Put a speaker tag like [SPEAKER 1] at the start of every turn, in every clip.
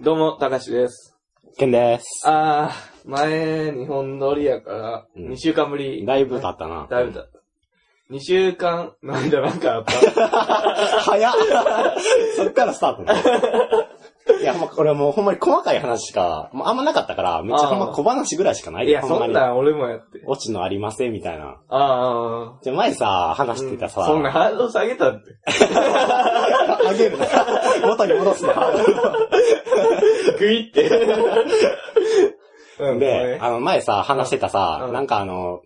[SPEAKER 1] どうも、たかしです。
[SPEAKER 2] ケンです。
[SPEAKER 1] あー、前、日本撮りやから、
[SPEAKER 2] うん
[SPEAKER 1] 2週間ぶり。
[SPEAKER 2] だいぶ経ったな。
[SPEAKER 1] だいぶ経った。2週間、なんだ、なんかあった。
[SPEAKER 2] 早っ そっからスタートだ。 いや、ほんま、これもうほんまに細かい話しか、もうあんまなかったから、めっちゃほんま小話ぐらいしかない
[SPEAKER 1] いや、
[SPEAKER 2] ほ
[SPEAKER 1] そ
[SPEAKER 2] ま
[SPEAKER 1] ん
[SPEAKER 2] に
[SPEAKER 1] なん俺もやって。
[SPEAKER 2] オチのありませんみたいな。
[SPEAKER 1] あ
[SPEAKER 2] じゃ、前さ、
[SPEAKER 1] ー。
[SPEAKER 2] 話してたさ、
[SPEAKER 1] うんそんなハードル下げたって。
[SPEAKER 2] あげ るな。元に戻すな。
[SPEAKER 1] グイって。うん、
[SPEAKER 2] で、
[SPEAKER 1] ね、
[SPEAKER 2] あの、前さ、話してた
[SPEAKER 1] う
[SPEAKER 2] さ
[SPEAKER 1] ん、
[SPEAKER 2] なんかあの、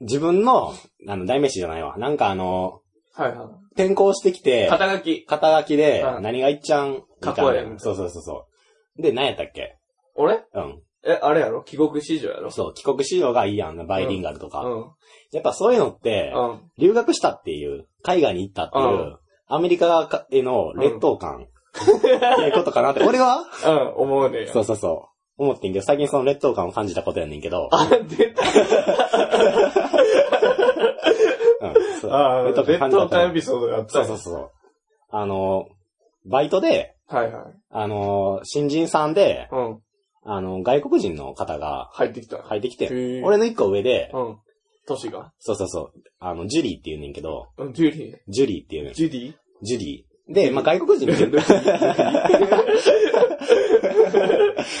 [SPEAKER 2] 自分の、あの、代名詞じゃないわ。なんかあの、
[SPEAKER 1] はいは
[SPEAKER 2] 転校してき
[SPEAKER 1] い。
[SPEAKER 2] て、
[SPEAKER 1] 肩書き。
[SPEAKER 2] 肩書きで
[SPEAKER 1] う、ん
[SPEAKER 2] 何がいっちゃん、
[SPEAKER 1] かっこええみたいな
[SPEAKER 2] そうそうそうそう。で、何やったっけ
[SPEAKER 1] 俺
[SPEAKER 2] うん。
[SPEAKER 1] え、あれやろ帰国子女やろ
[SPEAKER 2] そう、帰国子女がいいやん、バイリンガルとか。
[SPEAKER 1] う
[SPEAKER 2] やっぱそういうのって、
[SPEAKER 1] ん。うん。
[SPEAKER 2] 留学したっていう、海外に行ったっていう、
[SPEAKER 1] うん
[SPEAKER 2] アメリカへの劣等感、っていうことか なって、俺は
[SPEAKER 1] うん、思うね
[SPEAKER 2] そうそうそう。思ってんけど、最近その劣等感を感じたことやねんけど、
[SPEAKER 1] あ、出た。
[SPEAKER 2] うんそう
[SPEAKER 1] あー、
[SPEAKER 2] 劣
[SPEAKER 1] ベ
[SPEAKER 2] 等感
[SPEAKER 1] ッドタエピソードがあった
[SPEAKER 2] そ
[SPEAKER 1] よ。
[SPEAKER 2] うそうそう。あの、バイトで、
[SPEAKER 1] はいはい。
[SPEAKER 2] あの、新人さんで、
[SPEAKER 1] うん。
[SPEAKER 2] あの、外国人の方が
[SPEAKER 1] 入ってきた。
[SPEAKER 2] 入ってきて
[SPEAKER 1] へー
[SPEAKER 2] ん、俺の一個上で、
[SPEAKER 1] うん。歳が
[SPEAKER 2] そうそうそう、あの、ジュリーって言うねんけど、
[SPEAKER 1] うん、ジュリ
[SPEAKER 2] ジュリーって言うね
[SPEAKER 1] ー。
[SPEAKER 2] ん。
[SPEAKER 1] ジュ リ
[SPEAKER 2] ジュリー。で、まあ、外国人って言う
[SPEAKER 1] ー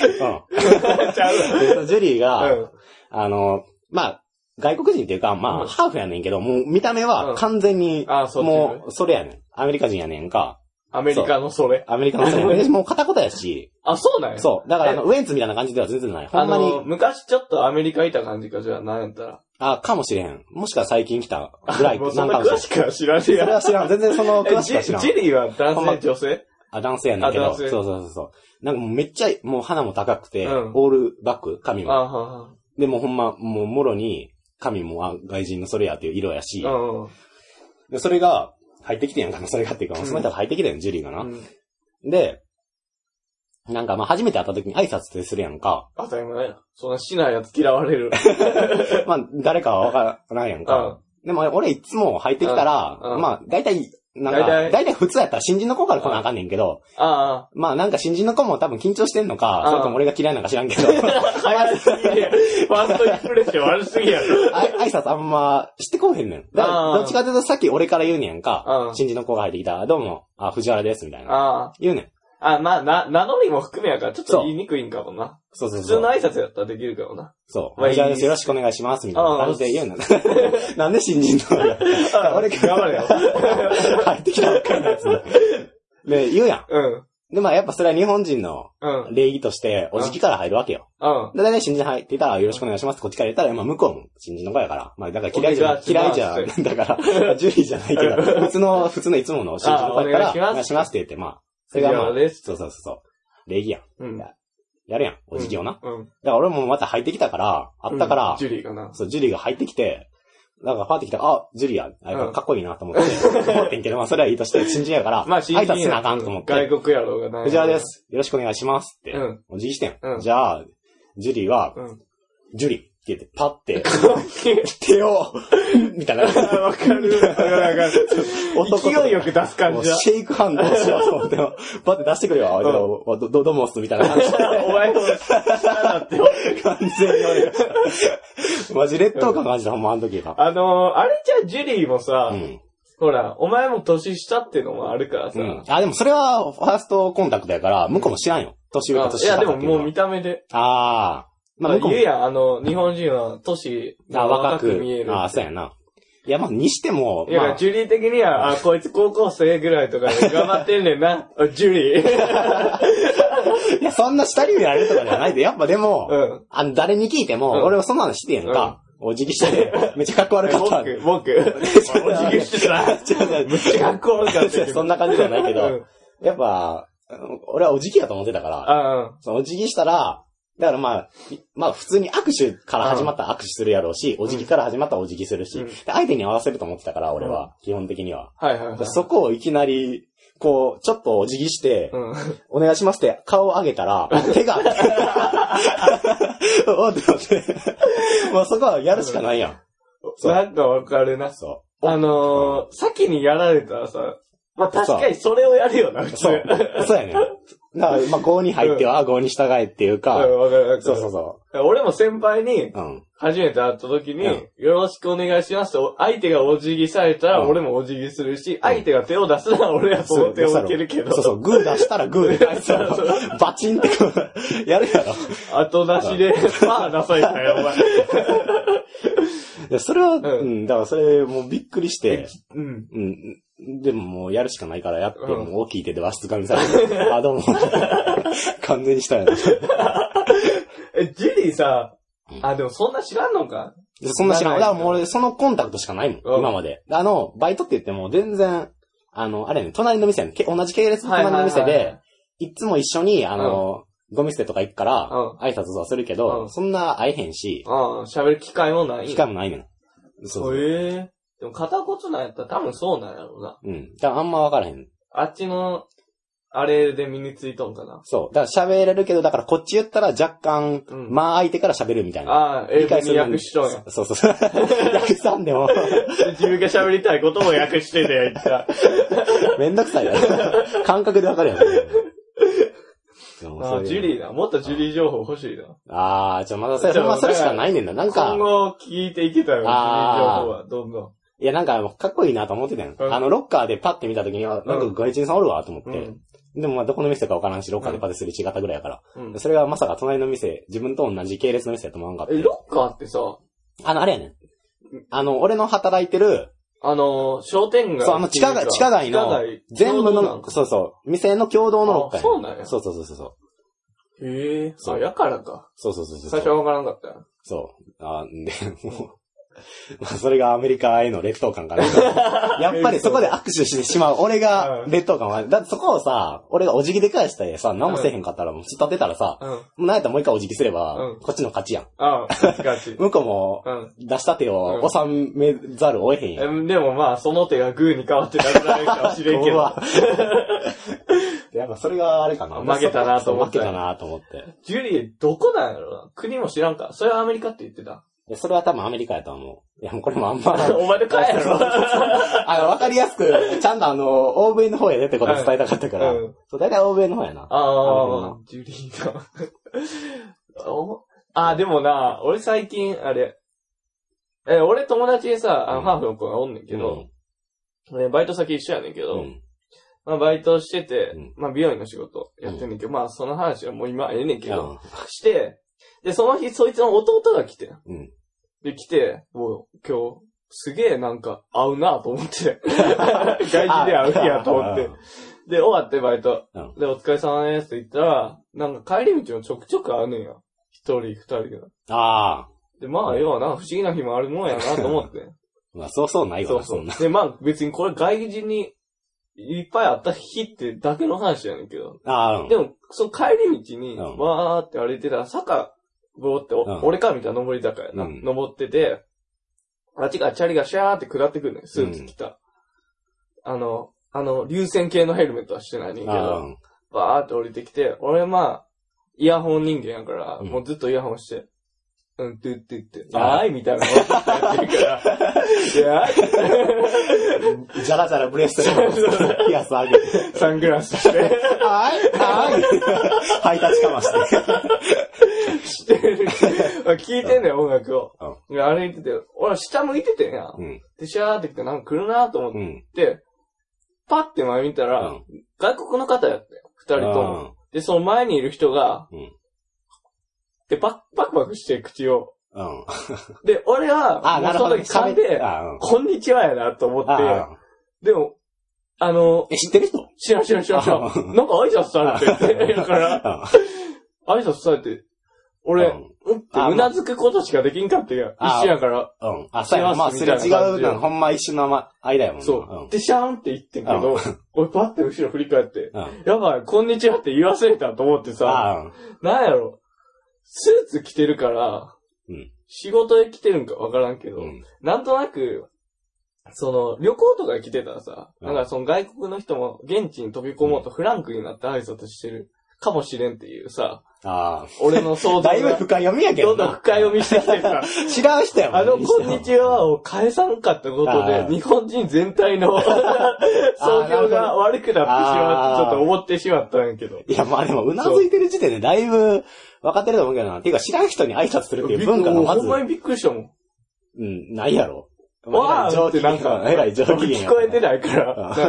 [SPEAKER 2] うん。
[SPEAKER 1] ちゃう
[SPEAKER 2] でそのジュリー
[SPEAKER 1] わ
[SPEAKER 2] が、
[SPEAKER 1] うん。
[SPEAKER 2] あの、まあ、外国人っていうか、まあ、
[SPEAKER 1] うん
[SPEAKER 2] ハーフやねんけど、もう見た目
[SPEAKER 1] う
[SPEAKER 2] は
[SPEAKER 1] ん
[SPEAKER 2] 完全に、
[SPEAKER 1] あそう
[SPEAKER 2] もう、それやねん。アメリカ人やねんか。
[SPEAKER 1] アメリカのそれ。
[SPEAKER 2] アメリカの人やねんでもう片言やし、
[SPEAKER 1] あ、そうなんや。
[SPEAKER 2] そう。だから、あの、ウエンツみたいな感じでは全然ない。ほ
[SPEAKER 1] あ
[SPEAKER 2] んま
[SPEAKER 1] の、
[SPEAKER 2] に、
[SPEAKER 1] 昔ちょっとアメリカいた感じか、じゃあ、なんやったら。
[SPEAKER 2] あ、かもしれへん。もしか最近来たぐらい、
[SPEAKER 1] もう
[SPEAKER 2] な
[SPEAKER 1] そん
[SPEAKER 2] ん
[SPEAKER 1] な
[SPEAKER 2] かもしれ
[SPEAKER 1] 詳
[SPEAKER 2] ん。
[SPEAKER 1] し
[SPEAKER 2] そ
[SPEAKER 1] くは知らねえ
[SPEAKER 2] れ
[SPEAKER 1] や
[SPEAKER 2] は。知らん。全然その、詳
[SPEAKER 1] え、
[SPEAKER 2] し
[SPEAKER 1] ジ
[SPEAKER 2] くは知
[SPEAKER 1] ュ
[SPEAKER 2] らん
[SPEAKER 1] ジ。ュリーは男
[SPEAKER 2] ほんま
[SPEAKER 1] 性、女性
[SPEAKER 2] あ、男性やねんけ
[SPEAKER 1] あ
[SPEAKER 2] ど。
[SPEAKER 1] 男
[SPEAKER 2] そ
[SPEAKER 1] 性
[SPEAKER 2] うそうそうそう。なんかもうめっちゃ、もう花も高くて、
[SPEAKER 1] うん
[SPEAKER 2] オールバック、髪
[SPEAKER 1] あ
[SPEAKER 2] も。
[SPEAKER 1] はは。
[SPEAKER 2] でもうほんま、もうもろに、髪もあ外人のそれやっていう色やし、
[SPEAKER 1] うん。
[SPEAKER 2] で、それが、入ってきてんやんかな、それがっていうか、
[SPEAKER 1] うん
[SPEAKER 2] その人が入ってきてん、ジュリーが
[SPEAKER 1] う
[SPEAKER 2] な。
[SPEAKER 1] ん。
[SPEAKER 2] で、なんかまあ初めて会った時に挨拶ってするや んか。
[SPEAKER 1] 当たり前や。そんなしないやつ嫌われる。
[SPEAKER 2] まあ誰かはわからないやん
[SPEAKER 1] う
[SPEAKER 2] か。
[SPEAKER 1] ん。
[SPEAKER 2] でも俺いつも入ってきたら、
[SPEAKER 1] うんうん
[SPEAKER 2] まあ大体、なんか、
[SPEAKER 1] 大体
[SPEAKER 2] 大体普通やったら新人の子から来なあかんねんけど、
[SPEAKER 1] あ
[SPEAKER 2] まあなんか新人の子も多分緊張してんのか、
[SPEAKER 1] うん
[SPEAKER 2] それとも俺が嫌いなんか知ら んけど、
[SPEAKER 1] あ。早すぎるやん。ファーストインプレッション悪すぎやろ。
[SPEAKER 2] あい挨拶あんましてこうへんねん。だから
[SPEAKER 1] うん
[SPEAKER 2] どっちかというとさっき俺から言うねやんか、
[SPEAKER 1] うん
[SPEAKER 2] 新人の子が入ってきたら、どうも、あ、藤原です、みたいな。
[SPEAKER 1] あ
[SPEAKER 2] 言うねん。
[SPEAKER 1] あ。あ、まあ、な、名乗りも含めやから、ちょっと言いにくいんかもな。
[SPEAKER 2] そうそう
[SPEAKER 1] 普
[SPEAKER 2] そう。
[SPEAKER 1] 通の挨拶やったらできるかもな。
[SPEAKER 2] そう。
[SPEAKER 1] まあ
[SPEAKER 2] じゃあ
[SPEAKER 1] いい
[SPEAKER 2] よろしくお願いします、みたいな感じで言うの。なんで 新人なのよ俺
[SPEAKER 1] 頑張れよ。
[SPEAKER 2] 入ってきたばっかりのやつにで、言うや
[SPEAKER 1] うん。
[SPEAKER 2] ん。で、まあやっぱそれは日本人の
[SPEAKER 1] うん。うん。
[SPEAKER 2] 礼儀として、お辞儀から入るわけよ。で、大体新人入ってたら、よろしくお願いしますってこっちから言ったら、まあ向こうも新人の子やから。まあだから嫌いじゃ、
[SPEAKER 1] お願
[SPEAKER 2] 嫌い
[SPEAKER 1] いし
[SPEAKER 2] じ
[SPEAKER 1] ま
[SPEAKER 2] ゃ、
[SPEAKER 1] す
[SPEAKER 2] だから、ジュリーじゃないけ ど、普通の、普通のいつもの新人の子やから、
[SPEAKER 1] あお願いします
[SPEAKER 2] お願いしますって言って、まあ、それがまあ
[SPEAKER 1] 藤、原です
[SPEAKER 2] そうそうそうそう。礼儀やん。
[SPEAKER 1] うん。
[SPEAKER 2] やるやん、お辞儀をな。だか
[SPEAKER 1] うん。うん。
[SPEAKER 2] ら俺もまた入ってきたから、あったから、
[SPEAKER 1] ジュリーかな。
[SPEAKER 2] そう、ジュリーが入ってきて、なんかパーってきたら、あ、ジュリーや、あやっ
[SPEAKER 1] う
[SPEAKER 2] ぱ
[SPEAKER 1] ん
[SPEAKER 2] かっこいいなと思って、思ってんけど、まあそれはいいとして、新人やか ら、
[SPEAKER 1] まあ、
[SPEAKER 2] 挨拶せなあかんと思って、
[SPEAKER 1] 外国やろうがな。
[SPEAKER 2] 藤原で。す。よろしくお願いしますって、
[SPEAKER 1] うん
[SPEAKER 2] お辞儀してん。
[SPEAKER 1] うん
[SPEAKER 2] じゃあ、ジュリーは、
[SPEAKER 1] うん。
[SPEAKER 2] ジュリーって言って、パって、手を、みたいな。
[SPEAKER 1] わかる。わかるわかる。
[SPEAKER 2] 男と か
[SPEAKER 1] 勢いよく出す感
[SPEAKER 2] もう
[SPEAKER 1] じだ。
[SPEAKER 2] シェイクハンドをしようと思って、パって出してくれよ、あどどどうもっす、みたいな感じで。
[SPEAKER 1] お前も、だって。
[SPEAKER 2] 完全に俺が。マジ劣等感感じた、ほんま、あの時が。
[SPEAKER 1] あのー、あれじゃあジュリーも
[SPEAKER 2] う
[SPEAKER 1] さ、
[SPEAKER 2] ん。
[SPEAKER 1] ほら、お前も年下ってのもあるからさ。
[SPEAKER 2] うん。あ、でもそれは、ファーストコンタクトやから、向こうも知らんよ。年上か
[SPEAKER 1] あい
[SPEAKER 2] 年下
[SPEAKER 1] や、
[SPEAKER 2] か
[SPEAKER 1] で
[SPEAKER 2] ってい
[SPEAKER 1] も
[SPEAKER 2] うのは
[SPEAKER 1] もう見た目で。
[SPEAKER 2] ああ。まあ、向こう
[SPEAKER 1] 言う
[SPEAKER 2] も、
[SPEAKER 1] やん、あの、日本人は年
[SPEAKER 2] あ
[SPEAKER 1] が
[SPEAKER 2] 若
[SPEAKER 1] 若
[SPEAKER 2] く
[SPEAKER 1] く見える。
[SPEAKER 2] ああ、そうやな。いや、まあ、にしても、
[SPEAKER 1] いや、
[SPEAKER 2] まあ、
[SPEAKER 1] ジュリー的には、あ、こいつ高校生ぐらいとかで頑張ってんねん な。あジュリー。
[SPEAKER 2] いや、そんな下に見られるとかじゃないで、やっぱでも、
[SPEAKER 1] うん。
[SPEAKER 2] あの、誰に聞いても、
[SPEAKER 1] うん
[SPEAKER 2] 俺はそんなのしてんやんか。お辞儀して、 めっちゃかっこ悪かった。
[SPEAKER 1] 僕、 僕、お辞儀してた。めっちゃかっこ悪かったけど。
[SPEAKER 2] そんな感じじゃないけ
[SPEAKER 1] う
[SPEAKER 2] ど
[SPEAKER 1] ん、
[SPEAKER 2] やっぱ、うん俺はお辞儀やと思ってたから、
[SPEAKER 1] あ
[SPEAKER 2] そのお辞儀したら、だからまあ、いまあ普通に握手から始まったら握手するやろうし、お辞儀から始まったらお辞儀するし、
[SPEAKER 1] うん
[SPEAKER 2] で相手に合わせると思ってたから、俺は、基本的には。
[SPEAKER 1] あ、はいはいはい。
[SPEAKER 2] そこをいきなり、こう、ちょっとお辞儀して、
[SPEAKER 1] うん。
[SPEAKER 2] お願いしますって顔を上げたら、手が、おって思って、まあそこはやるしかないやん。そう
[SPEAKER 1] なんかわかるな。
[SPEAKER 2] そ
[SPEAKER 1] あのー、先にやられたらさ、まあ確かにそれをやるよな、普
[SPEAKER 2] う。
[SPEAKER 1] 通
[SPEAKER 2] そ。う。そうやねん。だから、まあ、5に入っては、5に従えっていうか、
[SPEAKER 1] うんわかるわかる
[SPEAKER 2] そうそうそ
[SPEAKER 1] 俺も先輩に
[SPEAKER 2] う。、うん。
[SPEAKER 1] 初めて会った時に、
[SPEAKER 2] うん
[SPEAKER 1] よろしくお願いしますと、相手がお辞儀されたら
[SPEAKER 2] うん
[SPEAKER 1] 俺もお辞儀するし、相手が手を出すなら俺はその手を受けるけど、
[SPEAKER 2] そうそう、グー出したらグーで返すや ろ
[SPEAKER 1] そう
[SPEAKER 2] バチンってこう、やるやろ。
[SPEAKER 1] 後出しで、まあ出されたよ、お前。
[SPEAKER 2] いやそれは、うん、
[SPEAKER 1] ん
[SPEAKER 2] だからそれ、もうびっくりして、
[SPEAKER 1] うん。
[SPEAKER 2] うん、でももうやるしかないからやって、
[SPEAKER 1] うん
[SPEAKER 2] もう大きい手でわしづかみされ て、あ、どうも。完全にしたよね。
[SPEAKER 1] え、ジリーさ
[SPEAKER 2] う、ん
[SPEAKER 1] あ、でもそんな知らんのか
[SPEAKER 2] そんな知らん。
[SPEAKER 1] な
[SPEAKER 2] だ
[SPEAKER 1] い
[SPEAKER 2] からもう俺、そのコンタクトしかないもん、
[SPEAKER 1] うん
[SPEAKER 2] 今まで。あの、バイトって言っても全然、あの、あれやね、隣の店やね、け同じ系列の
[SPEAKER 1] はいはい
[SPEAKER 2] 隣
[SPEAKER 1] はい
[SPEAKER 2] の
[SPEAKER 1] はい
[SPEAKER 2] 店で、いつも一緒に、あの、ゴミ捨てとか行くから
[SPEAKER 1] うん、
[SPEAKER 2] 挨拶はするけど、
[SPEAKER 1] うん
[SPEAKER 2] そんな会えへんし、
[SPEAKER 1] ああ、喋る機会もない。
[SPEAKER 2] 機会もないねん。そうそう。
[SPEAKER 1] へえでも片言なんやったら多分そうなんやろうな。
[SPEAKER 2] うん。だからあんま分からへん。
[SPEAKER 1] あっちの、あれで身についとんかな。
[SPEAKER 2] そう。だから喋れるけど、だからこっち言ったら若干、
[SPEAKER 1] うん
[SPEAKER 2] まあ相手から喋るみたいな。
[SPEAKER 1] ああ、英語に
[SPEAKER 2] のに
[SPEAKER 1] 訳しとんや。
[SPEAKER 2] そうそう そう。訳さんで も、
[SPEAKER 1] 自分が喋りたいことも訳してて、言っ た。
[SPEAKER 2] めんどくさいよ。感覚でわかるやん。 でも
[SPEAKER 1] あ
[SPEAKER 2] そう
[SPEAKER 1] あ、
[SPEAKER 2] いう
[SPEAKER 1] ジュリーな。もっとジュリー情報欲しいな。
[SPEAKER 2] あー、じゃあまだそれ、ほんまそれしかないねんだ。なん
[SPEAKER 1] 今
[SPEAKER 2] か、
[SPEAKER 1] 後聞いていけたよ、ジュリー
[SPEAKER 2] ああ
[SPEAKER 1] 情報は。どんど
[SPEAKER 2] いやなんかかっこいいなと思ってたよ。
[SPEAKER 1] うん
[SPEAKER 2] あの、ロッカーでパッて見た時には、なんか外人さんおるわと思っ
[SPEAKER 1] ん。う
[SPEAKER 2] て
[SPEAKER 1] ん。。
[SPEAKER 2] でもまあどこの店かわからんし、ロッカーでパッてする違ったぐらいやから。
[SPEAKER 1] うん
[SPEAKER 2] それがまさか隣の店、自分と同じ系列の店やと思わんかった
[SPEAKER 1] え、。ロッカーってさ、
[SPEAKER 2] あの、あれやねん。あの、俺の働いてる、
[SPEAKER 1] あの、商店街。
[SPEAKER 2] そう、あの、地下街、地下街の、全部の、そうそう、店の共同のロッカー
[SPEAKER 1] あそうなんや
[SPEAKER 2] そうそうそうそうそう。
[SPEAKER 1] へえ
[SPEAKER 2] そう
[SPEAKER 1] あ、やからか。
[SPEAKER 2] そうそうそうそう。
[SPEAKER 1] 最初はわからんかったよ。
[SPEAKER 2] そう。あんで、もう、まあ、それがアメリカへの劣等感かな。 やっぱりそこで握手してしまう。俺が
[SPEAKER 1] うん
[SPEAKER 2] 劣等感は、だってそこをさ、俺がお辞儀で返したりさ、何もせえへんかったら、もう突っ立ってたらさ、
[SPEAKER 1] うん。
[SPEAKER 2] もうなんやったらもう一回お辞儀すれば、
[SPEAKER 1] うん
[SPEAKER 2] こっちの勝ちやん。
[SPEAKER 1] ああ、ガチガチ。
[SPEAKER 2] 向 こうも、
[SPEAKER 1] うん
[SPEAKER 2] 出した手を収めざるを得へんやん。
[SPEAKER 1] え。でもまあ、その手がグーに変わってなくなるかもしれんけ
[SPEAKER 2] う
[SPEAKER 1] ど。
[SPEAKER 2] わやっぱそれがあれかな。
[SPEAKER 1] 負けたなと思
[SPEAKER 2] 負
[SPEAKER 1] った
[SPEAKER 2] けたなと思って。
[SPEAKER 1] ジュリー、どこなんやろな国も知らんか。それはアメリカって言って た。
[SPEAKER 2] いや、それは多分アメリカやと思う。いや、もうこれもあんま、
[SPEAKER 1] お前で帰 やろ。
[SPEAKER 2] あの、わかりやすく、ちゃんとあの、欧米の方やねってことを伝えたかったから。
[SPEAKER 1] うん
[SPEAKER 2] そう、大体欧米の方やな。
[SPEAKER 1] ああ、ジュリーの。 おあ、でもな、俺最近、あれ、え、俺友達でさ、あ
[SPEAKER 2] う
[SPEAKER 1] の、
[SPEAKER 2] ん
[SPEAKER 1] ハーフの子がおんねんけど、えバイト先一緒やねんけ
[SPEAKER 2] うん、
[SPEAKER 1] ど、
[SPEAKER 2] うん。
[SPEAKER 1] まあバイトしてて
[SPEAKER 2] うん、
[SPEAKER 1] まあ美容院の仕事やってんねんけど、まあその話はもう今ええねんけ
[SPEAKER 2] う
[SPEAKER 1] ど
[SPEAKER 2] ん、
[SPEAKER 1] して、で、その日そいつの弟が来て、
[SPEAKER 2] うん
[SPEAKER 1] で、来て、もう今日、すげえなんか合うなと思 って、外人で会う日やと思って。で、終わってバイト
[SPEAKER 2] うん。
[SPEAKER 1] で、お疲れ様ですって言ったら、なんか帰り道もちょくちょく会うねんや。一人、二人が。
[SPEAKER 2] あ
[SPEAKER 1] で、まあ、要はな、不思議な日もあるもんやなと思 って。
[SPEAKER 2] ーまあ、そうそうないわ
[SPEAKER 1] そ
[SPEAKER 2] な、
[SPEAKER 1] う
[SPEAKER 2] そ
[SPEAKER 1] そ
[SPEAKER 2] んな。
[SPEAKER 1] う。で、まあ、別にこれ外人にいっぱい会った日ってだけの話やねんけど。
[SPEAKER 2] あーうん
[SPEAKER 1] でも、その帰り道に、
[SPEAKER 2] うん
[SPEAKER 1] わーって歩いてたら、坂、ぼーって、お
[SPEAKER 2] うん
[SPEAKER 1] 俺から見たら登り坂やな。
[SPEAKER 2] うん
[SPEAKER 1] 登ってて、あっちからチャリがシャーって下ってくるねん。スーツ着た。あの、あの、流線系のヘルメットはしてないねんけ
[SPEAKER 2] あ
[SPEAKER 1] ど
[SPEAKER 2] ー、うん
[SPEAKER 1] バーって降りてきて、俺まあ、イヤホン人間やから、
[SPEAKER 2] うん
[SPEAKER 1] もうずっとイヤホンして、うん、って言って言って、
[SPEAKER 2] あー
[SPEAKER 1] あーいみたいな。やってる から、いや
[SPEAKER 2] じゃらじゃらブレストで、ピアスあげて。
[SPEAKER 1] ーいサングラス して、
[SPEAKER 2] はーいはーいハイタッチかま して。
[SPEAKER 1] してる。 聞いてんねん、音楽を。で歩いてて、俺下向いててんや。
[SPEAKER 2] うん。
[SPEAKER 1] で、シャーって来て、なんか来るなと思
[SPEAKER 2] う
[SPEAKER 1] っ
[SPEAKER 2] ん。
[SPEAKER 1] て、パッて前見たら、
[SPEAKER 2] うん
[SPEAKER 1] 外国の方やったよ。二人とも。で、その前にいる人が、
[SPEAKER 2] うん
[SPEAKER 1] で、パクパクパクして、口を。
[SPEAKER 2] うん。うん。
[SPEAKER 1] で、俺は、
[SPEAKER 2] あー、なるほ
[SPEAKER 1] も
[SPEAKER 2] ど。
[SPEAKER 1] うその時噛んで、
[SPEAKER 2] あーうん
[SPEAKER 1] こんにちはやなと思
[SPEAKER 2] あ
[SPEAKER 1] っ
[SPEAKER 2] ーうん
[SPEAKER 1] て、でも、あの、
[SPEAKER 2] え、知ってる人
[SPEAKER 1] 知らん知らん知らん知らん。なん
[SPEAKER 2] あ
[SPEAKER 1] か挨拶されて、だから、挨拶されて、俺、
[SPEAKER 2] うん
[SPEAKER 1] うんってうなずくことしかできんかったよ。
[SPEAKER 2] あ
[SPEAKER 1] 一瞬やから、
[SPEAKER 2] うん。あ、そうやな。まあ、
[SPEAKER 1] 幸
[SPEAKER 2] す
[SPEAKER 1] せみ
[SPEAKER 2] れ
[SPEAKER 1] たいな
[SPEAKER 2] 違
[SPEAKER 1] 感
[SPEAKER 2] う
[SPEAKER 1] じで
[SPEAKER 2] の、ほんま一瞬のま間やもんな。
[SPEAKER 1] そう。で、シャーンって言ってんけど、 俺パッて後ろ振り返って、
[SPEAKER 2] うん。うん。
[SPEAKER 1] やばい、こんにちはって言わせれたと思ってさ、
[SPEAKER 2] あー、うん
[SPEAKER 1] なんやろ、スーツ着てるから、
[SPEAKER 2] うん
[SPEAKER 1] 仕事で着てるんかわからんけど、
[SPEAKER 2] うん
[SPEAKER 1] なんとなく、その、旅行とか来てたらさ、
[SPEAKER 2] うん
[SPEAKER 1] なんかその外国の人も現地に飛び込もうとフランクになって挨拶してるかもしれんっていうさ、
[SPEAKER 2] あ
[SPEAKER 1] 俺の相
[SPEAKER 2] あ。
[SPEAKER 1] 談が
[SPEAKER 2] だいぶ深読みやけ
[SPEAKER 1] ど
[SPEAKER 2] ど
[SPEAKER 1] んどん
[SPEAKER 2] な。
[SPEAKER 1] 深読みしてきてるから。
[SPEAKER 2] 知らん人やもん
[SPEAKER 1] あの、こんにちはを返さんかったこと
[SPEAKER 2] あ
[SPEAKER 1] で、
[SPEAKER 2] ー
[SPEAKER 1] 日本人全体の
[SPEAKER 2] ー
[SPEAKER 1] 創業が悪くなってしまっ
[SPEAKER 2] あー
[SPEAKER 1] て、ちょっと思ってしまったんやけど。
[SPEAKER 2] いや、まあでも、うなずいてる時点でだいぶ分かってると思うけどな。ていうか、知らん人に挨拶するっていう文化がま
[SPEAKER 1] ほ
[SPEAKER 2] ず
[SPEAKER 1] ん、まにびっくりしたもん。
[SPEAKER 2] うん、ないやろ。
[SPEAKER 1] わーってなんか、
[SPEAKER 2] えらい上機嫌
[SPEAKER 1] 聞こえて
[SPEAKER 2] る。
[SPEAKER 1] ないから、なんか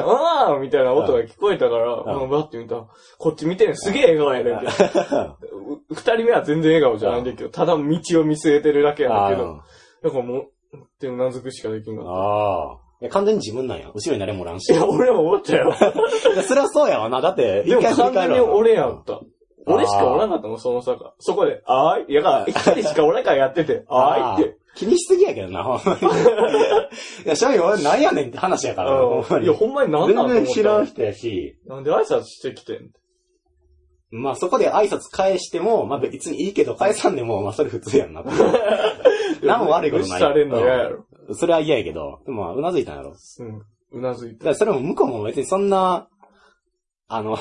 [SPEAKER 1] わーみたいな音が聞こえたから、うんバッて見たら、こっち見てんすげえ笑顔やねんけど。う二人目は全然笑顔じゃないんだけど、ただ道を見据えてるだけやねんけど、
[SPEAKER 2] あ
[SPEAKER 1] だからもう、ってうなずくしかできんか
[SPEAKER 2] ー
[SPEAKER 1] っ
[SPEAKER 2] あー。いや、完全に自分なんや。後ろに誰もおらんし。
[SPEAKER 1] た。いや、俺も思ったよ。
[SPEAKER 2] いやそれはそうやわな。だって、
[SPEAKER 1] でも
[SPEAKER 2] 振り
[SPEAKER 1] 完
[SPEAKER 2] 返
[SPEAKER 1] 全
[SPEAKER 2] る
[SPEAKER 1] に
[SPEAKER 2] わな
[SPEAKER 1] 俺やった。俺しかおらんかったもん、その差が。そこで、あーいいや が、一人しかおらんからやってて、あーいって。
[SPEAKER 2] 気にしすぎやけどな、ほん まに。いや、正直俺なんやねんって話やからな、ほんま
[SPEAKER 1] うんい
[SPEAKER 2] に
[SPEAKER 1] や、。ほんまになんなんと
[SPEAKER 2] 全
[SPEAKER 1] 思
[SPEAKER 2] 然知ら
[SPEAKER 1] っ
[SPEAKER 2] ん人やし、
[SPEAKER 1] た。なんで挨拶してきてん
[SPEAKER 2] まあそこで挨拶返しても、まあ別にいいけど返さんでも、まあそれ普通やんなって。何も悪いことない
[SPEAKER 1] 無視されんの嫌やろ。
[SPEAKER 2] それは嫌やけど、でもまあうなずいたんやろ。だ
[SPEAKER 1] うん。うなずいて。
[SPEAKER 2] からそれも向こうも別にそんな、あの、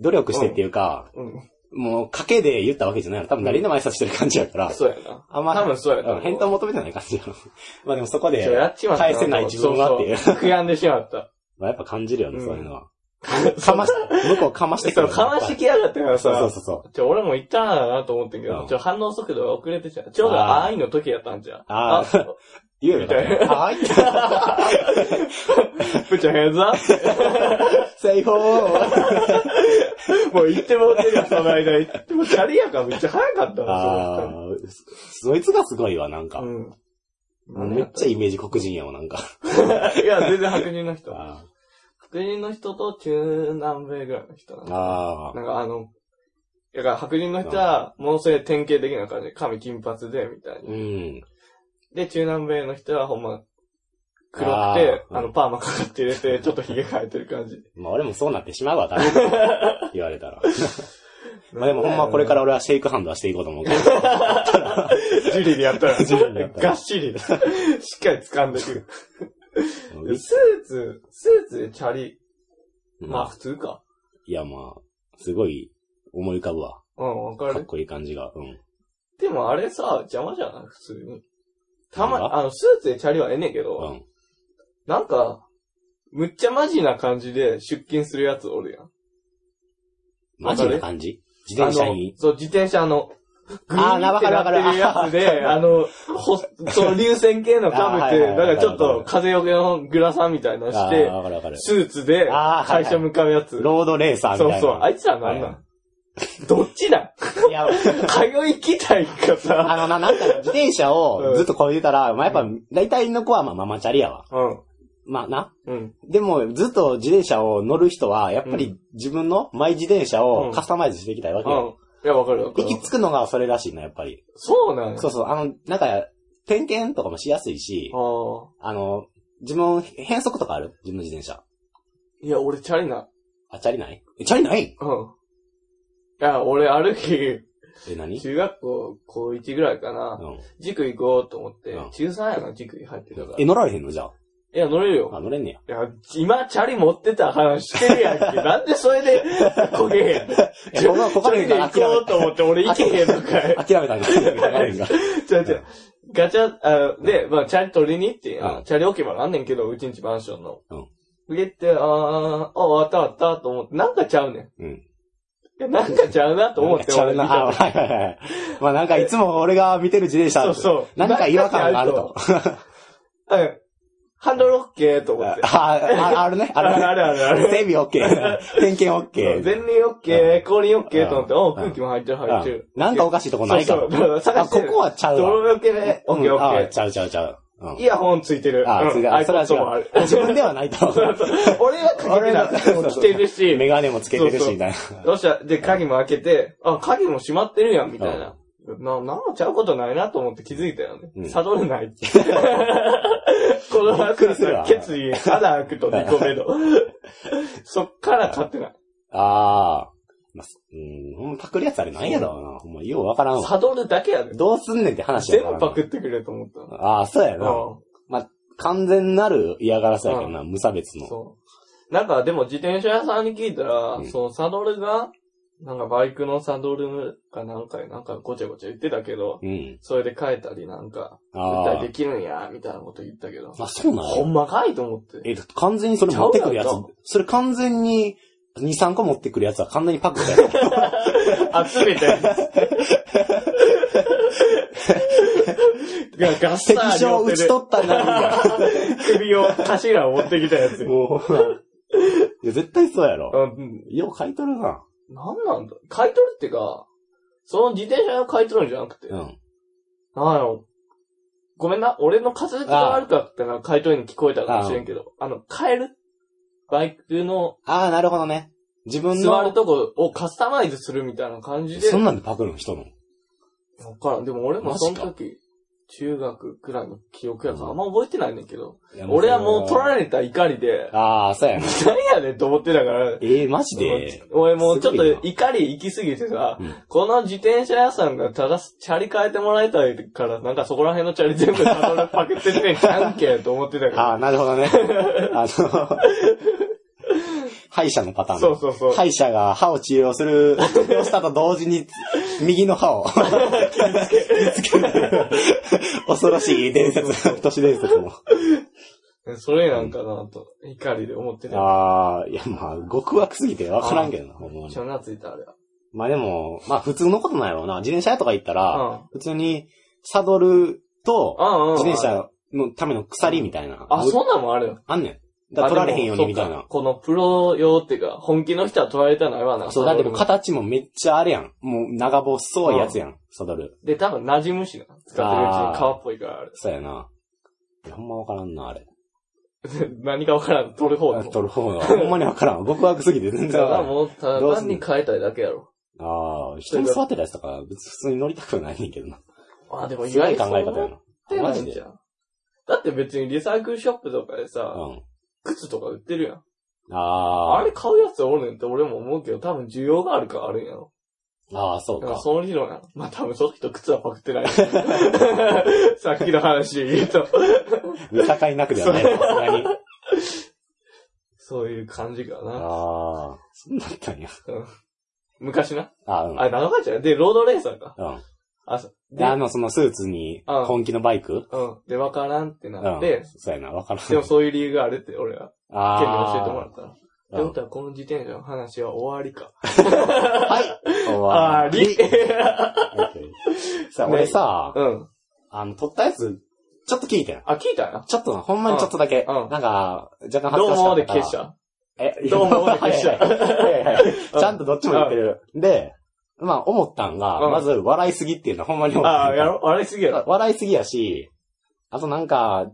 [SPEAKER 2] 努力してっていうか、
[SPEAKER 1] うん。
[SPEAKER 2] もう賭けで言ったわけじゃないの。多分誰にでも挨拶してる感じやから。
[SPEAKER 1] そうやな。
[SPEAKER 2] あんま、
[SPEAKER 1] 多分そうや
[SPEAKER 2] うん
[SPEAKER 1] な。
[SPEAKER 2] 返答求めてない感じやろ。 まあでもそこ
[SPEAKER 1] そうや
[SPEAKER 2] で、
[SPEAKER 1] っちまった。
[SPEAKER 2] 返せない自分がっていう
[SPEAKER 1] そそ悔やんでし まった。
[SPEAKER 2] まあやっぱ感じるよね、そういうのは。
[SPEAKER 1] か
[SPEAKER 2] かまし、向こうかまして
[SPEAKER 1] そう、かましてきやがったから
[SPEAKER 2] そうそう
[SPEAKER 1] さ。
[SPEAKER 2] そうそう。
[SPEAKER 1] ちょ、俺も言ったんだなと思ってんけど
[SPEAKER 2] う、ん
[SPEAKER 1] ちょ、反応速度が遅れてちゃう。ちょうど
[SPEAKER 2] あー
[SPEAKER 1] あーいの時やったんじゃん。
[SPEAKER 2] あー言うよ。
[SPEAKER 1] みたいな
[SPEAKER 2] はー い。
[SPEAKER 1] プチャヘンズアッ
[SPEAKER 2] セイフォー。
[SPEAKER 1] プもう言ってもうてるやん、その間。言ってもうチャリやからめっちゃ早かったわ、
[SPEAKER 2] ああ、そいつがすごいわ、なん
[SPEAKER 1] そ
[SPEAKER 2] か。
[SPEAKER 1] の人うん。
[SPEAKER 2] めっちゃイメージ黒人やもん、なんか。
[SPEAKER 1] いや、全然白人の人。
[SPEAKER 2] あ
[SPEAKER 1] 白人の人と中南米ぐらいの人な
[SPEAKER 2] ー
[SPEAKER 1] の。
[SPEAKER 2] あー。
[SPEAKER 1] なんかあの、だから白人の人は、ものすごい典型的な感じで、髪金髪で、みたいな。
[SPEAKER 2] うん。
[SPEAKER 1] で、中南米の人はほんま、黒く
[SPEAKER 2] あ
[SPEAKER 1] て、
[SPEAKER 2] ー
[SPEAKER 1] あの、パーマかかって入れて、ちょっと髭生えてる感じ。
[SPEAKER 2] まあ俺もそうなってしまうわ、多分。言わ れたら。 まあでもほんまこれから俺はシェイクハンドはしていこうと思うけど。
[SPEAKER 1] ジュリーでやったら、
[SPEAKER 2] ジュリーでやったら
[SPEAKER 1] がっしり、しっかり掴んで くる。スーツ、スーツでチャリ、ま
[SPEAKER 2] ま
[SPEAKER 1] あ
[SPEAKER 2] あ、
[SPEAKER 1] 普通か。
[SPEAKER 2] いやまあ、すごい思い浮かぶわ。
[SPEAKER 1] うん、わか
[SPEAKER 2] かっ
[SPEAKER 1] る。
[SPEAKER 2] こいい感じが。うん。
[SPEAKER 1] でもあれさ、邪魔じゃない普通に。た
[SPEAKER 2] 何
[SPEAKER 1] ま、
[SPEAKER 2] が
[SPEAKER 1] あの、スーツでチャリはええねんけ
[SPEAKER 2] う
[SPEAKER 1] ど、
[SPEAKER 2] ん。
[SPEAKER 1] なんか、むっちゃマジな感じで出勤するやつおるやん。
[SPEAKER 2] マジな感じ自転車に
[SPEAKER 1] あの。そう、自転車の、グ
[SPEAKER 2] あー
[SPEAKER 1] ーンってなってるやつで、あ の、ほ、そう、流線系のかぶ
[SPEAKER 2] あーは
[SPEAKER 1] て、
[SPEAKER 2] いはい
[SPEAKER 1] だ
[SPEAKER 2] はい
[SPEAKER 1] からちょっと風よけのグラサンみたいなのし
[SPEAKER 2] あ
[SPEAKER 1] て
[SPEAKER 2] あ、、わかるわかる。
[SPEAKER 1] スーツで
[SPEAKER 2] あーはいは
[SPEAKER 1] 会
[SPEAKER 2] い
[SPEAKER 1] 社向かうやつ。
[SPEAKER 2] ロードレーサーみた
[SPEAKER 1] そ
[SPEAKER 2] いうな。
[SPEAKER 1] そう、あいつらなんなんどっちだ
[SPEAKER 2] いや、
[SPEAKER 1] 通いきたいかさ。
[SPEAKER 2] あのな、なんか自転車をずっとこいでたら、まあやっぱ、大体の子はまあママチャリやわ。
[SPEAKER 1] うん。
[SPEAKER 2] まあな。
[SPEAKER 1] うん。
[SPEAKER 2] でも、ずっと自転車を乗る人は、やっぱり自分のマイ自転車
[SPEAKER 1] うん
[SPEAKER 2] をカスタマイズしていきたいわ
[SPEAKER 1] う
[SPEAKER 2] けよ。
[SPEAKER 1] ん。いや、わかるわかる。
[SPEAKER 2] 行き着くのがそれらしいな、やっぱり。
[SPEAKER 1] そうなんや
[SPEAKER 2] そうそう、あの、なんか、点検とかもしやすいし、
[SPEAKER 1] あ
[SPEAKER 2] あの、自分、変速とかある自分の自転車。
[SPEAKER 1] あ。いや、俺、チャリな。
[SPEAKER 2] あ、チャリないえ、チャリない
[SPEAKER 1] うん。いや、俺、ある日、
[SPEAKER 2] え、何
[SPEAKER 1] 中学校、高1ぐらいかな
[SPEAKER 2] う。ん。
[SPEAKER 1] 塾行こうと思って
[SPEAKER 2] うん、
[SPEAKER 1] 中3やな、塾に入ってたから。
[SPEAKER 2] え、
[SPEAKER 1] い
[SPEAKER 2] 乗られへんのじゃあ。
[SPEAKER 1] や、乗れるよ。
[SPEAKER 2] あ、乗れんねや。
[SPEAKER 1] いや、今、チャリ持ってた話してるやんけ。なんでそれで、こげへん。
[SPEAKER 2] え、ここ はこ
[SPEAKER 1] チ
[SPEAKER 2] こ
[SPEAKER 1] ャ
[SPEAKER 2] で
[SPEAKER 1] リで行こうと思って、俺行けへんのかい。
[SPEAKER 2] 諦めたんだ。諦めたんだ。
[SPEAKER 1] ちゃちゃ、ガチャ、あで、まあ、チャリ取りに行って、
[SPEAKER 2] うん
[SPEAKER 1] チャリ置き場なんねんけど、うちんちマンションの。
[SPEAKER 2] うん
[SPEAKER 1] 入れて、あー、あ、終わった終わったと思って、なんかちゃうねん。
[SPEAKER 2] うん
[SPEAKER 1] いや、なんかちゃうなと思って、
[SPEAKER 2] ちゃう
[SPEAKER 1] 俺見た
[SPEAKER 2] な。あはいはいはい。まあなんかいつも俺が見てる自転車。
[SPEAKER 1] そうそう。
[SPEAKER 2] なんか違和感があると。
[SPEAKER 1] なんかちゃうと。うん。ハンドルオッケーと思って。
[SPEAKER 2] あ、ああるね。あ
[SPEAKER 1] あ
[SPEAKER 2] る
[SPEAKER 1] るあ
[SPEAKER 2] ね。
[SPEAKER 1] るあるある。
[SPEAKER 2] 整 備 OK。点検 OK。
[SPEAKER 1] 前輪オッケー、後輪オッケーと思って、
[SPEAKER 2] うん
[SPEAKER 1] おう空気も入ってる入ってる。
[SPEAKER 2] うんなんかおかしいとこないか
[SPEAKER 1] そうそう探
[SPEAKER 2] あ、
[SPEAKER 1] して
[SPEAKER 2] こ
[SPEAKER 1] る
[SPEAKER 2] こはちゃうわ。
[SPEAKER 1] 泥よけで、オッケーオ
[SPEAKER 2] うんあ
[SPEAKER 1] ッケ
[SPEAKER 2] ちゃうちゃうちゃう。うん
[SPEAKER 1] ー。イヤホンついてる。
[SPEAKER 2] あ、それ
[SPEAKER 1] うん
[SPEAKER 2] で、それ
[SPEAKER 1] iPod もあ
[SPEAKER 2] は
[SPEAKER 1] る
[SPEAKER 2] 違 う。自分ではないと。
[SPEAKER 1] そうそう。俺はかけて なくても来てるし、
[SPEAKER 2] メガネもつけてる
[SPEAKER 1] そうそう
[SPEAKER 2] し、みたいな。
[SPEAKER 1] どうしたで、鍵も開けて、あ、鍵も閉まってるやん、みたいな。な、なんもちゃうことないなと思って気づいたよね。
[SPEAKER 2] うん
[SPEAKER 1] サドルない って。この
[SPEAKER 2] びっくりするわ
[SPEAKER 1] 決意、肌開くと2個目 の。そっから買ってない。
[SPEAKER 2] ああ。まあ、うん、ほんまパクるやつあれなんやろうな。ほんま、ようわからんわ。
[SPEAKER 1] サドルだけやで。
[SPEAKER 2] どうすんねんって話や
[SPEAKER 1] 全
[SPEAKER 2] から
[SPEAKER 1] 部
[SPEAKER 2] な。
[SPEAKER 1] パクってくれと思ったの。
[SPEAKER 2] ああ、そうやな。
[SPEAKER 1] う
[SPEAKER 2] 完全なる嫌がらせやけどな、無差別
[SPEAKER 1] ん。
[SPEAKER 2] の。
[SPEAKER 1] そう。なんかでも自転車屋さんに聞いたら
[SPEAKER 2] う、ん
[SPEAKER 1] そのサドルが、なんかバイクのサドルかなんか、なんかごちゃごちゃ言ってたけど、
[SPEAKER 2] うん。
[SPEAKER 1] それで変えたりなんか、絶
[SPEAKER 2] あ
[SPEAKER 1] 対できるんや、みたいなこと言ったけど。
[SPEAKER 2] あ。あ、そうな
[SPEAKER 1] ほ
[SPEAKER 2] の
[SPEAKER 1] んまかいと思って。
[SPEAKER 2] え、だって完全にそれ持ってくるやつ
[SPEAKER 1] ちゃうやんか。
[SPEAKER 2] それ完全に、2、3個持ってくるやつは完全にパクだよ。
[SPEAKER 1] 集めて。 ガガッ
[SPEAKER 2] 石
[SPEAKER 1] サーに
[SPEAKER 2] 書
[SPEAKER 1] 寄っ
[SPEAKER 2] を打
[SPEAKER 1] て
[SPEAKER 2] ち
[SPEAKER 1] る
[SPEAKER 2] 取ったんだ
[SPEAKER 1] 首を、柱を持ってきたやつ。う
[SPEAKER 2] みたいな。もうほら。いや、絶対そうやろ。
[SPEAKER 1] ん、
[SPEAKER 2] よう書いとるな。
[SPEAKER 1] なんなんだ買い取るってか、その自転車を買い取るんじゃなくて、
[SPEAKER 2] うん。
[SPEAKER 1] なんやろ。ごめんな、俺の滑舌が悪かったから買い取りに聞こえたかもしれんけど、あの、買えるバイクの
[SPEAKER 2] ああ、なるほどね。自分
[SPEAKER 1] 座る
[SPEAKER 2] の、
[SPEAKER 1] とこをカスタマイズするみたいな感じで、
[SPEAKER 2] そんなんでパクるの人の。
[SPEAKER 1] わからん。でも俺もその
[SPEAKER 2] マ
[SPEAKER 1] 時、中学くらいの記憶やから、
[SPEAKER 2] うん
[SPEAKER 1] あんま覚えてないねんけど、
[SPEAKER 2] いや
[SPEAKER 1] 俺はもう取ら
[SPEAKER 2] れ
[SPEAKER 1] れた怒りで、
[SPEAKER 2] ああ、そうやな。
[SPEAKER 1] 何やねんと思ってたから、
[SPEAKER 2] ええマジで。
[SPEAKER 1] 俺もうちょっ
[SPEAKER 2] すごいな
[SPEAKER 1] と怒り行き過ぎてさ
[SPEAKER 2] うん、
[SPEAKER 1] この自転車屋さんがただチャリ変えてもらいたいから、なんかそこら辺のチャリ全部サドルパクってねんじゃんけと思ってたか
[SPEAKER 2] ああ、なるほどね。あの、歯医者のパタ
[SPEAKER 1] ら。
[SPEAKER 2] ーン。
[SPEAKER 1] そうそうそう。
[SPEAKER 2] 歯医者が歯を治療する、治療したと同時に、右の 歯を、 恐ろしい伝説、 都市伝説も。
[SPEAKER 1] それなんかなと、怒りで思ってた。
[SPEAKER 2] ああ、いやまあ、極悪すぎてわからんけどな、ほんまに
[SPEAKER 1] ちょ、なついたあれ
[SPEAKER 2] まあでも、まあ普通のことなんやろうな。自転車屋とか行ったら、
[SPEAKER 1] は。
[SPEAKER 2] 普通に、サドル
[SPEAKER 1] う
[SPEAKER 2] と、
[SPEAKER 1] ん。うんうん。
[SPEAKER 2] 自転。車のための鎖みたいな。
[SPEAKER 1] あ、そんなんもあるよ。
[SPEAKER 2] あんねん。だから取られへんようにみたい
[SPEAKER 1] あでもそ
[SPEAKER 2] な
[SPEAKER 1] うか。このプロ用っていうか、本気の人は取られたないわな。
[SPEAKER 2] そう、だけど
[SPEAKER 1] うん
[SPEAKER 2] 形もめっちゃあれやん。もう長細いやつやん、サドル。
[SPEAKER 1] で、多分馴染むしな。使ってるうちに革っぽいからあれ。
[SPEAKER 2] そうやな。いやほんまわからんな、あれ。
[SPEAKER 1] 何かわからん。取る方
[SPEAKER 2] あ
[SPEAKER 1] でも。
[SPEAKER 2] 取る方が。ほんまにわからん。極悪すぎて全
[SPEAKER 1] だか
[SPEAKER 2] 然わかららん。
[SPEAKER 1] もう、ただ単に変えたいだけやろ。
[SPEAKER 2] ああ、人に座ってたやつとか、別に普通に乗りたくはないねんけどな。
[SPEAKER 1] あ、でも意
[SPEAKER 2] すご
[SPEAKER 1] 外
[SPEAKER 2] い
[SPEAKER 1] に
[SPEAKER 2] 考
[SPEAKER 1] そう
[SPEAKER 2] え
[SPEAKER 1] 思
[SPEAKER 2] 方や
[SPEAKER 1] っ
[SPEAKER 2] な。
[SPEAKER 1] て
[SPEAKER 2] マ
[SPEAKER 1] な
[SPEAKER 2] ジ
[SPEAKER 1] いん
[SPEAKER 2] で。
[SPEAKER 1] じ
[SPEAKER 2] う
[SPEAKER 1] ゃん。だって別にリサイクルショップとかでさ、
[SPEAKER 2] ん。
[SPEAKER 1] 靴とか売ってるやん。あ
[SPEAKER 2] あ
[SPEAKER 1] れ買うやつおるねんって俺も思うけど、多分需要があるからあるんやろ。
[SPEAKER 2] あ。ああ、そう
[SPEAKER 1] だから
[SPEAKER 2] か。
[SPEAKER 1] その理論やろ。まあ多分その人靴はパクってない。 さっきの話で言うと。
[SPEAKER 2] 見境なくではない。さすがに。
[SPEAKER 1] そういう感じかな。
[SPEAKER 2] ああ。そうなったんや。
[SPEAKER 1] 昔な。
[SPEAKER 2] ああ、うん。
[SPEAKER 1] あ、長かったよ。で、ロードレーサーか。
[SPEAKER 2] うん。
[SPEAKER 1] あ、そう
[SPEAKER 2] で、
[SPEAKER 1] で、
[SPEAKER 2] あの、そのスーツに、
[SPEAKER 1] うん
[SPEAKER 2] 本気のバイク
[SPEAKER 1] うん。で、わからんって
[SPEAKER 2] う
[SPEAKER 1] なっ
[SPEAKER 2] ん
[SPEAKER 1] て、。
[SPEAKER 2] そうやな、わからん。
[SPEAKER 1] でもそういう理由があるって、俺は、
[SPEAKER 2] あ
[SPEAKER 1] 県に
[SPEAKER 2] あ。
[SPEAKER 1] 教えてもらったら。って
[SPEAKER 2] う
[SPEAKER 1] こ
[SPEAKER 2] ん
[SPEAKER 1] とは、この自転車の話は終わりか。
[SPEAKER 2] はい。終
[SPEAKER 1] あり
[SPEAKER 2] さあ、俺さ、
[SPEAKER 1] うん。
[SPEAKER 2] あの、撮ったやつ、ちょっと聞いてん。
[SPEAKER 1] あ、聞いたよ。
[SPEAKER 2] ちょっとな、ほんまにちょっとだけ。
[SPEAKER 1] うんうん
[SPEAKER 2] なんか、若干恥
[SPEAKER 1] ど
[SPEAKER 2] ず
[SPEAKER 1] う
[SPEAKER 2] かしか
[SPEAKER 1] も
[SPEAKER 2] った
[SPEAKER 1] で
[SPEAKER 2] か
[SPEAKER 1] 消
[SPEAKER 2] ら
[SPEAKER 1] した。
[SPEAKER 2] え、
[SPEAKER 1] どうもで消した
[SPEAKER 2] はいはいはいはい ちゃんとどっちも言ってる。で、まあ、思ったんが、
[SPEAKER 1] うん
[SPEAKER 2] まず、笑いすぎっていうのはほんまに思った。
[SPEAKER 1] あ、やろ笑いすぎやろ。
[SPEAKER 2] 笑いすぎやし、あとなんか、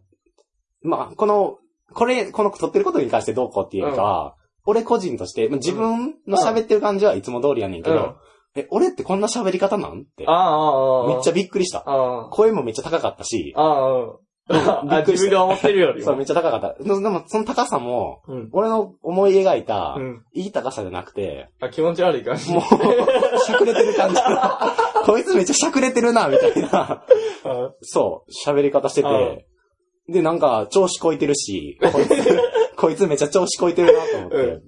[SPEAKER 2] まあ、この、これ、この撮ってることに関してどうこうっていうよりかは、俺個人として、まあ自分の喋ってる感じはいつも通りやねんけど、
[SPEAKER 1] うん
[SPEAKER 2] え、俺ってこんな喋り方なんって
[SPEAKER 1] あ。あ、ああ、
[SPEAKER 2] めっちゃ
[SPEAKER 1] ゃ、
[SPEAKER 2] びっくりした。
[SPEAKER 1] ああ、
[SPEAKER 2] 声もめっちゃ高かったし、
[SPEAKER 1] ああ、
[SPEAKER 2] び
[SPEAKER 1] あ
[SPEAKER 2] っくり
[SPEAKER 1] 自
[SPEAKER 2] した
[SPEAKER 1] 分が思ってるより
[SPEAKER 2] そう、
[SPEAKER 1] も。
[SPEAKER 2] めっちゃ高かった。でも、でもその高さも、
[SPEAKER 1] うん。
[SPEAKER 2] 俺の思い描いた
[SPEAKER 1] う、ん。
[SPEAKER 2] いい高さじゃなくて、
[SPEAKER 1] あ、気持ち悪い感じ。
[SPEAKER 2] もう、 しゃくれてる感じ。 こいつめっちゃしゃくれてるな、みたいな。
[SPEAKER 1] あ
[SPEAKER 2] そう、喋り方してて。で、なんか、調子こいてるし、こいつ、 こいつめっちゃ調子こいてるな、と思って。
[SPEAKER 1] う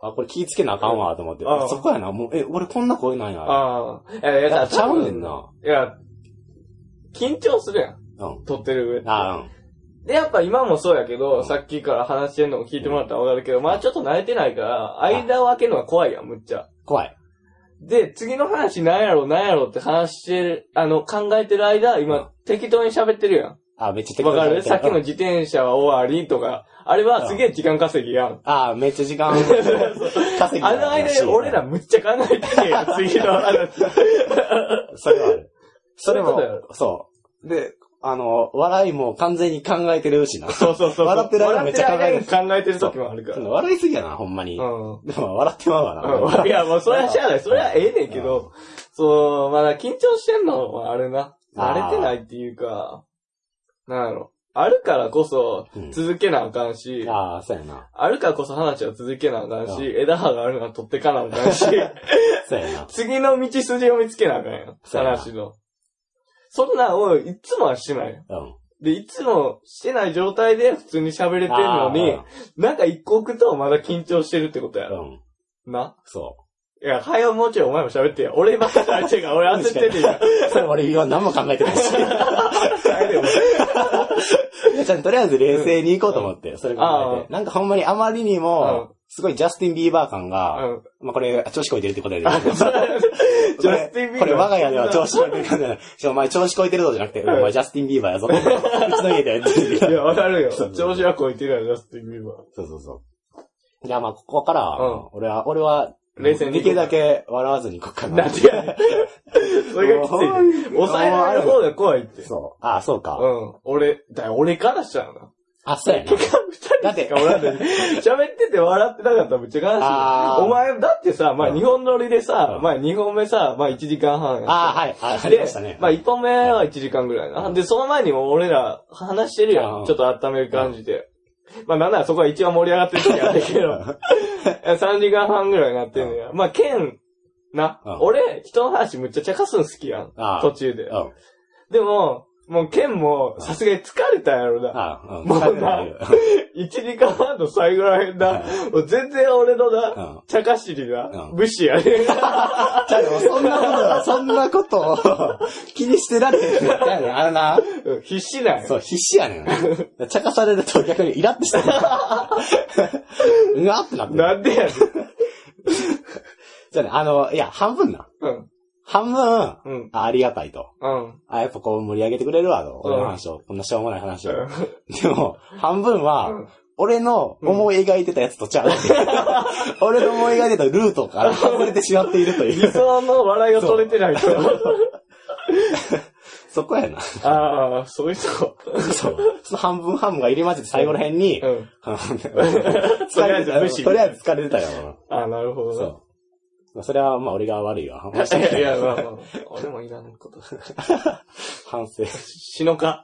[SPEAKER 2] あ、これ気ぃつけなあかんわ、と思って。
[SPEAKER 1] うん
[SPEAKER 2] そこやな、もう、え、俺こんな声なんや。
[SPEAKER 1] ああ。いや、いや
[SPEAKER 2] やっぱちゃうね
[SPEAKER 1] 多
[SPEAKER 2] ん
[SPEAKER 1] 分
[SPEAKER 2] な。
[SPEAKER 1] いや、緊張するやん。
[SPEAKER 2] うん。
[SPEAKER 1] 撮ってる上って。
[SPEAKER 2] あ、うん。
[SPEAKER 1] で、やっぱ今もそうやけ
[SPEAKER 2] う
[SPEAKER 1] ど、
[SPEAKER 2] ん
[SPEAKER 1] さっきから話してんのを聞いてもらったらわかるけど、まあちょっと慣れてないから、間を空けるのが怖いやん、むっちゃ。
[SPEAKER 2] 怖い。
[SPEAKER 1] で、次の話なんやろなんやろって話してる、あの、考えてる間、
[SPEAKER 2] うん
[SPEAKER 1] 今、適当に喋ってるや
[SPEAKER 2] あ、めっちゃ
[SPEAKER 1] ん。
[SPEAKER 2] 適当
[SPEAKER 1] わかる
[SPEAKER 2] に
[SPEAKER 1] さっきの
[SPEAKER 2] うん
[SPEAKER 1] 自転車は終わりとか、あれはすげえ時間稼ぎやん。
[SPEAKER 2] あ、めっちゃ 時間稼ぎ
[SPEAKER 1] あの間に俺らむっちゃ考えてねえよ、次の 話。
[SPEAKER 2] それはある。それも
[SPEAKER 1] そういうこ、
[SPEAKER 2] そう。で、あの、笑いも完全に考えてるしな。
[SPEAKER 1] そうそうそう。
[SPEAKER 2] 笑ってる間めっちゃ考えて
[SPEAKER 1] 笑っ
[SPEAKER 2] る
[SPEAKER 1] て間に考えてる時もあるか
[SPEAKER 2] そ
[SPEAKER 1] ら。
[SPEAKER 2] の笑いすぎやな、ほんまに。
[SPEAKER 1] う
[SPEAKER 2] でも笑ってまうわな。
[SPEAKER 1] ん。うん、いや、もうそれはしゃあない。それはええねんけ
[SPEAKER 2] う
[SPEAKER 1] ど、そう、まだ緊張してんのはあれな。
[SPEAKER 2] あー
[SPEAKER 1] 慣れてないっていうか、なんやろ。あるからこそ
[SPEAKER 2] うん、
[SPEAKER 1] 続けなあかんし、
[SPEAKER 2] ああ、そうやな。
[SPEAKER 1] あるからこそ話は続けなあかんし、
[SPEAKER 2] う
[SPEAKER 1] 枝葉があるのは取ってかなあかんし、
[SPEAKER 2] そうやな。
[SPEAKER 1] 次の道筋を見つけなあかんやん。
[SPEAKER 2] そうやな
[SPEAKER 1] 話の。そんなんをいつもはしてない。
[SPEAKER 2] うん。
[SPEAKER 1] で、いつもしてない状態で普通に喋れてるのに
[SPEAKER 2] あ、
[SPEAKER 1] なんか一個置くとまだ緊張してるってことや
[SPEAKER 2] ーう
[SPEAKER 1] ろ。
[SPEAKER 2] ん。
[SPEAKER 1] な
[SPEAKER 2] そ
[SPEAKER 1] いや、はよもうちょいお前も喋ってよ。俺ばっかり喋ってる から、俺焦ってていいから。
[SPEAKER 2] それ俺今何も考えてな いし。
[SPEAKER 1] 帰れよ
[SPEAKER 2] いやちゃんととりあえず冷静に行こうと思って、それ考え
[SPEAKER 1] あ
[SPEAKER 2] て。なんかほんまにあまりにも、すごいジャスティン・ビーバー感が、
[SPEAKER 1] うん
[SPEAKER 2] まあこれ、調子こいてるってことや で。
[SPEAKER 1] ジャスティン・ビーバー。
[SPEAKER 2] これ我が家では調子こいてるか らね。ちょお前調子こいてるぞじゃなくて、お前ジャスティン・ビーバーやぞ。うちの家でやってる。
[SPEAKER 1] いや、わかるよ
[SPEAKER 2] そう。
[SPEAKER 1] 調子はこいてるやん、ジャスティン・ビーバー。
[SPEAKER 2] そうそうそう。じゃあまあ、ここから、
[SPEAKER 1] ん
[SPEAKER 2] 俺は、俺は、
[SPEAKER 1] 冷静に
[SPEAKER 2] できるだけ笑わずに行こっかな。
[SPEAKER 1] なんでやねん。それがきつい ね。抑えられる方が怖いって。
[SPEAKER 2] そう。ああ、そうか。
[SPEAKER 1] うん。俺、だから俺からしたらな。
[SPEAKER 2] あ、そうやな。だって、
[SPEAKER 1] 俺 だって喋ってて笑ってなかったらめっちゃ悲
[SPEAKER 2] あ
[SPEAKER 1] し
[SPEAKER 2] ー
[SPEAKER 1] い。お前、だってさ、まあ
[SPEAKER 2] うん
[SPEAKER 1] 日本乗りでさ
[SPEAKER 2] う、ん
[SPEAKER 1] まあ2本目さ、まあ1時間半やった
[SPEAKER 2] ああ、はい。ああり
[SPEAKER 1] で
[SPEAKER 2] ましたね。
[SPEAKER 1] まあ、一本目は1時間ぐらいな。で、その前にも俺ら話してるや
[SPEAKER 2] うん
[SPEAKER 1] ん。ちょっと温める感じで。まあ、なんならそこは一番盛り上がってる時あるけど。3時間 半ぐらいになってんねや。まあ、ケン、な
[SPEAKER 2] うん、
[SPEAKER 1] 俺、人の話むっちゃ茶化すん好きやん
[SPEAKER 2] あ。
[SPEAKER 1] 途中で。
[SPEAKER 2] うん。
[SPEAKER 1] でも、もうケンも、さすがに疲れたやろな。
[SPEAKER 2] ああ、うん。
[SPEAKER 1] もうな
[SPEAKER 2] 疲れないよ
[SPEAKER 1] 1時間半の最後らへんな。もう全然俺の
[SPEAKER 2] う
[SPEAKER 1] な、
[SPEAKER 2] ん。
[SPEAKER 1] 茶化しにな
[SPEAKER 2] う、ん
[SPEAKER 1] 無視やね。
[SPEAKER 2] じゃあでもそんなこと、そんなことを気にしてられへんの。じゃあね、あのな、
[SPEAKER 1] うん必死なんや。
[SPEAKER 2] そう、必死やねん。茶化されると逆にイラッとしてる。うわーってなってる。
[SPEAKER 1] なんでやねん。
[SPEAKER 2] じゃあね、あの、いや、半分な。
[SPEAKER 1] うん。
[SPEAKER 2] 半分、あ
[SPEAKER 1] うん。
[SPEAKER 2] ありがたいと。
[SPEAKER 1] うん。
[SPEAKER 2] あ、やっぱこう盛り上げてくれるわ、と。俺の話を。こんなしょうもない話を。でも、半分は、
[SPEAKER 1] うん
[SPEAKER 2] 俺の思い描いてたやつとちゃう。 俺の思い描いてたルートから外れてしまっているとい
[SPEAKER 1] 理
[SPEAKER 2] う。
[SPEAKER 1] 想の笑いを取れてないと。
[SPEAKER 2] そこやな。
[SPEAKER 1] ああ、そういうとこ。
[SPEAKER 2] そう。その半分半分が入り混じって最後ら辺に、
[SPEAKER 1] うん。
[SPEAKER 2] 疲れて
[SPEAKER 1] とりあえず無視
[SPEAKER 2] とりあえず疲れてたよ。
[SPEAKER 1] ああ、なるほどな。
[SPEAKER 2] そう。まあそれはまあ俺が悪いわ。
[SPEAKER 1] いやいや、まあまあ、俺もいらんこと。
[SPEAKER 2] 反省。
[SPEAKER 1] 死のか。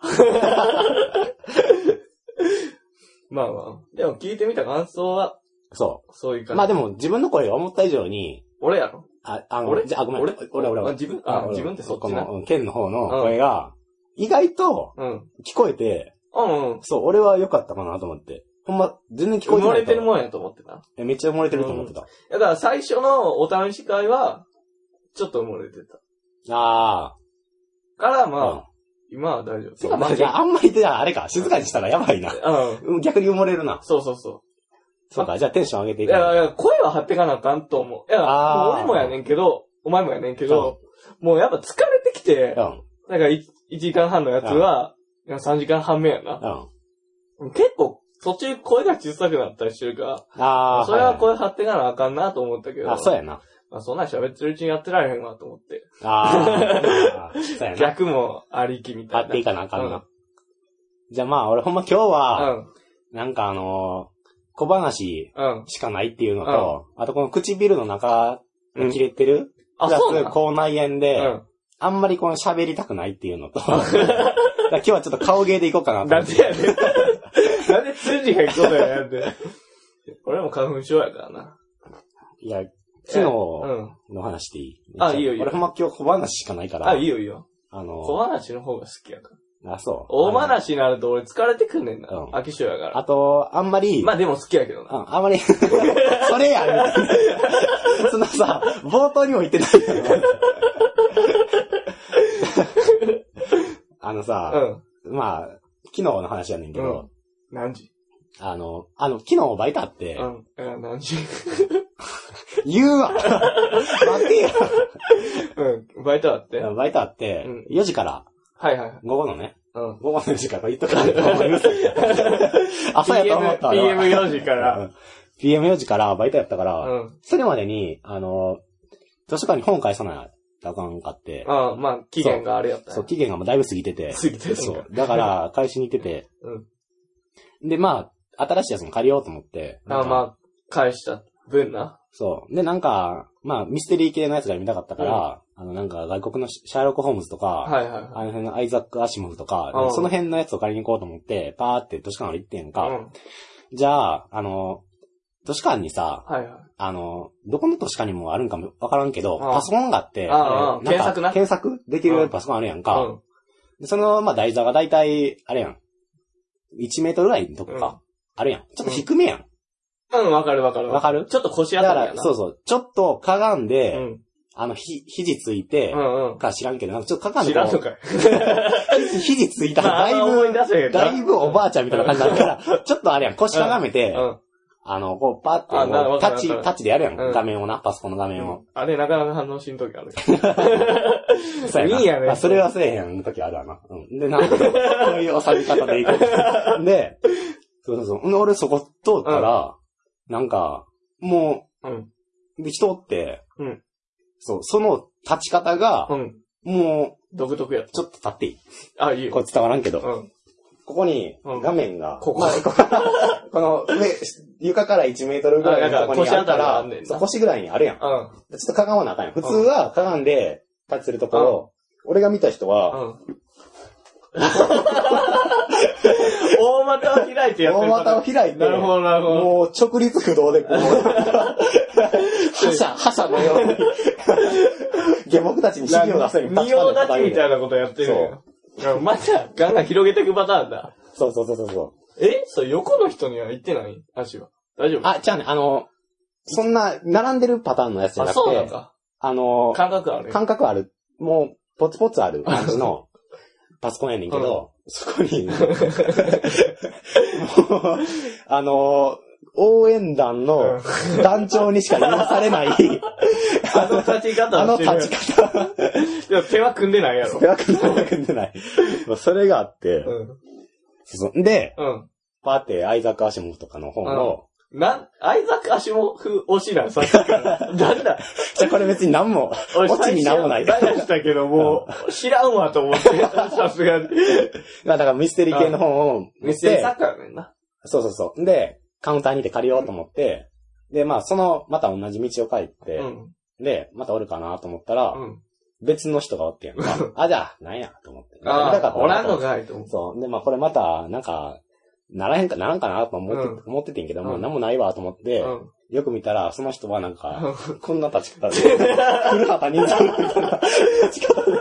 [SPEAKER 1] まあまあ。でも聞いてみた感想は、
[SPEAKER 2] そ
[SPEAKER 1] そういう
[SPEAKER 2] う。
[SPEAKER 1] 感じ。
[SPEAKER 2] まあでも自分の声が思った以上に、
[SPEAKER 1] 俺やろ
[SPEAKER 2] あ、あの、
[SPEAKER 1] 俺
[SPEAKER 2] じゃあ、ごめん。
[SPEAKER 1] 俺
[SPEAKER 2] 俺、俺、
[SPEAKER 1] あ
[SPEAKER 2] 俺。
[SPEAKER 1] 自分
[SPEAKER 2] あ
[SPEAKER 1] あ、
[SPEAKER 2] 俺
[SPEAKER 1] 自分ってそっ
[SPEAKER 2] こ
[SPEAKER 1] ちな。
[SPEAKER 2] の、うん剣の方の声が、意外と
[SPEAKER 1] うん。
[SPEAKER 2] 聞こえて、
[SPEAKER 1] うんうん。
[SPEAKER 2] そう、俺は良かったかなと思って。ほんま、全然聞こ
[SPEAKER 1] 埋
[SPEAKER 2] えて
[SPEAKER 1] も
[SPEAKER 2] ない。
[SPEAKER 1] れてるもんやと思ってた。
[SPEAKER 2] えめっちゃ埋もれてると思ってた。
[SPEAKER 1] だから最初のお試し会は、ちょっと埋もれてた。
[SPEAKER 2] あ
[SPEAKER 1] から
[SPEAKER 2] あ。
[SPEAKER 1] まあ、今は大丈夫。
[SPEAKER 2] そうまあ、じゃあ、あんまり、じゃあ、あれか、静かにしたらやばいな。
[SPEAKER 1] うん。
[SPEAKER 2] うん逆に埋もれるな。
[SPEAKER 1] そうそうそう。
[SPEAKER 2] そうか、じゃあテンション上げてい
[SPEAKER 1] い
[SPEAKER 2] く。
[SPEAKER 1] や、いや声は張ってかなあかんと思う。いや、
[SPEAKER 2] あー
[SPEAKER 1] 俺もやねんけど、お前もやねんけど、もうやっぱ疲れてきて
[SPEAKER 2] う、ん。
[SPEAKER 1] なんか1時間半のやつは、いや3時間半目やな。
[SPEAKER 2] うん。
[SPEAKER 1] 結構途中声が小さくなったりしてるから、
[SPEAKER 2] ああ。
[SPEAKER 1] それはい声張ってかなあかんなと思ったけど、
[SPEAKER 2] あ、そうやな。
[SPEAKER 1] まあ、そんなん喋ってるうちにやってられへんわと思って。
[SPEAKER 2] ああ。 そうやな。
[SPEAKER 1] 逆もありきみた
[SPEAKER 2] あ
[SPEAKER 1] いな。
[SPEAKER 2] っていかなあかんな。じゃあまあ、俺ほんま今日は、
[SPEAKER 1] うん。
[SPEAKER 2] なんかあのー小話
[SPEAKER 1] うん。
[SPEAKER 2] しかないっていうのと、あとこの唇の中が切れてる、
[SPEAKER 1] あ、
[SPEAKER 2] プラス
[SPEAKER 1] そうなの
[SPEAKER 2] 口内炎
[SPEAKER 1] う
[SPEAKER 2] で、
[SPEAKER 1] ん。
[SPEAKER 2] あんまりこの喋りたくないっていうのと、だ から今日はちょっと顔芸でいこうかなと
[SPEAKER 1] な
[SPEAKER 2] 思
[SPEAKER 1] ん
[SPEAKER 2] っ
[SPEAKER 1] で
[SPEAKER 2] て。
[SPEAKER 1] やねん。なんで通じへんことやねんって。俺も花粉症やからな。
[SPEAKER 2] いや、昨日の
[SPEAKER 1] うん。
[SPEAKER 2] 話でいい。
[SPEAKER 1] あいいよいいよ
[SPEAKER 2] 俺ほんま今日小話しかないから。
[SPEAKER 1] あ、いいよいいよ。
[SPEAKER 2] あの
[SPEAKER 1] 小話の方が好きやから。
[SPEAKER 2] あ、そう。
[SPEAKER 1] 大話になると俺疲れてくんねんな
[SPEAKER 2] う。ん
[SPEAKER 1] 飽き性やか
[SPEAKER 2] あの。あ
[SPEAKER 1] ら。
[SPEAKER 2] と、あんまり、
[SPEAKER 1] まあでも好きやけどな。
[SPEAKER 2] うんあんまり、 それやみたいなそのさ、冒頭にも言ってないやん あのさ、
[SPEAKER 1] うん。
[SPEAKER 2] まあ、昨日の話やねんけど、
[SPEAKER 1] 何時
[SPEAKER 2] あの、あの、昨日バイトあって、
[SPEAKER 1] うん。えー何時
[SPEAKER 2] 言うわ 待て
[SPEAKER 1] うん。バイトあって。は
[SPEAKER 2] よバイトあって、
[SPEAKER 1] うん
[SPEAKER 2] 4時から、
[SPEAKER 1] いはいはい。
[SPEAKER 2] 午後のね、
[SPEAKER 1] うん。
[SPEAKER 2] 午後の4時からこれ言っとかないと思います よ朝やと思ったわ
[SPEAKER 1] PM、4時から。
[SPEAKER 2] PM4 時からバイトやったか
[SPEAKER 1] う
[SPEAKER 2] ら、
[SPEAKER 1] ん。
[SPEAKER 2] それまでに、あの、図書館に本返さないとあかんかって、
[SPEAKER 1] うん。まあ、期限があれやったんや
[SPEAKER 2] そう、期限がもうだいぶ過ぎてて、
[SPEAKER 1] 過ぎてるんか
[SPEAKER 2] そう。だから、返しに行ってて、で、まあ、新しいやつも借りようと思って、
[SPEAKER 1] あまあ、返した分な。
[SPEAKER 2] そう。で、なんか、まあ、ミステリー系のやつが見たかったから、あの、なんか、外国のシャーロック・ホームズとか、
[SPEAKER 1] はいはいは
[SPEAKER 2] あの辺のアイザック・アシモフとか、
[SPEAKER 1] うん
[SPEAKER 2] その辺のやつを借りに行こうと思って、パーって図書館まで行ってんか。
[SPEAKER 1] い。うん。
[SPEAKER 2] じゃあ、あの、図書館にさ、
[SPEAKER 1] はいはい。
[SPEAKER 2] あの、どこの図書館にもあるんかもわからんけど、
[SPEAKER 1] ん
[SPEAKER 2] パソコンがあって、
[SPEAKER 1] うんうん
[SPEAKER 2] なんか
[SPEAKER 1] 検索な
[SPEAKER 2] 検索できるパソコンあるやんか。
[SPEAKER 1] うん。
[SPEAKER 2] でその、まあ、台座がだいたい、あれやん。1メートルぐらいのとこか、
[SPEAKER 1] うん
[SPEAKER 2] あるやん。ちょっと低めやん。
[SPEAKER 1] うん、わかるわかる。
[SPEAKER 2] わかる
[SPEAKER 1] ちょっと腰
[SPEAKER 2] だ
[SPEAKER 1] 当
[SPEAKER 2] か
[SPEAKER 1] たりや
[SPEAKER 2] ら、
[SPEAKER 1] な。
[SPEAKER 2] そううそう、ちょっとかがんで、
[SPEAKER 1] ん。
[SPEAKER 2] あの、ひ、肘ついて
[SPEAKER 1] う、んうん。
[SPEAKER 2] か知らんけど、なんかちょっとかがんで
[SPEAKER 1] 知らんの
[SPEAKER 2] こ
[SPEAKER 1] かい。
[SPEAKER 2] う肘肘ついた
[SPEAKER 1] まあ、
[SPEAKER 2] ら だい
[SPEAKER 1] あんま思い
[SPEAKER 2] ぶ、
[SPEAKER 1] 出せへんな
[SPEAKER 2] だいぶおばあちゃんみたいな感じになるから、ちょっとあれやん、腰かがめて、
[SPEAKER 1] うん
[SPEAKER 2] あの、こう、パって
[SPEAKER 1] あな
[SPEAKER 2] こ
[SPEAKER 1] わ
[SPEAKER 2] う、
[SPEAKER 1] か
[SPEAKER 2] タ
[SPEAKER 1] る
[SPEAKER 2] ッチ、
[SPEAKER 1] わかる
[SPEAKER 2] タッチでやるやん。
[SPEAKER 1] うん
[SPEAKER 2] 画面をな、パソコンの画
[SPEAKER 1] う
[SPEAKER 2] 面を。
[SPEAKER 1] ん。あれ、なかなか反応しんときある。
[SPEAKER 2] そうやな。
[SPEAKER 1] いいやね
[SPEAKER 2] まあそれはせえへん時あるわな。うん。で、なんか、こういう収め方でいこ う。で、そうそうそう。んで俺そこ通ったら、なんか、も
[SPEAKER 1] うん。
[SPEAKER 2] う、で人おって、
[SPEAKER 1] うん
[SPEAKER 2] そう、その立ち方が
[SPEAKER 1] う、ん。
[SPEAKER 2] も
[SPEAKER 1] 独特やっ
[SPEAKER 2] う、ちょっと立っていい。
[SPEAKER 1] た。あ、いい
[SPEAKER 2] こ
[SPEAKER 1] よ。
[SPEAKER 2] れ伝わらんけど、
[SPEAKER 1] うん。
[SPEAKER 2] ここに、
[SPEAKER 1] うん
[SPEAKER 2] 画面が、
[SPEAKER 1] ここ
[SPEAKER 2] まあここの上、床から1メートルぐらいのとこにあった
[SPEAKER 1] あな
[SPEAKER 2] ら
[SPEAKER 1] んか腰あたりがあんねん、な
[SPEAKER 2] そう腰ぐらいにあるやん。
[SPEAKER 1] うん。
[SPEAKER 2] ちょっとかがまなあかんやん。普通はかがんでタッチするところ、俺が見た人は、
[SPEAKER 1] うん。 大股を開いてやって
[SPEAKER 2] 大
[SPEAKER 1] るパタ
[SPEAKER 2] 股
[SPEAKER 1] ーン。
[SPEAKER 2] を開いて、
[SPEAKER 1] なるほど、なるほど。
[SPEAKER 2] もう直立不動 でこう、覇者、覇者のように、下僕たちに指示を出せる
[SPEAKER 1] 仁王立ちみたいなことやってるよ。また、ガンガン広げていくパターンだ。
[SPEAKER 2] そうそうそうそうそう。
[SPEAKER 1] えそれ横の人には言ってない足は。大丈夫
[SPEAKER 2] あ、じゃあね、あの、そんな、並んでるパターンのやつじゃ
[SPEAKER 1] あ
[SPEAKER 2] なく
[SPEAKER 1] そうなの
[SPEAKER 2] て、
[SPEAKER 1] か。
[SPEAKER 2] あの、
[SPEAKER 1] 感覚ある。
[SPEAKER 2] 感覚ある、もう、ポツポツある感じの、パソコンやねんけど、そこ に、もう、あの、応援団の団長にしか許され ない、
[SPEAKER 1] あの立ち方
[SPEAKER 2] あの
[SPEAKER 1] をしてる
[SPEAKER 2] 立ち方。
[SPEAKER 1] でも手は組んでないや
[SPEAKER 2] そ
[SPEAKER 1] ろ。
[SPEAKER 2] れは組んでない、組んでない。もうそれがあって
[SPEAKER 1] う、ん。
[SPEAKER 2] そうで、
[SPEAKER 1] うん。
[SPEAKER 2] パーって、アイザック・アシモフとかの本の、
[SPEAKER 1] なん、アイザック・アシモフ推しなん、さっきから。なんだ、
[SPEAKER 2] じゃあこれ別に何も、
[SPEAKER 1] 俺
[SPEAKER 2] オチになんもない。
[SPEAKER 1] 最初流したけど、もう、知らんわと 思って、さすがに。
[SPEAKER 2] まあだからミステリー系の本を見
[SPEAKER 1] ミステリー
[SPEAKER 2] て
[SPEAKER 1] サ、ッカーやねんな。
[SPEAKER 2] そうそうそう。で、カウンターにて借りようと思って、で、まあその、また同じ道を帰っ
[SPEAKER 1] う
[SPEAKER 2] て、
[SPEAKER 1] ん。
[SPEAKER 2] で、またおるかなと思ったら
[SPEAKER 1] う、ん。
[SPEAKER 2] 別の人がおってや んか。あ、じゃあ、なんやと思って。
[SPEAKER 1] あ
[SPEAKER 2] 見たかっ
[SPEAKER 1] あ、
[SPEAKER 2] たな
[SPEAKER 1] おらんのかいと思う。
[SPEAKER 2] そう。で、まあこれまた、なんか、ならへんか、ならんかなと思って、
[SPEAKER 1] うん
[SPEAKER 2] 思っててんけど、も
[SPEAKER 1] う
[SPEAKER 2] うんなんもないわと思って、
[SPEAKER 1] うん。
[SPEAKER 2] よく見たら、その人はなんか、こんな立ち方で、古畑任三郎みたいな立ち方で、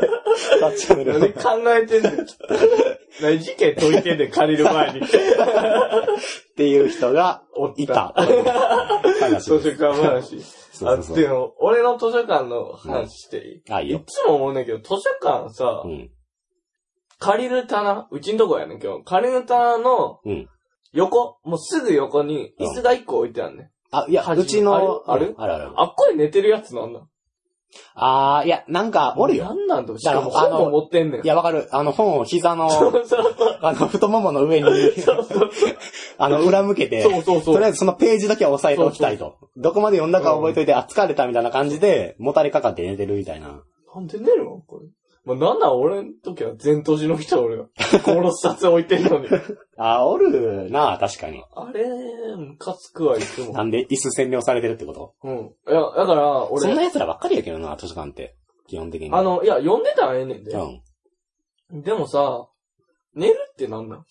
[SPEAKER 2] 立ち上げ
[SPEAKER 1] なんで
[SPEAKER 2] る。
[SPEAKER 1] 考えてんの 何事件解いてんねん、借りる前に。
[SPEAKER 2] っていう人が、
[SPEAKER 1] おっ
[SPEAKER 2] いた。。
[SPEAKER 1] 図書
[SPEAKER 2] 話です。
[SPEAKER 1] 館話。
[SPEAKER 2] そ
[SPEAKER 1] あ、
[SPEAKER 2] うそう
[SPEAKER 1] でも、俺の図書館の話していい、
[SPEAKER 2] あ、いい
[SPEAKER 1] い
[SPEAKER 2] よ。
[SPEAKER 1] つも思うねんけど、図書館さ、
[SPEAKER 2] うん。
[SPEAKER 1] 借りる棚、うちんとこやねんけど、借りる棚の
[SPEAKER 2] うん
[SPEAKER 1] 横、もうすぐ横に椅子が一個置いてあんねん。
[SPEAKER 2] あ、いや、
[SPEAKER 1] 恥
[SPEAKER 2] うちの、
[SPEAKER 1] ある
[SPEAKER 2] あるある。
[SPEAKER 1] あっこに寝てるやつなんだ。
[SPEAKER 2] あー、いや、なんか、おるよ
[SPEAKER 1] な。んなんだしかも
[SPEAKER 2] だからあの
[SPEAKER 1] 本も持ってんねん。
[SPEAKER 2] いや、わかる。あの、本を膝の、
[SPEAKER 1] そうそうそう。
[SPEAKER 2] あの、太ももの上に、
[SPEAKER 1] そうそう
[SPEAKER 2] あの、裏向けて、
[SPEAKER 1] そうそうそ
[SPEAKER 2] とり
[SPEAKER 1] う。
[SPEAKER 2] あえずそのページだけは押さえておきたいと。どこまで読んだか覚えといて、あ、疲れたみたいな感じで、もたれかかって寝てるみたいな。
[SPEAKER 1] なんで寝るのこれ。まあ、なんなん俺の時は全閉じの人俺が。この冊置いてんのに。
[SPEAKER 2] あ、おるな確かに。
[SPEAKER 1] あれ、ムカつくわ、いつも。
[SPEAKER 2] なんで椅子占領されてるってこと
[SPEAKER 1] うん。いや、だから、
[SPEAKER 2] そんな
[SPEAKER 1] 俺、
[SPEAKER 2] 奴らばっかりやけどな、図書館って。基本的に。
[SPEAKER 1] あ、の、いや、読んでたらええねん
[SPEAKER 2] う
[SPEAKER 1] で。
[SPEAKER 2] ん。
[SPEAKER 1] でもさ、寝るってなんなん
[SPEAKER 2] い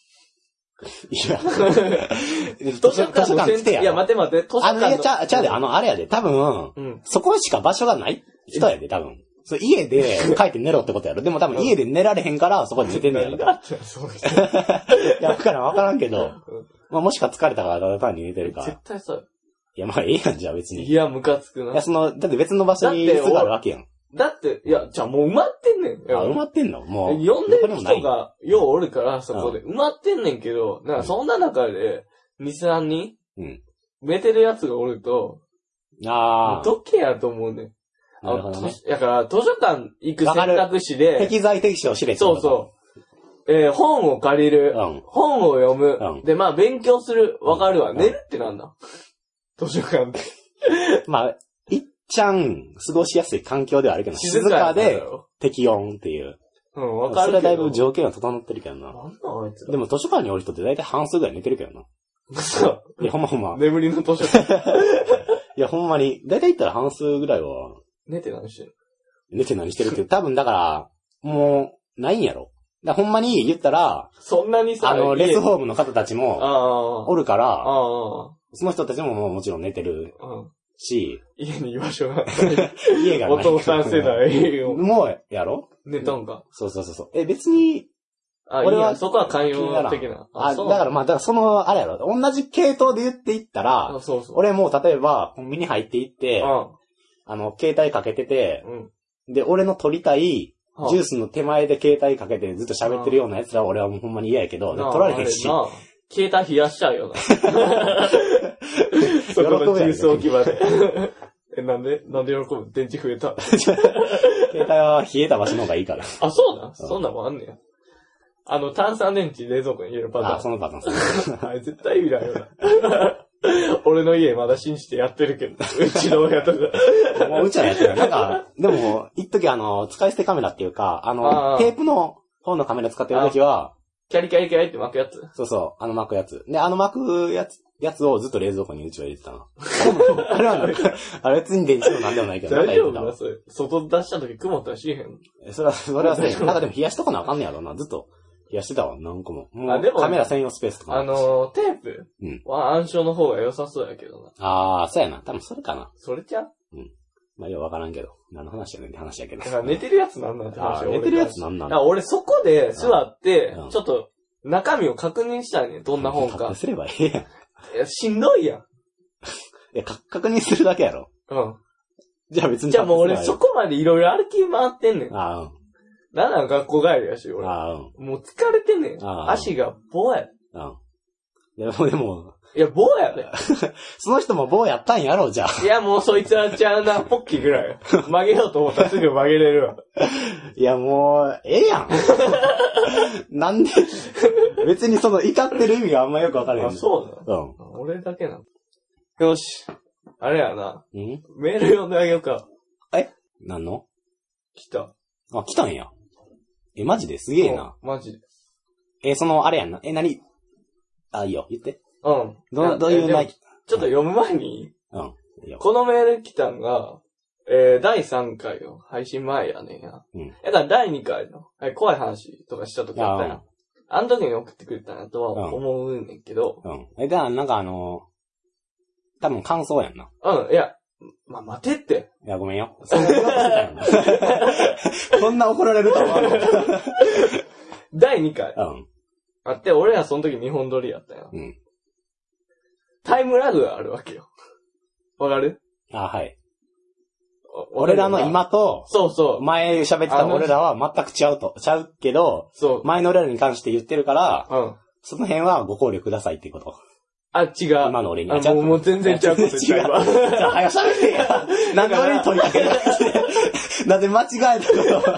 [SPEAKER 2] や、
[SPEAKER 1] 図
[SPEAKER 2] 図書図書
[SPEAKER 1] の
[SPEAKER 2] 館来
[SPEAKER 1] 先
[SPEAKER 2] て
[SPEAKER 1] 生
[SPEAKER 2] や。
[SPEAKER 1] いや、待て待て、図書
[SPEAKER 2] あ
[SPEAKER 1] 館
[SPEAKER 2] の、いや、ちゃ、ちゃうで、あ
[SPEAKER 1] の、
[SPEAKER 2] の、あれやで、多分、
[SPEAKER 1] うん。
[SPEAKER 2] そこしか場所がない人やで、多分。そう、家で帰って寝ろってことやろ。でも多分家で寝られへんから、そこで寝てんねやろ
[SPEAKER 1] 何。があったらそうして
[SPEAKER 2] いや、わからん、わからんけど
[SPEAKER 1] うん。
[SPEAKER 2] まあ、もしか疲れたから、ただ単に寝てるから
[SPEAKER 1] 絶。対さ、
[SPEAKER 2] いや、まあ、ええやん、じゃあ別に。
[SPEAKER 1] い
[SPEAKER 2] い
[SPEAKER 1] や、ムカつくな
[SPEAKER 2] や、。その、だって別の場所に椅子があるわけやん。
[SPEAKER 1] だって、いや、じゃあもう埋まってんねん。
[SPEAKER 2] あ、埋まってんのもう。
[SPEAKER 1] 呼んでる
[SPEAKER 2] どこ
[SPEAKER 1] 人
[SPEAKER 2] にもない。
[SPEAKER 1] がようおるから、そこで。埋まってんねんけど、なんかそんな中で、2、3人、
[SPEAKER 2] うん
[SPEAKER 1] 寝てるやつがおると、
[SPEAKER 2] ああ。
[SPEAKER 1] どけやと思うねん。
[SPEAKER 2] なるほど
[SPEAKER 1] あ
[SPEAKER 2] ね
[SPEAKER 1] の。図だから、図書館行く選択肢で、
[SPEAKER 2] 適材適所を知れ
[SPEAKER 1] そうそう。えー本を借りる
[SPEAKER 2] う。ん。
[SPEAKER 1] 本を読む。
[SPEAKER 2] うん
[SPEAKER 1] で、まあ、勉強する。わかるわ。
[SPEAKER 2] うん
[SPEAKER 1] 寝るってなんだ図書館って。
[SPEAKER 2] まあ、いっちゃん、過ごしやすい環境ではあるけど、静
[SPEAKER 1] や
[SPEAKER 2] か
[SPEAKER 1] からだ
[SPEAKER 2] で
[SPEAKER 1] ろ。
[SPEAKER 2] 適温っていう。
[SPEAKER 1] うん、
[SPEAKER 2] そ
[SPEAKER 1] わかる
[SPEAKER 2] れは
[SPEAKER 1] けど。
[SPEAKER 2] だいぶ条件が整ってるけど
[SPEAKER 1] なんな
[SPEAKER 2] な。
[SPEAKER 1] んあいつら。
[SPEAKER 2] でも図書館におる人って大体半数ぐらい寝てるけどな。
[SPEAKER 1] 嘘
[SPEAKER 2] いや、ほんまほん ま。
[SPEAKER 1] 眠りの図書館。
[SPEAKER 2] いや、ほんまに。大体行ったら半数ぐらいは、
[SPEAKER 1] 寝て何してんの
[SPEAKER 2] 寝て何してるって、多分だから、もう、ないんやろ。だからほんまに言ったら、
[SPEAKER 1] そんなにさ、
[SPEAKER 2] あの、
[SPEAKER 1] 家
[SPEAKER 2] レスホームの方たちも、
[SPEAKER 1] ああ。
[SPEAKER 2] おるか
[SPEAKER 1] あ
[SPEAKER 2] ら、
[SPEAKER 1] あ。
[SPEAKER 2] その人たちももうもちろん寝てる
[SPEAKER 1] うん
[SPEAKER 2] し、
[SPEAKER 1] 家に居場所がない。
[SPEAKER 2] 家がな い
[SPEAKER 1] お父さん世代を
[SPEAKER 2] もう、やろ
[SPEAKER 1] 寝たんか。
[SPEAKER 2] そうそうそうそう。え、別に、
[SPEAKER 1] あ、いい
[SPEAKER 2] 俺は
[SPEAKER 1] やんそこは寛容的な。
[SPEAKER 2] あ、だからまあ、だからその、あれやろ。同じ系統で言っていったら、
[SPEAKER 1] あ、そうそう。
[SPEAKER 2] 俺もう例えば、コンビニ入っていって、あ
[SPEAKER 1] う
[SPEAKER 2] の、携帯かけてて、
[SPEAKER 1] ん。うん。
[SPEAKER 2] で、俺の取りたい、
[SPEAKER 1] はあ
[SPEAKER 2] ジュースの手前で携帯かけてずっと喋ってるような奴らは俺はもうほんまに嫌やけど、で
[SPEAKER 1] なあ
[SPEAKER 2] 取られへんし。
[SPEAKER 1] あれな携帯冷やしちゃう よな。そこのジュ
[SPEAKER 2] 喜ぶやん
[SPEAKER 1] ース置き場で。 え、なんでなんで喜ぶ電池増え た。
[SPEAKER 2] 携帯は冷えた場所の方がいいから。
[SPEAKER 1] あ、そうなんそんなんもあんねや。あの、炭酸電池冷蔵庫に入れるパ
[SPEAKER 2] あ、
[SPEAKER 1] タ
[SPEAKER 2] そのパターンっすね。
[SPEAKER 1] ーン。あれ絶対意味ないよな。俺の家まだ信じてやってるけど、うちの親とか。
[SPEAKER 2] もううちはやってない。な んか、でも、一時あの、使い捨てカメラっていうか、あ
[SPEAKER 1] あ
[SPEAKER 2] の、
[SPEAKER 1] あ
[SPEAKER 2] テープの方のカメラ使ってる時は、
[SPEAKER 1] キャリキャリキャリって巻くやつ。
[SPEAKER 2] そうそう、あの巻くやつ。で、あの巻くやつ、やつをずっと冷蔵庫にうちは入れてた の。あれはなんか、あれは別に電池もなんでもないけど、な
[SPEAKER 1] 大
[SPEAKER 2] んか
[SPEAKER 1] 丈
[SPEAKER 2] 入れ
[SPEAKER 1] 夫
[SPEAKER 2] て
[SPEAKER 1] な
[SPEAKER 2] た
[SPEAKER 1] それ。外出した時曇ったらしいへん。
[SPEAKER 2] えそれは、それはね、なんかでも冷やしとかなあかんねやろな、ずっと。冷やしてたわ、何個も。も
[SPEAKER 1] あで
[SPEAKER 2] う、
[SPEAKER 1] も
[SPEAKER 2] カメラ専用スペースとかも
[SPEAKER 1] あ
[SPEAKER 2] あるし。
[SPEAKER 1] の、テープ
[SPEAKER 2] うん
[SPEAKER 1] は暗証の方が良さそうやけどな。
[SPEAKER 2] あー、そうやな。多分それかな。
[SPEAKER 1] それちゃう
[SPEAKER 2] まあ、ようわからんけど。何の話やねんって話やけど
[SPEAKER 1] だか。ら寝てるやつなんなんて話
[SPEAKER 2] あー
[SPEAKER 1] よ
[SPEAKER 2] 寝てるやつなんな
[SPEAKER 1] だ
[SPEAKER 2] ん
[SPEAKER 1] から俺そこで座って
[SPEAKER 2] うん、
[SPEAKER 1] ちょっと中身を確認したいねん。どんな本
[SPEAKER 2] 立っ
[SPEAKER 1] か
[SPEAKER 2] て。すればええやん。
[SPEAKER 1] いやしんどいやん。
[SPEAKER 2] え、か確認するだけやろ。
[SPEAKER 1] うん。
[SPEAKER 2] じゃあ別に
[SPEAKER 1] じ
[SPEAKER 2] 立
[SPEAKER 1] ゃあ
[SPEAKER 2] ってすればええやん。
[SPEAKER 1] もう俺そこまでいろいろ歩き回ってんねん。
[SPEAKER 2] ああ、
[SPEAKER 1] なんなん学校帰りやし、
[SPEAKER 2] うん。
[SPEAKER 1] 俺。
[SPEAKER 2] ああ、うん。
[SPEAKER 1] もう疲れてんねん。
[SPEAKER 2] あー
[SPEAKER 1] 足が棒や。
[SPEAKER 2] うん。でも、でも、
[SPEAKER 1] いや、棒やで。
[SPEAKER 2] その人も棒やったんやろ、じゃあ。
[SPEAKER 1] いや、もうそいつはちゃうな、ポッキーぐら い。曲げようと思ったらすぐ曲げれるわ。
[SPEAKER 2] いや、もう、ええやん。 なんで、別にその怒ってる意味があんまよくわからへん。
[SPEAKER 1] あ、そうなの
[SPEAKER 2] う
[SPEAKER 1] 俺だけなの。よし。あれやな。
[SPEAKER 2] ん。うん
[SPEAKER 1] メール読んであげようか。
[SPEAKER 2] 何の
[SPEAKER 1] 来た。
[SPEAKER 2] あ、来たんや。え、マジですげえな。
[SPEAKER 1] うん。マジで。
[SPEAKER 2] え、その、あれやんな。え、何あ、いいよ、言って。
[SPEAKER 1] うん。
[SPEAKER 2] ど、どういう
[SPEAKER 1] えでも
[SPEAKER 2] 内
[SPEAKER 1] ちょっと読む前に、
[SPEAKER 2] うん。いいよ。
[SPEAKER 1] このメール来たんが、えー、第3回の配信前やねんや。
[SPEAKER 2] うん
[SPEAKER 1] え、だから第2回の、え怖い話とかした時あったや
[SPEAKER 2] あ
[SPEAKER 1] ん。あの時に送ってくれたなとは思うねんけど、
[SPEAKER 2] うん。え、だから、なんかあの多分感想やんな。
[SPEAKER 1] うん、いや、ま、待てって。
[SPEAKER 2] いや、ごめんよ。そんな怒られてたよそんな怒られるとは思わなかっ
[SPEAKER 1] 第2回
[SPEAKER 2] た。うん。
[SPEAKER 1] あって、俺らその時日本撮りやったやん。
[SPEAKER 2] うん
[SPEAKER 1] タイムラグがあるわけよ。わかる
[SPEAKER 2] あ、はい。
[SPEAKER 1] お
[SPEAKER 2] 俺らの。今と、
[SPEAKER 1] そうそう。
[SPEAKER 2] 前喋ってた俺らは全く違うと、ちゃうけど、
[SPEAKER 1] そう。
[SPEAKER 2] 前の俺らに関して言ってるから、
[SPEAKER 1] うん。
[SPEAKER 2] その辺はご考慮くださいっていうこと。
[SPEAKER 1] あ、違う。
[SPEAKER 2] 今の俺にはち
[SPEAKER 1] あ
[SPEAKER 2] ゃ
[SPEAKER 1] もうもう全然ちゃうこと言っちゃう
[SPEAKER 2] 違う。じゃあ、早く喋っ てや。なんで俺に問いかけるなぜ間違えたこと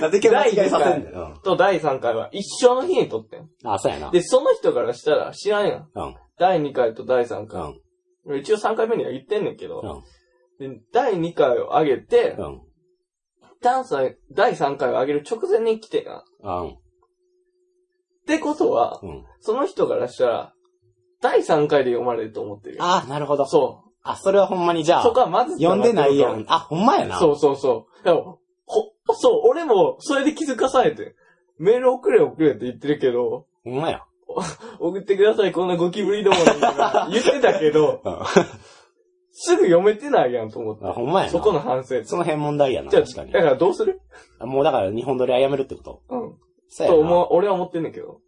[SPEAKER 2] なぜ今日間違えさせんだよ。
[SPEAKER 1] と第3回は一生の日に撮ってん。
[SPEAKER 2] うんあ、そうやな。
[SPEAKER 1] で、その人からしたら知らんやん。
[SPEAKER 2] うん。
[SPEAKER 1] 第2回と第3
[SPEAKER 2] う
[SPEAKER 1] 回。
[SPEAKER 2] ん。
[SPEAKER 1] 一応3回目には言ってんねんけ
[SPEAKER 2] う
[SPEAKER 1] ど。
[SPEAKER 2] ん。
[SPEAKER 1] で、第2回を上げて
[SPEAKER 2] う、ん。
[SPEAKER 1] 第三第3回を上げる直前に来てんな。っ
[SPEAKER 2] うん。
[SPEAKER 1] てことは、
[SPEAKER 2] うん。
[SPEAKER 1] その人からしたら、第3回で読まれると思ってるよ。
[SPEAKER 2] あ、なるほど。
[SPEAKER 1] そ
[SPEAKER 2] あ、それはほんまにじゃ
[SPEAKER 1] う。
[SPEAKER 2] あ
[SPEAKER 1] そ、こはまず
[SPEAKER 2] 読んでないやん。あ、ほんまやな。
[SPEAKER 1] そうそうそう。でもほ、そう、俺も、それで気づかされてん。メール送れ送れって言ってるけど、
[SPEAKER 2] ほんまや。
[SPEAKER 1] 送ってください、こんなゴキブリどもなんだから言ってたけ ど、
[SPEAKER 2] うん。
[SPEAKER 1] すぐ読めてないやんと思
[SPEAKER 2] あ、
[SPEAKER 1] っ
[SPEAKER 2] ほんまや
[SPEAKER 1] て。
[SPEAKER 2] な。
[SPEAKER 1] そこの反省。
[SPEAKER 2] その辺問題やな、
[SPEAKER 1] じゃあ
[SPEAKER 2] 確かに
[SPEAKER 1] だ。からどうする
[SPEAKER 2] あもうだから日本撮りはやめるってこと
[SPEAKER 1] うん。
[SPEAKER 2] そうや
[SPEAKER 1] と
[SPEAKER 2] な。
[SPEAKER 1] 思う、俺は思ってんねんけど。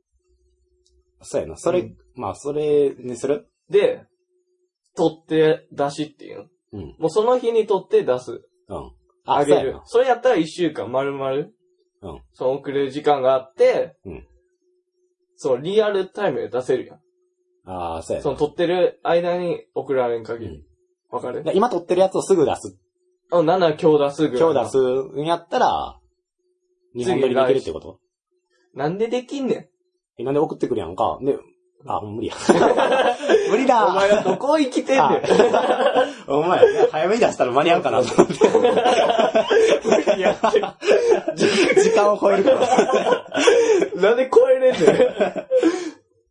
[SPEAKER 2] そうやな。それ、
[SPEAKER 1] うん
[SPEAKER 2] まあ、それにする
[SPEAKER 1] で、取って出しっていうの
[SPEAKER 2] うん
[SPEAKER 1] もうその日に取って出す。
[SPEAKER 2] うん。
[SPEAKER 1] あ
[SPEAKER 2] そう
[SPEAKER 1] げ
[SPEAKER 2] や
[SPEAKER 1] る
[SPEAKER 2] な。。
[SPEAKER 1] それやったら一週間丸々。
[SPEAKER 2] うん。
[SPEAKER 1] その送れる時間があって、
[SPEAKER 2] うん
[SPEAKER 1] そう、リアルタイムで出せるやん。
[SPEAKER 2] ああ、そうや
[SPEAKER 1] そ
[SPEAKER 2] な。
[SPEAKER 1] の撮ってる間に送られん限り。わ、か
[SPEAKER 2] だ
[SPEAKER 1] る
[SPEAKER 2] から今撮ってるやつをすぐ出す。
[SPEAKER 1] うん、7今日出すぐら
[SPEAKER 2] 今
[SPEAKER 1] い。
[SPEAKER 2] 日出すんやったら、日本撮りできるってこと
[SPEAKER 1] なんでできんねん。
[SPEAKER 2] え、なんで送ってくるやんか。で、あ、無理 や。無理だ
[SPEAKER 1] お前はどこ生きてんねん。
[SPEAKER 2] お前、早めに出したら間に合うかなと思 って。
[SPEAKER 1] いやって
[SPEAKER 2] 時間を超えるから。
[SPEAKER 1] なんで超えれん ねん。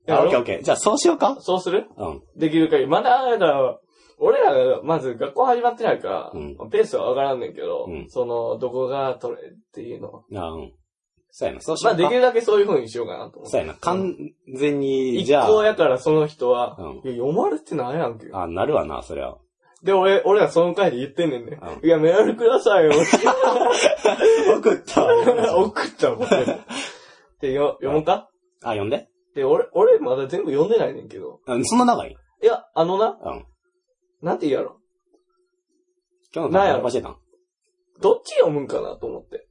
[SPEAKER 1] や
[SPEAKER 2] あ、オ
[SPEAKER 1] ろ
[SPEAKER 2] ッケーオッケー。じゃあ、そうしようか
[SPEAKER 1] そうする
[SPEAKER 2] うん。
[SPEAKER 1] できる限り。まだ、だから、俺らがまず学校始まってないから、
[SPEAKER 2] う
[SPEAKER 1] ペースは上がらんねんけど、
[SPEAKER 2] うん
[SPEAKER 1] その、どこが取れっていうのは。
[SPEAKER 2] あうん。そうやな。そうし
[SPEAKER 1] ま
[SPEAKER 2] よう
[SPEAKER 1] あ、
[SPEAKER 2] か。
[SPEAKER 1] できるだけそういう風にしようかなと思って。
[SPEAKER 2] そうやな。完全に、
[SPEAKER 1] 一
[SPEAKER 2] じゃ
[SPEAKER 1] 行
[SPEAKER 2] あ、
[SPEAKER 1] やからその人は、
[SPEAKER 2] う
[SPEAKER 1] いや、読まれてないやんけ。
[SPEAKER 2] あ、なるわな、そ れは。
[SPEAKER 1] で、俺、俺はその回で言ってんねんね。
[SPEAKER 2] う
[SPEAKER 1] いや、メー ルくださいよ。
[SPEAKER 2] 送った。
[SPEAKER 1] 送ったもん。で、よ、読もうか
[SPEAKER 2] あ、読んで。
[SPEAKER 1] で、俺、俺まだ全部読んでないねんけど。
[SPEAKER 2] うんそんな長い
[SPEAKER 1] いや、あのな、
[SPEAKER 2] うん。
[SPEAKER 1] なんて言うやろ。
[SPEAKER 2] 今日の
[SPEAKER 1] なんや
[SPEAKER 2] 何
[SPEAKER 1] ろ
[SPEAKER 2] 教えたん
[SPEAKER 1] どっち読むんかなと思って。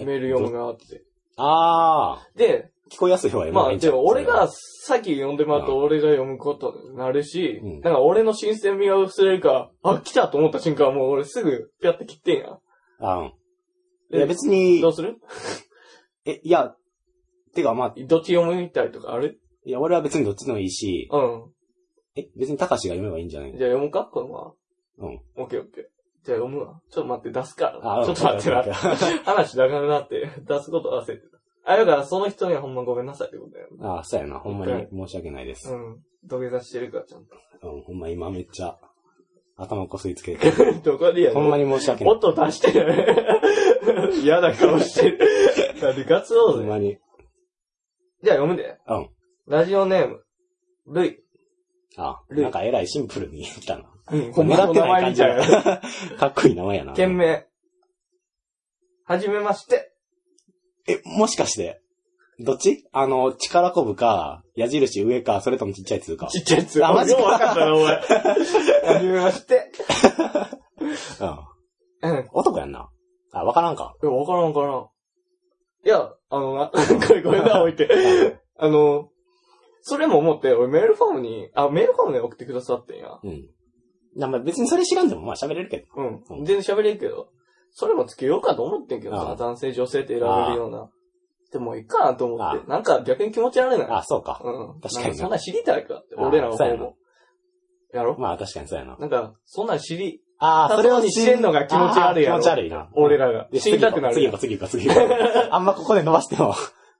[SPEAKER 2] え
[SPEAKER 1] メール読むなって。
[SPEAKER 2] あ
[SPEAKER 1] で、
[SPEAKER 2] ー、聞こえやすい方が
[SPEAKER 1] まあ、でも俺
[SPEAKER 2] あ
[SPEAKER 1] が先読んでもらうと俺が読むことになるし、
[SPEAKER 2] うん
[SPEAKER 1] なんか俺の新鮮味が薄れるから、あ、来たと思った瞬間はもう俺すぐピャって切ってんや。
[SPEAKER 2] うん。
[SPEAKER 1] で
[SPEAKER 2] いや、別に
[SPEAKER 1] ど、うする
[SPEAKER 2] え、いや、てかまあ、
[SPEAKER 1] どっち読むみたいとかある
[SPEAKER 2] いや、俺は別にどっちでもいいし、
[SPEAKER 1] うん。
[SPEAKER 2] え、別に高しが読めばいいんじゃな
[SPEAKER 1] じ
[SPEAKER 2] い
[SPEAKER 1] ゃあ読むかこのまま。
[SPEAKER 2] うん。
[SPEAKER 1] オッケーオッケー。じゃあ読むわ。ちょっと待って、出すから。
[SPEAKER 2] あ
[SPEAKER 1] ちょっと待ってな。 話長くなって、出すこと忘れてた。あ、だからその人にはほんまごめんなさいってことだよ。
[SPEAKER 2] あー、そうやな。ほんま
[SPEAKER 1] うん
[SPEAKER 2] に申し訳ないです。
[SPEAKER 1] うん。土下座してるから、ちゃん
[SPEAKER 2] うん、ほんま今めっちゃ、頭こすりつ けて。
[SPEAKER 1] と。どこでや
[SPEAKER 2] ほんま
[SPEAKER 1] に。
[SPEAKER 2] に申し訳ない。
[SPEAKER 1] 音出してるよね。 嫌な顔してる。なんでガツオ
[SPEAKER 2] ほ
[SPEAKER 1] ー
[SPEAKER 2] ん
[SPEAKER 1] ぜ。
[SPEAKER 2] まに。
[SPEAKER 1] じゃあ読むで。
[SPEAKER 2] うん。
[SPEAKER 1] ラジオネーム、ルイ。
[SPEAKER 2] あ、
[SPEAKER 1] ルイ
[SPEAKER 2] なんかえらいシンプルに言ったな。
[SPEAKER 1] うん
[SPEAKER 2] 狙ってない
[SPEAKER 1] みたい
[SPEAKER 2] 感じ
[SPEAKER 1] な。
[SPEAKER 2] かっこいい名前やな。
[SPEAKER 1] 件名。はじめまして。
[SPEAKER 2] え、もしかして、どっちあの、力こぶか、矢印上か、それともちっちゃい通か。
[SPEAKER 1] ちっちゃいやつ。
[SPEAKER 2] あマジか
[SPEAKER 1] よう分かったな、お前。はじめまして。
[SPEAKER 2] うん。
[SPEAKER 1] うん。
[SPEAKER 2] 男やんな。あ、わからんか。
[SPEAKER 1] いや、わからんわからん。いや、あの な、これ、これな、置いて。 あの、それも思って、俺メールフォームに、あ、メールフォームで送ってくださってんや。
[SPEAKER 2] うん。なまあ別にそれ知らんでも、まあ喋れるけど。
[SPEAKER 1] うん
[SPEAKER 2] う。ん
[SPEAKER 1] 全然喋れんけど、それもつけようかと思ってんけど
[SPEAKER 2] あ
[SPEAKER 1] さ
[SPEAKER 2] あ、
[SPEAKER 1] 男性女性って選べるような。でもいいかなと思っ
[SPEAKER 2] あ
[SPEAKER 1] て、なんか逆に気持ち悪いな。
[SPEAKER 2] あ、そうか。
[SPEAKER 1] うん。
[SPEAKER 2] 確かになん
[SPEAKER 1] そんなん知りたいかって、
[SPEAKER 2] ああ
[SPEAKER 1] 俺らの方
[SPEAKER 2] そうや
[SPEAKER 1] も。やろ
[SPEAKER 2] まあ確かにそうやな。
[SPEAKER 1] なんか、そんなん知り、
[SPEAKER 2] ああ、それを
[SPEAKER 1] 知ってんのが気持ち悪いやろ
[SPEAKER 2] あー気持ち悪いな。
[SPEAKER 1] 俺らが。
[SPEAKER 2] で
[SPEAKER 1] 知りたくなる
[SPEAKER 2] 次
[SPEAKER 1] やん
[SPEAKER 2] 行こう、次行こう、次行こう。次行こうあんまここで伸ばしても。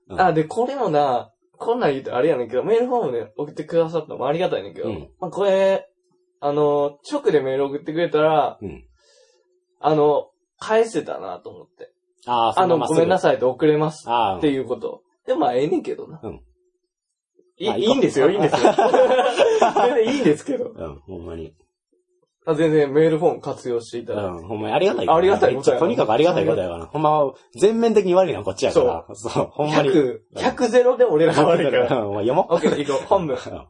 [SPEAKER 2] うん
[SPEAKER 1] あ、で、これもな、こんなん言うとあれやねんけど、メールフォームで送ってくださったのもありがたいねんけど、
[SPEAKER 2] うん
[SPEAKER 1] まあこれ、あの、直でメール送ってくれたら、
[SPEAKER 2] うん
[SPEAKER 1] あの、返せたなと思って。
[SPEAKER 2] ああ、そ
[SPEAKER 1] あの、
[SPEAKER 2] ま
[SPEAKER 1] ごめんな
[SPEAKER 2] さ
[SPEAKER 1] さいって遅れます
[SPEAKER 2] い。ああ
[SPEAKER 1] っていうこと。で、まあ、ええねんけどな。
[SPEAKER 2] うん
[SPEAKER 1] い
[SPEAKER 2] あ
[SPEAKER 1] いいんですよ、いいんですよ。 全然いいんですけど。
[SPEAKER 2] うん、ほんまに。
[SPEAKER 1] あ全然メールフォーム活用していただいて。
[SPEAKER 2] うん、ほんまにありがたいことやな。
[SPEAKER 1] ありがたいことやな
[SPEAKER 2] とにかくありがたいことやから。ほんま、全面的に悪いのはこっちやから。そう、ほんまに。
[SPEAKER 1] 100、100ゼロで俺らが悪いから。
[SPEAKER 2] うん、読もう。
[SPEAKER 1] オッケー、行こう。本文。
[SPEAKER 2] うん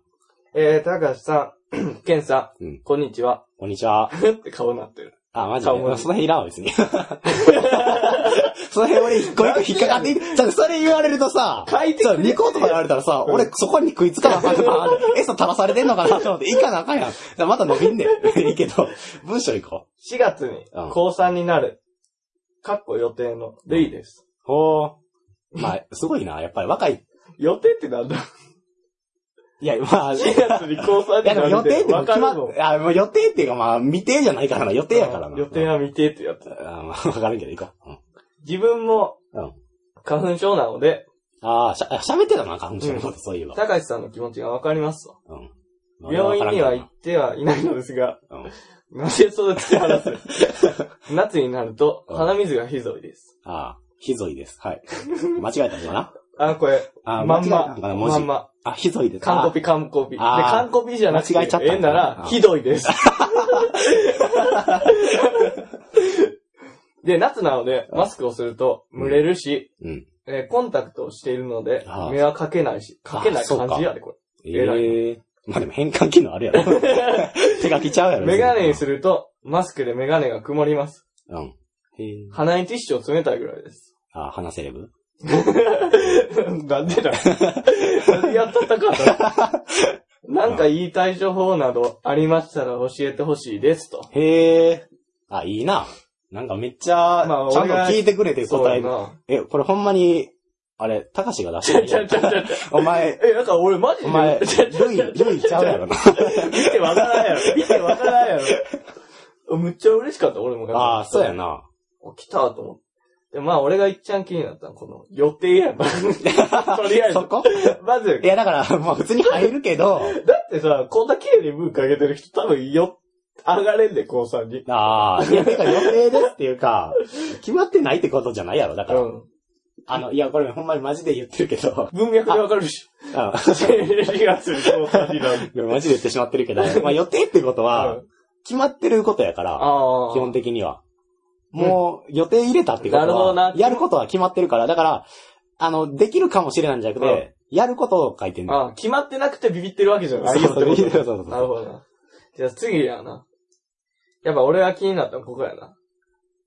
[SPEAKER 1] えー、高橋さん、 ケンさん、
[SPEAKER 2] うん
[SPEAKER 1] こんにちは。
[SPEAKER 2] こんにちは。
[SPEAKER 1] ふって顔なってる。
[SPEAKER 2] あ、マジで。
[SPEAKER 1] 顔
[SPEAKER 2] そ
[SPEAKER 1] 文
[SPEAKER 2] の
[SPEAKER 1] 字
[SPEAKER 2] 辺いらんわ、別に。そ の辺俺一個一個引っかかっていちょっとそれ言われるとさ、
[SPEAKER 1] 書いて
[SPEAKER 2] そう、2個とか言われたらさ、
[SPEAKER 1] うん
[SPEAKER 2] 俺そこに食いつかなあかんとか、 え、そう垂らされてんのかなと思って、いかなあかんやん。じゃあまた伸びんね ん。いいけど、文章いこう。
[SPEAKER 1] 4月に
[SPEAKER 2] うん
[SPEAKER 1] 高3になる。かっこ予定のレイです。
[SPEAKER 2] ほー。まあ、すごいな、やっぱり若い。
[SPEAKER 1] 予定ってなんだ
[SPEAKER 2] いや、まあ、
[SPEAKER 1] ?4 月に高3
[SPEAKER 2] いや
[SPEAKER 1] に
[SPEAKER 2] で
[SPEAKER 1] な
[SPEAKER 2] も
[SPEAKER 1] る
[SPEAKER 2] 予定っても
[SPEAKER 1] わ
[SPEAKER 2] う
[SPEAKER 1] か
[SPEAKER 2] 決
[SPEAKER 1] る
[SPEAKER 2] まっ
[SPEAKER 1] の。
[SPEAKER 2] あ、もう予定っていうかまあ未定じゃないからな、予定やからな。
[SPEAKER 1] 予定は未定ってやつ。
[SPEAKER 2] うん。あまあわからんけど行こう。うん
[SPEAKER 1] 自分も
[SPEAKER 2] うん、
[SPEAKER 1] 花粉症なので、
[SPEAKER 2] ああ、しゃ、喋ってたな、花粉症のこと、そういえば。
[SPEAKER 1] 高橋さんの気持ちがわかりますと。
[SPEAKER 2] うん。
[SPEAKER 1] 病院には行
[SPEAKER 2] い
[SPEAKER 1] ってはいないのですが、なぜそう突き放 す夏になると、
[SPEAKER 2] うん
[SPEAKER 1] 鼻水がひどいです。
[SPEAKER 2] ああ、ひどいです。 はい。間違えたのかな
[SPEAKER 1] あ、これ、
[SPEAKER 2] あ
[SPEAKER 1] ま
[SPEAKER 2] あ、
[SPEAKER 1] ん
[SPEAKER 2] 間
[SPEAKER 1] ま
[SPEAKER 2] 違えたのかな、、文
[SPEAKER 1] まん
[SPEAKER 2] 字。
[SPEAKER 1] ま。
[SPEAKER 2] あ、ひどいです。
[SPEAKER 1] 完コ
[SPEAKER 2] あ
[SPEAKER 1] ピ、完コピ。で、
[SPEAKER 2] あー
[SPEAKER 1] 完コピじゃなくて、
[SPEAKER 2] 間違えちゃったんだ
[SPEAKER 1] ええなら
[SPEAKER 2] あ、ー
[SPEAKER 1] ひどいです。で、夏なので、マスクをすると、蒸れるし、
[SPEAKER 2] うん。
[SPEAKER 1] えーコンタクトをしているので
[SPEAKER 2] あ、ー
[SPEAKER 1] 目はかけないし、かけない
[SPEAKER 2] あーそうか
[SPEAKER 1] 感じやで、こ
[SPEAKER 2] え
[SPEAKER 1] 偉い
[SPEAKER 2] え。まあでも変換機能ある やろ。手書きちゃうや
[SPEAKER 1] れ。
[SPEAKER 2] ろ。
[SPEAKER 1] メガネにす
[SPEAKER 2] る。
[SPEAKER 1] ると、マスクでメガネが曇ります。
[SPEAKER 2] うん。へえ。
[SPEAKER 1] 鼻にティッシュを冷たいぐらい です。
[SPEAKER 2] ああ、話せれば
[SPEAKER 1] なんでだなんでやっとったかったのなんかいい対処法などありましたら教えてほしいですと。
[SPEAKER 2] へえ。あ、いいな。なんかめっちゃ
[SPEAKER 1] まあ、
[SPEAKER 2] ちゃん
[SPEAKER 1] 俺
[SPEAKER 2] と
[SPEAKER 1] が
[SPEAKER 2] 聞いてくれて答え
[SPEAKER 1] そう
[SPEAKER 2] る
[SPEAKER 1] や。な。
[SPEAKER 2] え、これほんまに、あれ、たかしが出し
[SPEAKER 1] ち
[SPEAKER 2] て
[SPEAKER 1] ゃ
[SPEAKER 2] る
[SPEAKER 1] うちゃうちゃうちゃう
[SPEAKER 2] お前、
[SPEAKER 1] え、なんか俺マジで。
[SPEAKER 2] お前、
[SPEAKER 1] ちゃうちゃう
[SPEAKER 2] ルイ、ルイちゃうやろな。
[SPEAKER 1] 見てわからんや ろ。見てわからんやろ。 むっちゃ嬉しかった、俺も。
[SPEAKER 2] ああ、そうやな。
[SPEAKER 1] お。来たと思って。で、まあ俺がいっちゃん気になったのはこの予定 やな。とりあえず
[SPEAKER 2] そ。こ
[SPEAKER 1] まず
[SPEAKER 2] い、や、だから、まあ普通に入るけど、
[SPEAKER 1] だってさ、こんな綺麗に文かけてる人多分よ、上がれんで、高3に。
[SPEAKER 2] ああ、いや、てか予定ですっていうか、決まってないってことじゃないやろ。だか
[SPEAKER 1] う
[SPEAKER 2] ら、
[SPEAKER 1] ん。
[SPEAKER 2] あの、いや、これほんまにマジで言ってるけど、
[SPEAKER 1] 文脈でわかるし。
[SPEAKER 2] あ
[SPEAKER 1] 12月に高3になる。
[SPEAKER 2] のマジで言ってしまってるけど、まあ予定ってことは
[SPEAKER 1] うん、
[SPEAKER 2] 決まってることやから、
[SPEAKER 1] ああ。
[SPEAKER 2] 基本的には。もう、予定入れたってこと
[SPEAKER 1] なるほどな
[SPEAKER 2] は、やることは決まってるから、だから、あの、できるかもしれないんじゃなくて、やることを書いてんの。
[SPEAKER 1] ああ、決まってなくてビビってるわけじゃないよって
[SPEAKER 2] そう
[SPEAKER 1] こ
[SPEAKER 2] そ
[SPEAKER 1] と。
[SPEAKER 2] うそうそうそう
[SPEAKER 1] なるほどな。じゃあ次やな。やっぱ俺が気になったのここやな。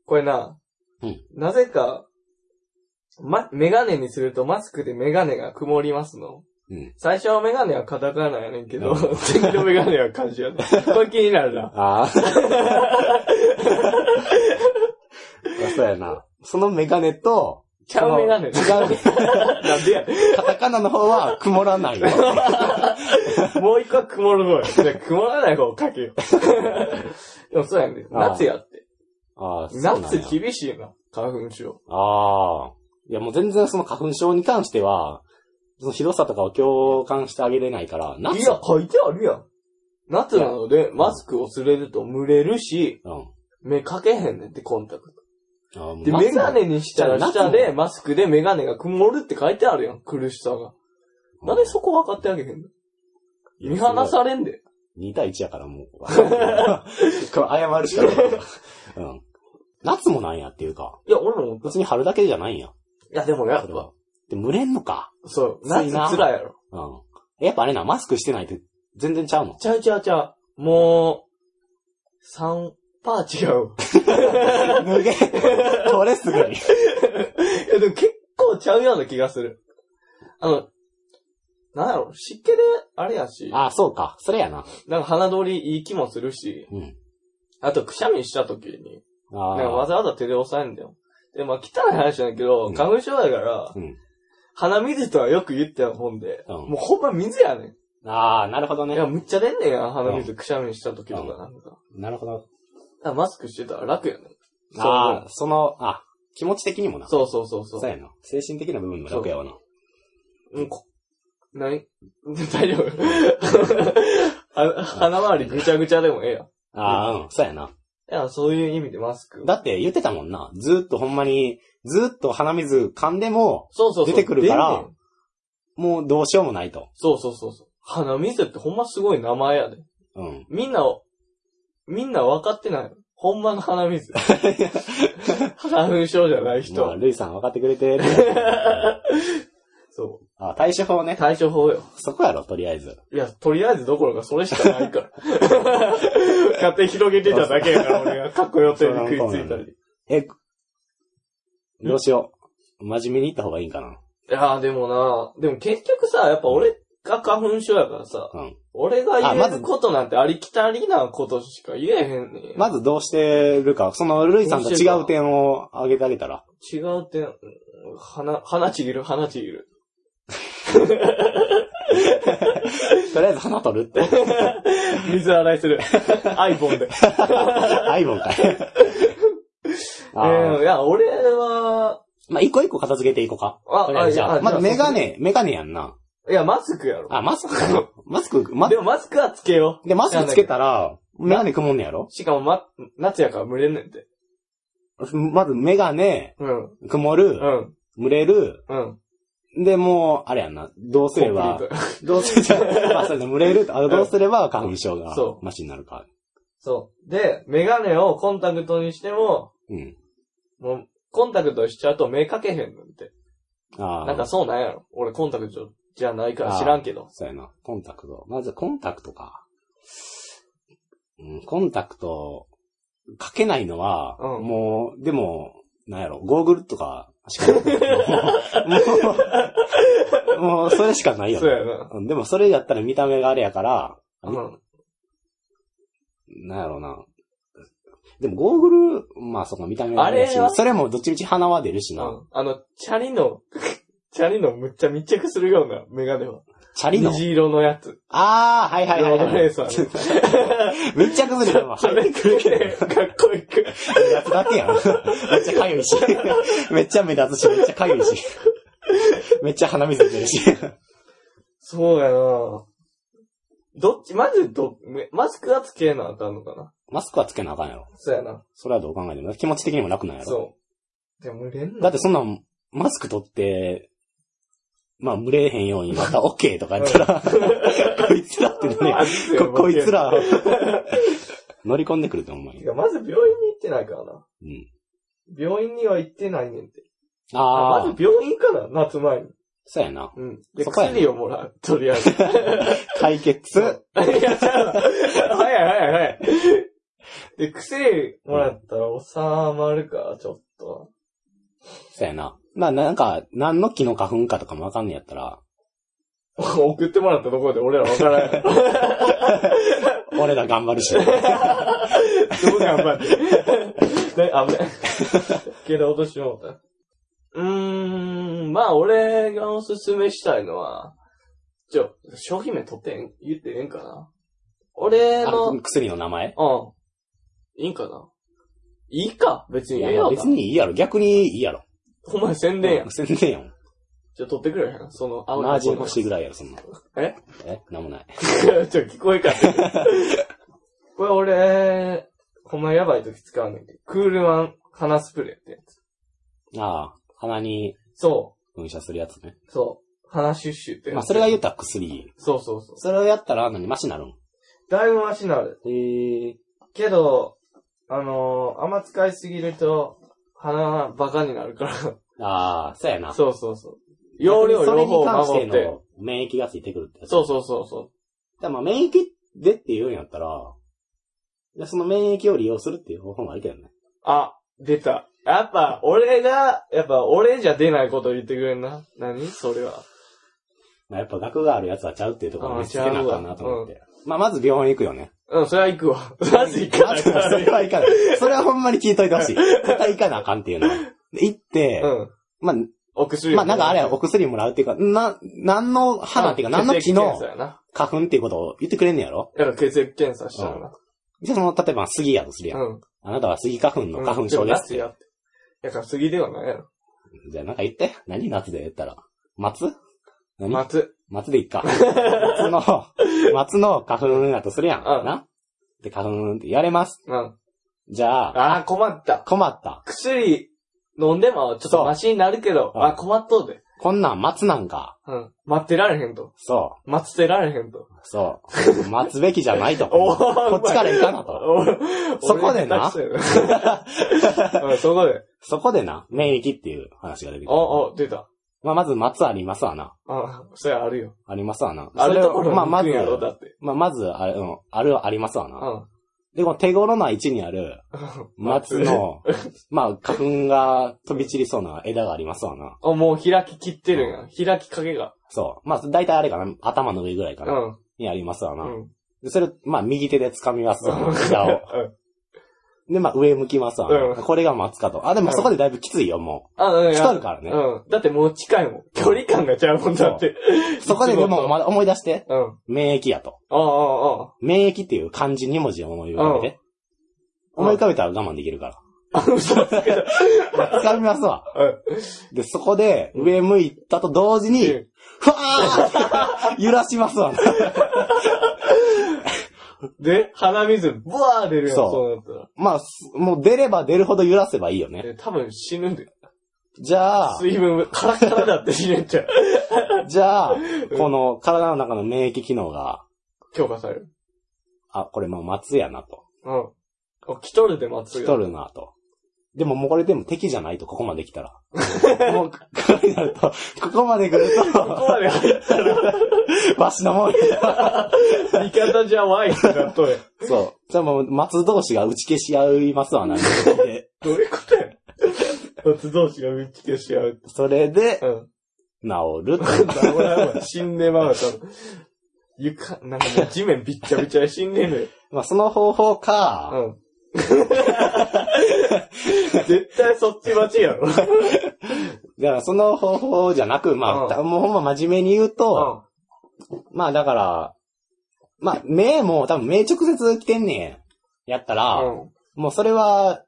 [SPEAKER 1] これな。
[SPEAKER 2] うん
[SPEAKER 1] なぜか、ま、メガネにするとマスクでメガネが曇りますの。
[SPEAKER 2] うん
[SPEAKER 1] 最初はメガネはカタカナやねんけど、
[SPEAKER 2] うん
[SPEAKER 1] 次のメガネは漢字やねこれ気になるな。
[SPEAKER 2] ああ。そうやな。そのメガネと、
[SPEAKER 1] ちゃうメガネ。
[SPEAKER 2] その違う。
[SPEAKER 1] なんでや。
[SPEAKER 2] カタカナの方は曇 らない。
[SPEAKER 1] もう一個は曇る方や。じゃあ曇らない方を書けよ。 でもそうやねん。
[SPEAKER 2] ああ
[SPEAKER 1] 夏やって。
[SPEAKER 2] ああ、そうなんや
[SPEAKER 1] 夏厳しいな。花粉症。
[SPEAKER 2] ああ。いやもう全然その花粉症に関しては、そのひどさとかを共感してあげれないから、夏
[SPEAKER 1] いや、書いてあるやん。夏なので、
[SPEAKER 2] ん
[SPEAKER 1] マスクをすれると蒸れるし、
[SPEAKER 2] うん。あ
[SPEAKER 1] 目かけへんねんって、コンタク
[SPEAKER 2] あも
[SPEAKER 1] ト。
[SPEAKER 2] う
[SPEAKER 1] で、メガネにしたら
[SPEAKER 2] 夏も
[SPEAKER 1] 下で、マスクでメガネが曇るって書いてあるやん、苦しさが。なんでそこ分かってあげへんの見放されんで。
[SPEAKER 2] 2対1やからもう。 これ謝るしかない。 うん。夏もなんやっていうか、
[SPEAKER 1] いや、俺も思った。い
[SPEAKER 2] 別に春だけじゃないんや。
[SPEAKER 1] や、でもや
[SPEAKER 2] そ
[SPEAKER 1] っ
[SPEAKER 2] れ
[SPEAKER 1] ぱ、
[SPEAKER 2] は。で、蒸れんのか。
[SPEAKER 1] そう、
[SPEAKER 2] 暑
[SPEAKER 1] 夏
[SPEAKER 2] いな
[SPEAKER 1] 辛いやろ。
[SPEAKER 2] うん。やっぱあれな、マスクしてないと全然ちゃ うの。
[SPEAKER 1] ちゃうちゃうちゃう。もう、3%違う。
[SPEAKER 2] 脱げ。 これすぐに。
[SPEAKER 1] いや、でも結構ちゃうような気がする。あの、なんやろ、湿気で、あれやし。
[SPEAKER 2] ああ、そうか。それやな。
[SPEAKER 1] なんか鼻通りいい気もするし、
[SPEAKER 2] うん。
[SPEAKER 1] あとくしゃみした時に、なんかわ
[SPEAKER 2] ああ。
[SPEAKER 1] ざわざ手で押さえんだよ。で、まあ汚い話なんだけど、
[SPEAKER 2] うん
[SPEAKER 1] 花粉症やから、
[SPEAKER 2] うん。
[SPEAKER 1] 鼻水とはよく言ってた本で、
[SPEAKER 2] うん
[SPEAKER 1] もうほんま水やね
[SPEAKER 2] ああ、なるほど
[SPEAKER 1] ん。い
[SPEAKER 2] ね
[SPEAKER 1] や、。むっちゃ出んねんや、鼻水くしゃみした時とかなんか。だか
[SPEAKER 2] なるほど。
[SPEAKER 1] らマスクしてたら楽やねん。
[SPEAKER 2] ああ、その、あ、気持ち的にもな。
[SPEAKER 1] そうそうそうそう
[SPEAKER 2] そうやな。精神的な部分も楽やわな。
[SPEAKER 1] うんこ、ない、 大丈夫。 あ鼻周りぐちゃぐちゃでもええやん。い
[SPEAKER 2] ああ、うん、そうやな。
[SPEAKER 1] や、そういう意味でマスク。
[SPEAKER 2] だって言ってたもんな。ずーっとほんまに、ずーっと鼻水噛んでも、
[SPEAKER 1] そうそうそう。
[SPEAKER 2] 出てくるから
[SPEAKER 1] 出んねん
[SPEAKER 2] もうどうしようもないと。
[SPEAKER 1] そうそうそうそう。鼻水ってほんますごい名前やで。
[SPEAKER 2] うん。
[SPEAKER 1] みんな、みんな分かってない。ほんまの鼻水。花粉症じゃない人
[SPEAKER 2] まあ、
[SPEAKER 1] は。
[SPEAKER 2] ルイさん分かってくれ てる。
[SPEAKER 1] そ
[SPEAKER 2] あ、対処法
[SPEAKER 1] う。
[SPEAKER 2] ね。
[SPEAKER 1] 対処法よ。
[SPEAKER 2] そこやろ、とりあえず。
[SPEAKER 1] いや、とりあえずどころかそれしかない から。勝手に広げてただけやから、俺がかっこよってに食いついたり。
[SPEAKER 2] え、どうしよう。真面目に言った方がいいんか
[SPEAKER 1] い
[SPEAKER 2] な。
[SPEAKER 1] やーでもなでも結局さ、やっぱ俺が花粉症やからさ、
[SPEAKER 2] うん
[SPEAKER 1] 俺が
[SPEAKER 2] あま
[SPEAKER 1] 言え
[SPEAKER 2] ず
[SPEAKER 1] ることなんてありきたりなことしか言えへんねん。
[SPEAKER 2] まずどうしてるか、そのルイさんと違う点を挙げてあげたら。
[SPEAKER 1] 違う点、うん鼻、鼻ちぎる、鼻ちぎる。
[SPEAKER 2] とりあえず鼻取る って。
[SPEAKER 1] 水洗い する。iPhone で。
[SPEAKER 2] アイボンかい。 あー
[SPEAKER 1] えーいや、俺は、
[SPEAKER 2] まあ、一個一個片付けていこうか。
[SPEAKER 1] あ
[SPEAKER 2] とりあえずじゃ
[SPEAKER 1] あ
[SPEAKER 2] あ、
[SPEAKER 1] あ
[SPEAKER 2] まず
[SPEAKER 1] じゃあ
[SPEAKER 2] メガネ、メガネやんな。
[SPEAKER 1] いや、マスクやろ。
[SPEAKER 2] あ、マスクか なマスク、ま、
[SPEAKER 1] でもマスクはつけよ
[SPEAKER 2] で、マスクつけたら、メガネ曇んねやろ
[SPEAKER 1] う。しかも、ま、夏やから蒸れんねんて。
[SPEAKER 2] まずメガネ、
[SPEAKER 1] うん。
[SPEAKER 2] 曇
[SPEAKER 1] う
[SPEAKER 2] る、
[SPEAKER 1] ん。
[SPEAKER 2] 蒸れる、
[SPEAKER 1] うん。
[SPEAKER 2] で、もう、あれやんな。どうすれば
[SPEAKER 1] コン、プリー
[SPEAKER 2] どうすれ ば、まあ、そうだ蒸れると、あどうすれば花粉症が
[SPEAKER 1] そ、
[SPEAKER 2] マシになるか。
[SPEAKER 1] ト そう。で、メガネをコンタクトにしても、
[SPEAKER 2] うん。
[SPEAKER 1] もう、コンタクトしちゃうと目かけへんねんて。
[SPEAKER 2] あ
[SPEAKER 1] なんか
[SPEAKER 2] あ、
[SPEAKER 1] そうなんやろ。俺コンタクトじゃないから知らんけど。
[SPEAKER 2] そうやな。コンタクト。まず、コンタクトか。うん、コンタクト、かけないのは、
[SPEAKER 1] うん
[SPEAKER 2] もう、でも、なんやろ、ゴーグルとかしかない。 もう、もう、それしかないよ
[SPEAKER 1] そ
[SPEAKER 2] ね
[SPEAKER 1] うやな。
[SPEAKER 2] うんでもそれやったら見た目があれやから、
[SPEAKER 1] うん。
[SPEAKER 2] なんやろうな。でもゴーグル、まあそこ見た目があれやし
[SPEAKER 1] あれは、
[SPEAKER 2] それもどっちみち鼻は出るしな。
[SPEAKER 1] うんあの、チャリの、チャリのむっちゃ密着するようなメガネは。
[SPEAKER 2] チャリの。
[SPEAKER 1] 虹色のやつ。
[SPEAKER 2] ああ、はいはいはい、
[SPEAKER 1] ロードレ
[SPEAKER 2] は
[SPEAKER 1] ーサーの。
[SPEAKER 2] い。めっちゃ崩れるわ。
[SPEAKER 1] それくれて、かっこよく。
[SPEAKER 2] やつだけやん。めっちゃかゆい し。めっちゃ目立つし、めっちゃかゆいし。めっちゃ鼻水出るし。
[SPEAKER 1] そうやなどっち、まずど、めマスクはつけなあかんのかな
[SPEAKER 2] マスクはつけなあかんやろ。
[SPEAKER 1] そうやな。
[SPEAKER 2] それはどう考えても気持ち的にも楽なんやろ。
[SPEAKER 1] そう。でも蒸れんの
[SPEAKER 2] だってそんなん、マスク取って、まあ、蒸れへんようにまた OK とかやったら、 こいつらってなるやん
[SPEAKER 1] 暑いよ
[SPEAKER 2] こ、こいつ。ら
[SPEAKER 1] もう、
[SPEAKER 2] 乗り込んでくると思う
[SPEAKER 1] て
[SPEAKER 2] よ。
[SPEAKER 1] かまず病院に行ってないからな。
[SPEAKER 2] うん。
[SPEAKER 1] 病院には行ってないねんて。
[SPEAKER 2] あ
[SPEAKER 1] ま
[SPEAKER 2] あ
[SPEAKER 1] ず、病院かな夏前に。
[SPEAKER 2] そうやな。
[SPEAKER 1] うん。で、
[SPEAKER 2] そこやね
[SPEAKER 1] 薬をもらう。とり あえず。い
[SPEAKER 2] 解決。
[SPEAKER 1] や、ちゃうわ早い早い早い。で、薬もらったら収まるか、ちょっと。
[SPEAKER 2] そうやな。まあなんか、何の木の花粉かとかもわかんねやったら、
[SPEAKER 1] 送ってもらったところで俺らわからない。
[SPEAKER 2] 俺ら頑張る し。
[SPEAKER 1] どう頑張って。ね、危ない。けど落としてもうた。うーん、まあ俺がおすすめしたいのは、ちょ、商品名取ってん言ってええんかな俺
[SPEAKER 2] あ
[SPEAKER 1] の、う
[SPEAKER 2] の薬の名前
[SPEAKER 1] ん。いいんかないいか別
[SPEAKER 2] い
[SPEAKER 1] にええや
[SPEAKER 2] や、
[SPEAKER 1] ろ。
[SPEAKER 2] 別にいいやろ。逆にいいやろ。
[SPEAKER 1] お前宣伝やん。
[SPEAKER 2] 宣伝やん。
[SPEAKER 1] じゃあ取ってくれへんその、青い
[SPEAKER 2] マージン欲しいぐらいやろ、そんな。
[SPEAKER 1] え
[SPEAKER 2] えなんもない。
[SPEAKER 1] ちょ、聞こえかった。これ俺、ほんまやばい時使うねんけど。クールワン鼻スプレーってやつ。
[SPEAKER 2] ああ、鼻に
[SPEAKER 1] そ
[SPEAKER 2] 噴射するやつね。
[SPEAKER 1] う、そう。鼻シュッシュってやつ。
[SPEAKER 2] まあそれが言ったら薬。
[SPEAKER 1] そうそうそう。
[SPEAKER 2] それをやったら何マシになるん
[SPEAKER 1] だいぶマシになる。
[SPEAKER 2] へえ。
[SPEAKER 1] けど、あのー、あんま使いすぎると、鼻バカになるから。
[SPEAKER 2] ああ、そうやな。
[SPEAKER 1] そうそうそう。容量両方
[SPEAKER 2] それ
[SPEAKER 1] 守
[SPEAKER 2] に
[SPEAKER 1] っ
[SPEAKER 2] 関して
[SPEAKER 1] て。
[SPEAKER 2] の免疫がついてくるってやつ
[SPEAKER 1] そうそうそうそ
[SPEAKER 2] でも免疫でって言うんやったら、でその免疫を利用するっていう方法もあるけどね。
[SPEAKER 1] う。あ、出た。やっぱ、俺が、やっぱ俺じゃ出ないことを言ってくれんな。何それは。
[SPEAKER 2] まあ、やっぱ学があるやつはちゃうっていうところを見つけなあかんなと思って。まあ、まず病院行くよね。
[SPEAKER 1] うん、それは行くわ。マジ行か
[SPEAKER 2] ま
[SPEAKER 1] ない
[SPEAKER 2] ず
[SPEAKER 1] から
[SPEAKER 2] それは 行かない。それはほんまに聞いといてほしい。絶対行かなあかんっていうのは。で行って、
[SPEAKER 1] うん。
[SPEAKER 2] まあ、
[SPEAKER 1] お薬。
[SPEAKER 2] まあ、なんかあれや、お薬もらうっていうか、な、何の花っていうか、何の木
[SPEAKER 1] 血液検
[SPEAKER 2] の
[SPEAKER 1] 査やな。
[SPEAKER 2] 花粉っていうことを言ってくれんねやろ
[SPEAKER 1] やっぱ血液検査したらな。
[SPEAKER 2] じゃあその、例えば杉やとするやん。
[SPEAKER 1] うん。
[SPEAKER 2] あなたは杉花粉の花粉症
[SPEAKER 1] うん
[SPEAKER 2] で
[SPEAKER 1] も
[SPEAKER 2] すっ
[SPEAKER 1] 夏
[SPEAKER 2] て。
[SPEAKER 1] やって。やから杉ではないやろ。
[SPEAKER 2] じゃあなんか言って。何夏で言ったら。松何
[SPEAKER 1] 松。
[SPEAKER 2] 松でいっか。松の、松の花粉だとするやん。
[SPEAKER 1] うん
[SPEAKER 2] なで、花粉ってやれます。
[SPEAKER 1] うん。
[SPEAKER 2] じゃあ、
[SPEAKER 1] ああ、困った。
[SPEAKER 2] 困った。
[SPEAKER 1] 薬飲んでもちょっとマシになるけど、
[SPEAKER 2] そう
[SPEAKER 1] あ、困っとうで。
[SPEAKER 2] こんなん松なんか。
[SPEAKER 1] うん。待ってられへんと。
[SPEAKER 2] そ
[SPEAKER 1] 待ってられへんと
[SPEAKER 2] う、。そう。待つべきじゃないと。
[SPEAKER 1] おー
[SPEAKER 2] こっちから行かなと。
[SPEAKER 1] お
[SPEAKER 2] そこで
[SPEAKER 1] 俺
[SPEAKER 2] な。
[SPEAKER 1] 下手くそやなうんそこで。
[SPEAKER 2] そこでな、免疫っていう話が出てくる。
[SPEAKER 1] お、お、出た。
[SPEAKER 2] まあ、まず松ありますわな。
[SPEAKER 1] あそれあるよ。
[SPEAKER 2] ありますわな。
[SPEAKER 1] あるとこ
[SPEAKER 2] それを
[SPEAKER 1] ろ
[SPEAKER 2] まあ、ま
[SPEAKER 1] に行くん、
[SPEAKER 2] ず
[SPEAKER 1] やろ、だって。
[SPEAKER 2] まあ、まず、あれ、うん、ある、ありますわ
[SPEAKER 1] う
[SPEAKER 2] な。
[SPEAKER 1] ん。
[SPEAKER 2] で、この手頃な位置にある、松の、 まあ、花粉が飛び散りそうな枝がありますわな。
[SPEAKER 1] お、もう開き切ってるんや。開きかけが。
[SPEAKER 2] そう。まあ、大体あれかな、頭の上ぐらいか
[SPEAKER 1] う
[SPEAKER 2] な、
[SPEAKER 1] ん。
[SPEAKER 2] にありますわ
[SPEAKER 1] う
[SPEAKER 2] な。
[SPEAKER 1] ん。
[SPEAKER 2] で、それ、まあ、右手で掴みますわな、枝を。
[SPEAKER 1] うん。
[SPEAKER 2] で、まあ、上向きますわな。
[SPEAKER 1] うん
[SPEAKER 2] これが松かと。あ、でも
[SPEAKER 1] うん
[SPEAKER 2] そこでだいぶきついよ、も
[SPEAKER 1] あ、うん。
[SPEAKER 2] う。
[SPEAKER 1] い
[SPEAKER 2] 来
[SPEAKER 1] や
[SPEAKER 2] とるからね。
[SPEAKER 1] うん。だってもう近いもん。距離感がちゃうもんだって。
[SPEAKER 2] そこででも、まだ思い出して、
[SPEAKER 1] うん。あ
[SPEAKER 2] 免疫やと。
[SPEAKER 1] あ、ああ。
[SPEAKER 2] 免疫っていう漢字2文字を思い浮かべて。
[SPEAKER 1] うん
[SPEAKER 2] 思い浮かべたら我慢できるから。
[SPEAKER 1] あ、嘘つけた。
[SPEAKER 2] 掴みますわ。で、そこで、上向いたと同時に、
[SPEAKER 1] うん
[SPEAKER 2] ふわー揺らしますわな。
[SPEAKER 1] で、 鼻水、ブワー出るやん、
[SPEAKER 2] そう
[SPEAKER 1] そうなったら。
[SPEAKER 2] まあ、すもう出れば出るほど揺らせばいいよね。
[SPEAKER 1] え多分死ぬんで。
[SPEAKER 2] じゃあ、
[SPEAKER 1] 水分、カラカラだって死ぬんちゃう。
[SPEAKER 2] じゃあ、この体の中の免疫機能が、
[SPEAKER 1] 強化される。
[SPEAKER 2] あ、これもう松やなと。
[SPEAKER 1] うん。お、来とるで待つ
[SPEAKER 2] 来
[SPEAKER 1] よ。
[SPEAKER 2] とるなと。でももうこれでも敵じゃないと、ここまで来たら。 もう、ここになると、ここまで来る
[SPEAKER 1] ここまで入ったら、
[SPEAKER 2] と、 わしのもんや。
[SPEAKER 1] 味方じゃわいってなっとる。
[SPEAKER 2] そう。じゃあもう松同士が打ち消し合いますわな。で
[SPEAKER 1] どういうことや松同士が見つけし合う。
[SPEAKER 2] それで、
[SPEAKER 1] うん。
[SPEAKER 2] 治ると。
[SPEAKER 1] 名古屋は死んでまうたぶん。床、なんかもう地面びっちゃびちゃで死んでんのよ。
[SPEAKER 2] まあ、その方法
[SPEAKER 1] う
[SPEAKER 2] か、
[SPEAKER 1] ん。絶対そっち待ちやろ。
[SPEAKER 2] だからその方法じゃなく、まあ、もうほんま真面目に言うと、
[SPEAKER 1] う
[SPEAKER 2] まあだから、まあ目も多分目直接来てんねん。やったら、
[SPEAKER 1] ん。
[SPEAKER 2] もうそれは、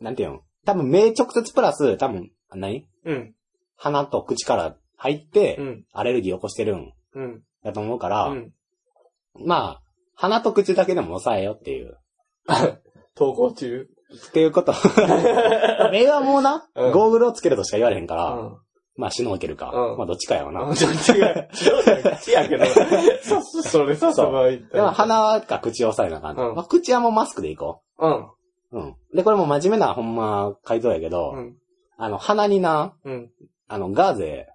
[SPEAKER 2] なんていうの多分目直接プラス、多分、何
[SPEAKER 1] うん。
[SPEAKER 2] 鼻と口から入って
[SPEAKER 1] う、ん。
[SPEAKER 2] アレルギー起こしてるん
[SPEAKER 1] うん。
[SPEAKER 2] だと思うか
[SPEAKER 1] う
[SPEAKER 2] ら、
[SPEAKER 1] ん。
[SPEAKER 2] まあ、鼻と口だけでも抑えようっていう。
[SPEAKER 1] 投稿中。
[SPEAKER 2] っていう こと。目はもうな、
[SPEAKER 1] うん
[SPEAKER 2] ゴーグルをつけるとしか言われへんから、
[SPEAKER 1] うん。
[SPEAKER 2] まあ死のうけるか。
[SPEAKER 1] うん
[SPEAKER 2] まあどっちかやわな。
[SPEAKER 1] あ、ちょっと違う。違うやけど。それさ、そばい
[SPEAKER 2] でも。鼻か口を抑えなあかんと。
[SPEAKER 1] うん
[SPEAKER 2] まあ口はもうマスクでいこ
[SPEAKER 1] うん。
[SPEAKER 2] う。うん。で、これも真面目なほんま回答やけど、
[SPEAKER 1] うん。
[SPEAKER 2] あの、鼻にな、
[SPEAKER 1] うん。
[SPEAKER 2] あの、ガーゼ、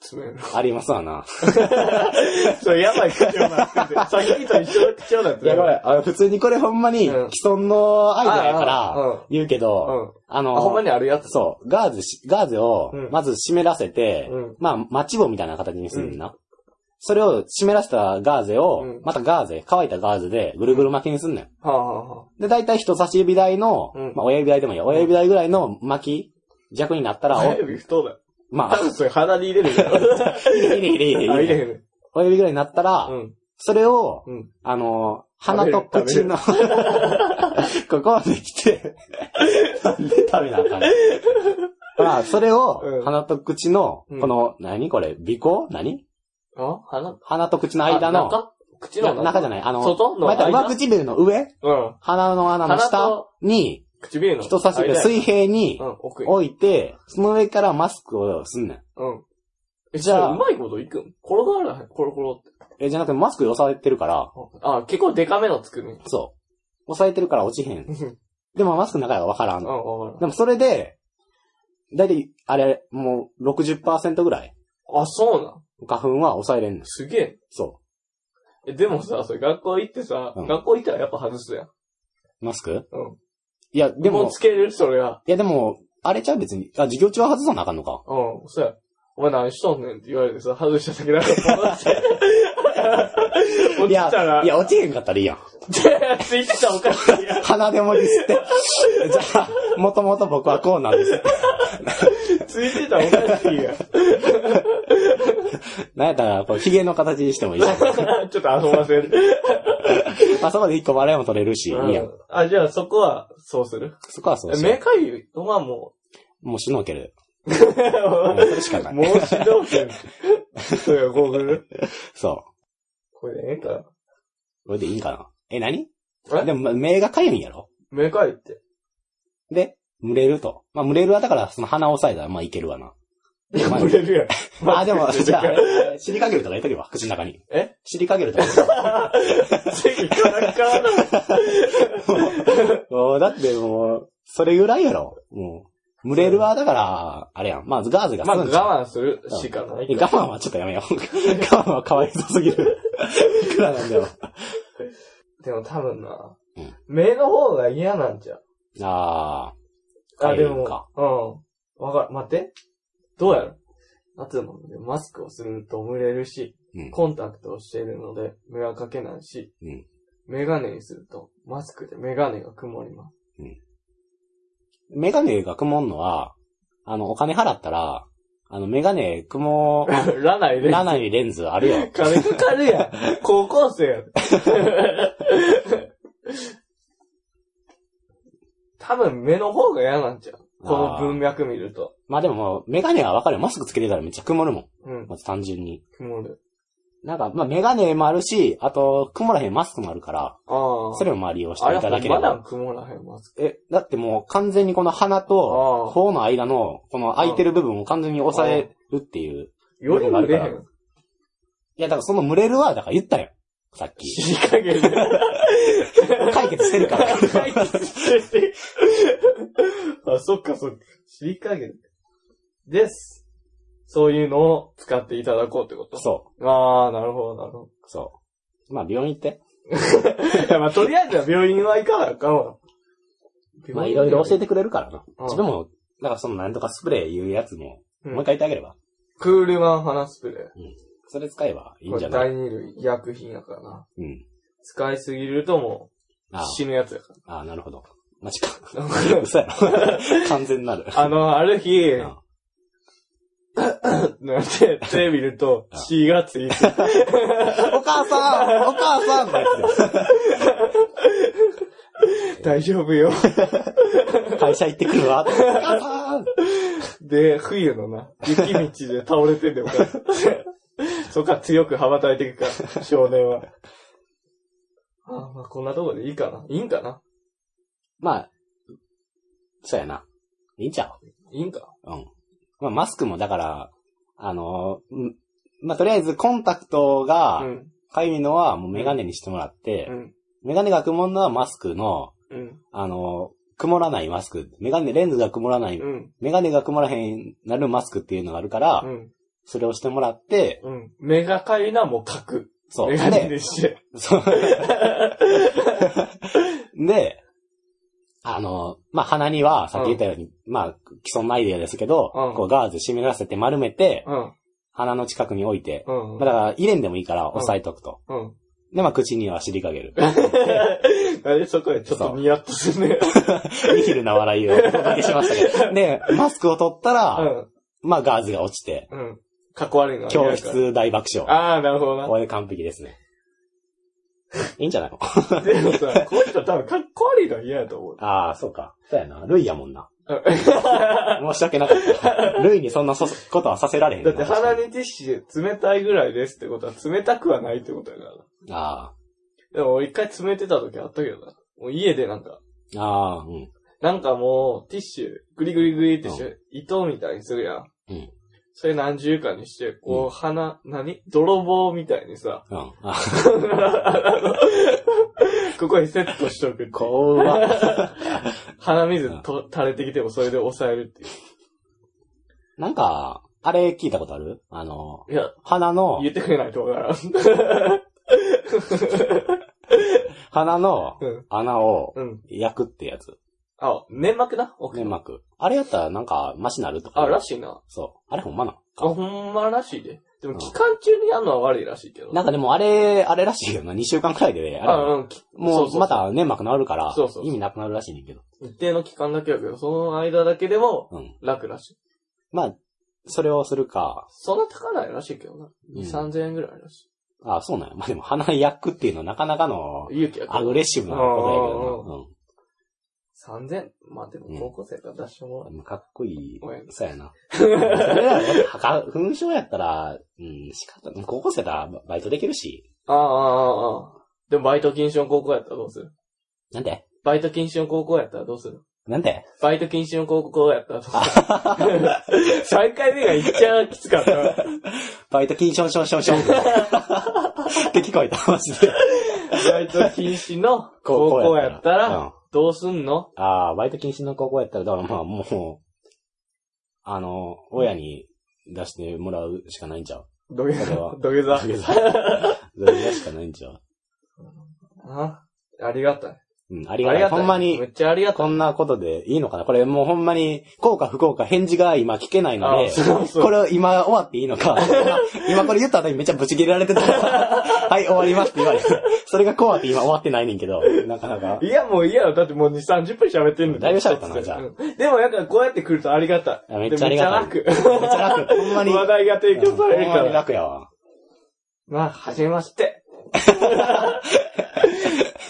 [SPEAKER 1] 爪の。
[SPEAKER 2] ありますわな。
[SPEAKER 1] それやばい口調なってて。さっきと一緒の口調だって
[SPEAKER 2] いや、これ、あの普通にこれほんまに、既
[SPEAKER 1] うん
[SPEAKER 2] 存のアイデアやか
[SPEAKER 1] ああ
[SPEAKER 2] ら、
[SPEAKER 1] うん。
[SPEAKER 2] 言うけ
[SPEAKER 1] う
[SPEAKER 2] ど、
[SPEAKER 1] ん。
[SPEAKER 2] あ
[SPEAKER 1] あ、ほんま
[SPEAKER 2] の、
[SPEAKER 1] にあるやつ。
[SPEAKER 2] そう、ガーゼし、ガーゼを
[SPEAKER 1] うん、
[SPEAKER 2] まず湿らせて
[SPEAKER 1] うん、
[SPEAKER 2] まあ、マチ棒みたいな形にするんな。それを湿らせたガーゼを
[SPEAKER 1] うん、
[SPEAKER 2] またガーゼ、乾いたガーゼでぐるぐる巻きにすんねん。
[SPEAKER 1] はあ、はあは
[SPEAKER 2] で、大体人差し指台の
[SPEAKER 1] うん、
[SPEAKER 2] まあ、親指台でもいいよ。親指台ぐらいの巻き、弱になっ
[SPEAKER 1] あ、
[SPEAKER 2] たら、
[SPEAKER 1] 親
[SPEAKER 2] お
[SPEAKER 1] 指太だ。
[SPEAKER 2] ま
[SPEAKER 1] 多
[SPEAKER 2] あ、
[SPEAKER 1] 分それ鼻に入れるよ。
[SPEAKER 2] 入れ入れ入れ
[SPEAKER 1] あ、
[SPEAKER 2] 入
[SPEAKER 1] 入れ
[SPEAKER 2] れ。
[SPEAKER 1] へんね。
[SPEAKER 2] 親指ぐらいになったら
[SPEAKER 1] う、ん。
[SPEAKER 2] それを
[SPEAKER 1] うん、
[SPEAKER 2] あの、
[SPEAKER 1] 食
[SPEAKER 2] 鼻
[SPEAKER 1] べる
[SPEAKER 2] と口の、ここまで来て、なんで食べなあかんのまあ、それ
[SPEAKER 1] う
[SPEAKER 2] を、
[SPEAKER 1] ん
[SPEAKER 2] 鼻と口の、
[SPEAKER 1] うん
[SPEAKER 2] この、何これ、鼻孔何
[SPEAKER 1] あ鼻
[SPEAKER 2] 鼻と口の間
[SPEAKER 1] あ
[SPEAKER 2] の、
[SPEAKER 1] 中口
[SPEAKER 2] な
[SPEAKER 1] の
[SPEAKER 2] 中じゃ
[SPEAKER 1] ない。
[SPEAKER 2] ない、あの、
[SPEAKER 1] 外の
[SPEAKER 2] また
[SPEAKER 1] 間
[SPEAKER 2] 上唇の上
[SPEAKER 1] うん。
[SPEAKER 2] 鼻の穴の
[SPEAKER 1] 鼻
[SPEAKER 2] 下
[SPEAKER 1] と
[SPEAKER 2] に、
[SPEAKER 1] 唇の。
[SPEAKER 2] 人差し指を
[SPEAKER 1] 間
[SPEAKER 2] 水平に
[SPEAKER 1] うん、奥へ。
[SPEAKER 2] 置いて、その上からマスクをすんねん。
[SPEAKER 1] うん。え、
[SPEAKER 2] じ
[SPEAKER 1] じ
[SPEAKER 2] ゃあ
[SPEAKER 1] ゃあ、うまいこといくん転がらないコロコロって。
[SPEAKER 2] え、じゃなくてマスク押さえてるから、
[SPEAKER 1] あ、結構デカめの作るんや。
[SPEAKER 2] そう。押さえてるから落ちへん。
[SPEAKER 1] うん、
[SPEAKER 2] でもマスクの中がわからんの。
[SPEAKER 1] わか
[SPEAKER 2] でもそれで、だいたい、あれ、もう60%ぐらい、
[SPEAKER 1] る。あ、そうなん。
[SPEAKER 2] 花粉は抑えれんの。
[SPEAKER 1] すげえ。
[SPEAKER 2] そ
[SPEAKER 1] え、でもさ、それ学校行ってさ、
[SPEAKER 2] うん
[SPEAKER 1] 学校行ったらやっぱ外すやん。
[SPEAKER 2] う。マスク
[SPEAKER 1] うん。
[SPEAKER 2] いや、で
[SPEAKER 1] でも
[SPEAKER 2] も
[SPEAKER 1] う、つけれる、それは。
[SPEAKER 2] いやでも、あれちゃう別に、あ、授業中は外さなあかんのか。
[SPEAKER 1] うん、そうや。お前何しとんねんって言われてさ、外しただけだから、戻 って。落
[SPEAKER 2] い
[SPEAKER 1] ちたら、
[SPEAKER 2] や、い や、落ちへんかったらいいやん。
[SPEAKER 1] ツイッターおかしいやん。
[SPEAKER 2] 鼻でもディスって。 じゃあ、もともと僕はこうなんです。
[SPEAKER 1] ついてたらおかしいやん。
[SPEAKER 2] なんやったら、こう、髭の形にしてもいいし。
[SPEAKER 1] ちょっと遊ばせる。
[SPEAKER 2] まあ、そこで一個笑いも取れるし、いいや。
[SPEAKER 1] うんんあ、じゃあそこは、そうする。
[SPEAKER 2] そこはそうしよ
[SPEAKER 1] 目かゆいのは も
[SPEAKER 2] う。もうシュノーケル。
[SPEAKER 1] う、
[SPEAKER 2] もうそれしかない。
[SPEAKER 1] もう指導権。そうや、ゴーグル。
[SPEAKER 2] そ
[SPEAKER 1] これでええんかな
[SPEAKER 2] う。これでいいんかな。え、何
[SPEAKER 1] え
[SPEAKER 2] でも、まあ目がかゆいんやろ
[SPEAKER 1] 目かゆいって。
[SPEAKER 2] で、蒸れると。まあ、蒸れるはだから、その鼻を押さえたら、まあ、いけるわな。
[SPEAKER 1] いや、
[SPEAKER 2] まあ
[SPEAKER 1] 売れるやん。
[SPEAKER 2] まあ、でも、じゃあ
[SPEAKER 1] い、
[SPEAKER 2] シリカゲルとか入れとけば、口の中に。
[SPEAKER 1] え
[SPEAKER 2] シリカゲルとか入れと
[SPEAKER 1] 席からからだ。
[SPEAKER 2] けば もうだってもう、それぐらいやろ。もう。蒸れるは、だから、あれやん。まずガーゼが
[SPEAKER 1] まあ、
[SPEAKER 2] 済んじゃう
[SPEAKER 1] 我慢するしかない
[SPEAKER 2] え。我慢はちょっとやめよう。我 慢はかわいそうすぎる。いくらなんだよ。
[SPEAKER 1] でも多分な
[SPEAKER 2] うん、
[SPEAKER 1] 目の方が嫌なんじゃう。
[SPEAKER 2] ああ、
[SPEAKER 1] あ、
[SPEAKER 2] 帰
[SPEAKER 1] で
[SPEAKER 2] るんか
[SPEAKER 1] も、うん。わかる、待って。どうやろ夏もマスクをすると蒸れるし、
[SPEAKER 2] うん
[SPEAKER 1] コンタクトをしているので目はかけないし、
[SPEAKER 2] うん
[SPEAKER 1] メガネにするとマスクでメガネが曇ります。
[SPEAKER 2] メガネが曇んのは、あの、お金払ったら、あの、メガネ曇
[SPEAKER 1] らないで。
[SPEAKER 2] らないレンズある よ。
[SPEAKER 1] 金かかるやん。高校生やん。多分目の方が嫌なんちゃうこの文脈見ると。
[SPEAKER 2] まあでももう、メガネはわかるよ。マスクつけてたらめっちゃ曇るもん。
[SPEAKER 1] うん。
[SPEAKER 2] まず単純に。
[SPEAKER 1] 曇る。
[SPEAKER 2] なんか、まあメガネもあるし、あと、曇らへんマスクもあるから、
[SPEAKER 1] ああ。
[SPEAKER 2] それをまあ利用し
[SPEAKER 1] あ
[SPEAKER 2] て
[SPEAKER 1] れ
[SPEAKER 2] いただけ
[SPEAKER 1] ほ
[SPEAKER 2] れ
[SPEAKER 1] んまな
[SPEAKER 2] ば。
[SPEAKER 1] ん曇らへんマスク。
[SPEAKER 2] え、だってもう完全にこの鼻と
[SPEAKER 1] あー
[SPEAKER 2] 頬の間の、この空いてる部分を完全に抑えるっていう。
[SPEAKER 1] よりも出へ
[SPEAKER 2] ある
[SPEAKER 1] ん。
[SPEAKER 2] いや、だからその蒸れるは、だから言ったよ。さっき。
[SPEAKER 1] 死にかけで。
[SPEAKER 2] 解決してるから。
[SPEAKER 1] あ、そっかそっか。尻加減。です。そういうのを使っていただこうってこと。
[SPEAKER 2] そ
[SPEAKER 1] ああ、なるほど、なるほ
[SPEAKER 2] う。そう。まあ、病院行って。
[SPEAKER 1] ど。いや、まあ、とりあえずは病院は行かなあかんわ。
[SPEAKER 2] まあ、いろいろ教え
[SPEAKER 1] て。
[SPEAKER 2] てくれるからな。
[SPEAKER 1] うん
[SPEAKER 2] 自分も、だからそのなんとかスプレーいうやつも、
[SPEAKER 1] うん
[SPEAKER 2] もう一回言ってあげれば。
[SPEAKER 1] クールマン鼻スプレ
[SPEAKER 2] それ使えばい
[SPEAKER 1] ー。
[SPEAKER 2] いん
[SPEAKER 1] こ
[SPEAKER 2] じゃ
[SPEAKER 1] れ
[SPEAKER 2] ない
[SPEAKER 1] 第二類医薬品やからな。
[SPEAKER 2] うん。
[SPEAKER 1] 使いすぎるともう
[SPEAKER 2] ああ
[SPEAKER 1] 死ぬやつやか
[SPEAKER 2] ああ、なるほど。マジか。
[SPEAKER 1] ら。
[SPEAKER 2] 嘘やろ。完全なる。
[SPEAKER 1] あの、ある日、
[SPEAKER 2] うん
[SPEAKER 1] なんて、テレビ見ると
[SPEAKER 2] うん、
[SPEAKER 1] 血がついてる、
[SPEAKER 2] お母さんお母さんってや
[SPEAKER 1] 大丈夫よ。
[SPEAKER 2] つよ会社行ってくるわ。お母さん
[SPEAKER 1] で、冬のな、雪道で倒れてん だよ、これそっから強く羽ばたいていくから、少年 は。あまあ、こんなとこでいいかな。いいんかな
[SPEAKER 2] まあ、そうやな。いいんちゃう
[SPEAKER 1] いいんか
[SPEAKER 2] うん。まあ、マスクもだから、あのー、うんまあ、とりあえずコンタクトが
[SPEAKER 1] う、ん。
[SPEAKER 2] かゆいのはもうメガネにしてもらって
[SPEAKER 1] う、ん。
[SPEAKER 2] メガネがくもんのはマスクの、
[SPEAKER 1] うん。
[SPEAKER 2] あのー、曇らないマスク。メガネ、レンズが曇らない、
[SPEAKER 1] うん。
[SPEAKER 2] メガネが曇らへんなるマスクっていうのがあるから、
[SPEAKER 1] うん。
[SPEAKER 2] それをしてもらって、
[SPEAKER 1] うん。目がかいな、もう書く。
[SPEAKER 2] そう。
[SPEAKER 1] メガネ
[SPEAKER 2] で
[SPEAKER 1] でして。
[SPEAKER 2] そうで、あの、まあ、鼻には、さっき言ったように、まあ、既存のアイデアですけど、
[SPEAKER 1] うん
[SPEAKER 2] こうガーゼ湿らせて丸めて、
[SPEAKER 1] うん。
[SPEAKER 2] 鼻の近くに置いて、
[SPEAKER 1] うん。
[SPEAKER 2] まあだから、入れんでもいいから押さえとくと。
[SPEAKER 1] うん。
[SPEAKER 2] で、まあ、口には尻かける。
[SPEAKER 1] なんでそこでちょっとニヤッとするね。
[SPEAKER 2] ニヒルな笑いをお届けしましたけど。で、マスクを取ったら、
[SPEAKER 1] うん。
[SPEAKER 2] まあ、ガーゼが落ちて、
[SPEAKER 1] うん。かっこ悪いのは嫌
[SPEAKER 2] 教
[SPEAKER 1] やから。
[SPEAKER 2] 室大爆笑。
[SPEAKER 1] ああ、なるほどな。
[SPEAKER 2] これ完璧ですね。いいんじゃないの
[SPEAKER 1] でもさ、この人多分かっこ悪いのは嫌やと思 う。
[SPEAKER 2] ああ、そうか。そうやな。ルイやもんな。
[SPEAKER 1] だ
[SPEAKER 2] 申し訳なかった。ルイにそんなそことはさせられへんな。
[SPEAKER 1] って鼻にティッシュで冷たいぐらいですってことは冷たくはないってことやからな。
[SPEAKER 2] あ
[SPEAKER 1] でも俺一回冷てた時あったけどな。もう家でなんか、
[SPEAKER 2] あ、ああ、うん。
[SPEAKER 1] なんかもうティッシュ、グリグリグリってし、糸みたいにするやん。
[SPEAKER 2] うん
[SPEAKER 1] それ何重かにして、こう鼻、何泥棒みたいに さ、
[SPEAKER 2] うん。あ
[SPEAKER 1] ここにセットしとくっていう。
[SPEAKER 2] こわ。
[SPEAKER 1] 鼻水と垂れてきてもそれで抑えるっていう。
[SPEAKER 2] なんか、あれ聞いたことあるあの、
[SPEAKER 1] いや、
[SPEAKER 2] 鼻の、
[SPEAKER 1] 言ってくれないとわからん。
[SPEAKER 2] 鼻の
[SPEAKER 1] うん
[SPEAKER 2] 穴を
[SPEAKER 1] うん。
[SPEAKER 2] 焼くってやつ。
[SPEAKER 1] あ、粘膜な大きな
[SPEAKER 2] 粘膜。あれやったらなんか、マシなるとか。
[SPEAKER 1] あ、らしいな。
[SPEAKER 2] そう。あれほんまなん
[SPEAKER 1] あ、ほんまらしいで。でも期間中にやるのは悪いらしいけど。
[SPEAKER 2] なんかでもあれ、あれらしいよな。2週間くらいでね、
[SPEAKER 1] あ、
[SPEAKER 2] あれ
[SPEAKER 1] うん。き
[SPEAKER 2] も
[SPEAKER 1] そう
[SPEAKER 2] う
[SPEAKER 1] そう
[SPEAKER 2] また粘膜治るから
[SPEAKER 1] そうそうそ、う
[SPEAKER 2] 意味なくなるらしいねんけど。
[SPEAKER 1] 一定の期間だけやけど、その間だけでも
[SPEAKER 2] うん。
[SPEAKER 1] 楽らしい。
[SPEAKER 2] まあ、それをするか。
[SPEAKER 1] そんな高ないらしいけどな。
[SPEAKER 2] うん
[SPEAKER 1] 2、3000円ぐらいらし
[SPEAKER 2] ああ、そうなんや。まあでも鼻焼くっていうのはなかなかの
[SPEAKER 1] い。勇気やけ
[SPEAKER 2] ア
[SPEAKER 1] ど。
[SPEAKER 2] グレッシブなことやけどな。
[SPEAKER 1] 3000? まあでも高校生から出してもら
[SPEAKER 2] うん。かっこいい
[SPEAKER 1] ごめ。ん
[SPEAKER 2] そうやな。それらやっぱ花粉症やったら、うん、仕方、高校生だらバイトできるし。
[SPEAKER 1] う。ああ、ああ、ああ。でもバイト禁止の高校やったらどうする
[SPEAKER 2] なんで
[SPEAKER 1] バイト禁止の高校やったらどうする
[SPEAKER 2] なんで
[SPEAKER 1] バイト禁止の高校やったらどう する ?3 回目がいっちゃきつかったな。
[SPEAKER 2] バイト金ションションションション。って聞こえた、マジで。
[SPEAKER 1] バイト禁止の高校やった
[SPEAKER 2] う
[SPEAKER 1] ら
[SPEAKER 2] ん、
[SPEAKER 1] どうすんの
[SPEAKER 2] ああ、バイト禁止の高校やったら、だからまあもう、あの、親に出してもらうしかないんちゃう。
[SPEAKER 1] 土下
[SPEAKER 2] それは
[SPEAKER 1] 座。土下座
[SPEAKER 2] 土。下座。土下座しかないんちゃう。
[SPEAKER 1] あありがたい。
[SPEAKER 2] うん、ありがたい。ほんま
[SPEAKER 1] め
[SPEAKER 2] に、
[SPEAKER 1] っちゃありがたい。
[SPEAKER 2] こんなことでいいのかなこれもうほんまに、効果不効果返事が今聞けないので、
[SPEAKER 1] そうそう。
[SPEAKER 2] これを今終わっていいのか、今これ言った後にめっちゃブチ切れられてた。 はい、終わりますって言われて。それが怖って今終わってないねんけど、なかなか。
[SPEAKER 1] いや、もう嫌よ。だってもう2、30分喋ってんの。
[SPEAKER 2] だいぶ喋ったなじゃあ
[SPEAKER 1] うんでも、やっぱこうやって来るとありがたい。
[SPEAKER 2] あめっちゃありがたい
[SPEAKER 1] でめっち
[SPEAKER 2] めっちゃ楽。ほんま
[SPEAKER 1] ゃ楽。
[SPEAKER 2] に。
[SPEAKER 1] 話題が提供されるか
[SPEAKER 2] ほんまに
[SPEAKER 1] ら。
[SPEAKER 2] 楽やわ。
[SPEAKER 1] まあ、はじめま して。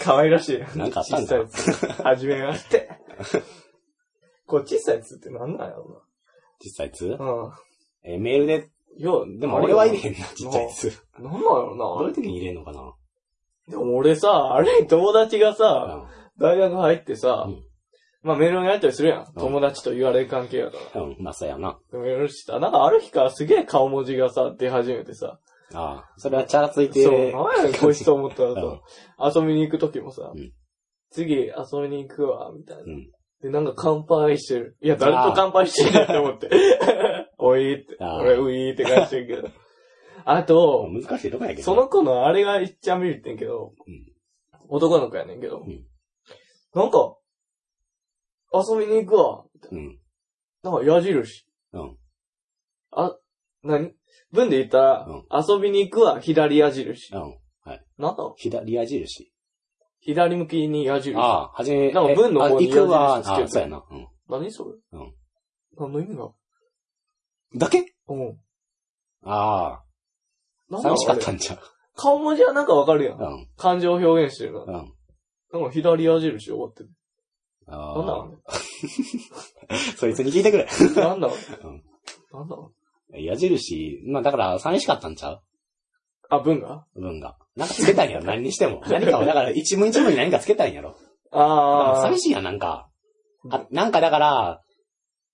[SPEAKER 1] 可愛らしい。
[SPEAKER 2] なんかあったん
[SPEAKER 1] 小
[SPEAKER 2] だ
[SPEAKER 1] さいやつ。はじめまして。こう、小さいやつってなんなんやろ
[SPEAKER 2] 実際通
[SPEAKER 1] うな。うん。
[SPEAKER 2] えー、メールで、
[SPEAKER 1] よ
[SPEAKER 2] でも俺は入れ
[SPEAKER 1] ん。
[SPEAKER 2] へんな、ちっちゃいやつ。
[SPEAKER 1] なんなんやろ
[SPEAKER 2] どう
[SPEAKER 1] う
[SPEAKER 2] いう時に入れんのかな
[SPEAKER 1] な。でも俺さ、あれ、友達がさ、
[SPEAKER 2] う
[SPEAKER 1] 大学入ってさ、
[SPEAKER 2] うん
[SPEAKER 1] まあメールにやったりするやん。
[SPEAKER 2] うん
[SPEAKER 1] 友達と言われる関係やから。
[SPEAKER 2] ん。うん、まあそうやな。
[SPEAKER 1] でもよろしさ、なんかある日からすげえ顔文字がさ、出始めてさ。
[SPEAKER 2] ああ、それはチャラついて、
[SPEAKER 1] そう、なんやねん、こいつと思ったらさ、遊びに行く時もさ、
[SPEAKER 2] うん
[SPEAKER 1] 次遊びに行くわ、みたいな。
[SPEAKER 2] うん
[SPEAKER 1] で、なんか乾杯してる。いや、誰と乾杯してんねんって思って。 おいーって。
[SPEAKER 2] あー
[SPEAKER 1] 俺、ういーって感じてるけど。あと、
[SPEAKER 2] うん難しいとこやけど。
[SPEAKER 1] その、子のあれがいっちゃ見るってんけど、
[SPEAKER 2] うん
[SPEAKER 1] 男の子やねんけど、
[SPEAKER 2] うん
[SPEAKER 1] なんか、遊びに行くわ、みたい
[SPEAKER 2] うん。
[SPEAKER 1] な。なんか矢印。
[SPEAKER 2] うん
[SPEAKER 1] あ、なに文で言ったら、
[SPEAKER 2] うん
[SPEAKER 1] 遊びに行くわ、左矢印。
[SPEAKER 2] うん。
[SPEAKER 1] なんだ
[SPEAKER 2] 左矢印。
[SPEAKER 1] 左向きに矢印。
[SPEAKER 2] ああ、はじめ、
[SPEAKER 1] なんか文の方に
[SPEAKER 2] えあ行くわ
[SPEAKER 1] 矢印つけ
[SPEAKER 2] あ
[SPEAKER 1] て
[SPEAKER 2] あ、そうやな。うん。
[SPEAKER 1] 何それ
[SPEAKER 2] うん。
[SPEAKER 1] 何の意味が
[SPEAKER 2] だけ
[SPEAKER 1] うん。
[SPEAKER 2] あ
[SPEAKER 1] な
[SPEAKER 2] あ、
[SPEAKER 1] んだ
[SPEAKER 2] 寂しかっ
[SPEAKER 1] あ
[SPEAKER 2] た
[SPEAKER 1] れ
[SPEAKER 2] んちゃう。
[SPEAKER 1] 顔文字はなんかわかるやん。
[SPEAKER 2] うん。
[SPEAKER 1] 感情を表現してるな
[SPEAKER 2] う。ん。
[SPEAKER 1] なんか左矢印終わってる。なんだ
[SPEAKER 2] あ
[SPEAKER 1] ろ
[SPEAKER 2] あ、そいつに聞いてくれ。
[SPEAKER 1] うね。なんだろう
[SPEAKER 2] うん
[SPEAKER 1] ね。なんだろ
[SPEAKER 2] 矢印、まあだから寂しかったんちゃう
[SPEAKER 1] うあ、文が
[SPEAKER 2] 文が。なんかつけたんやろ、何にしても。何かを、だから一文一文に何かつけたんやろ。だから
[SPEAKER 1] ああ。
[SPEAKER 2] 寂しいやん、なんか。あ、なんかだから、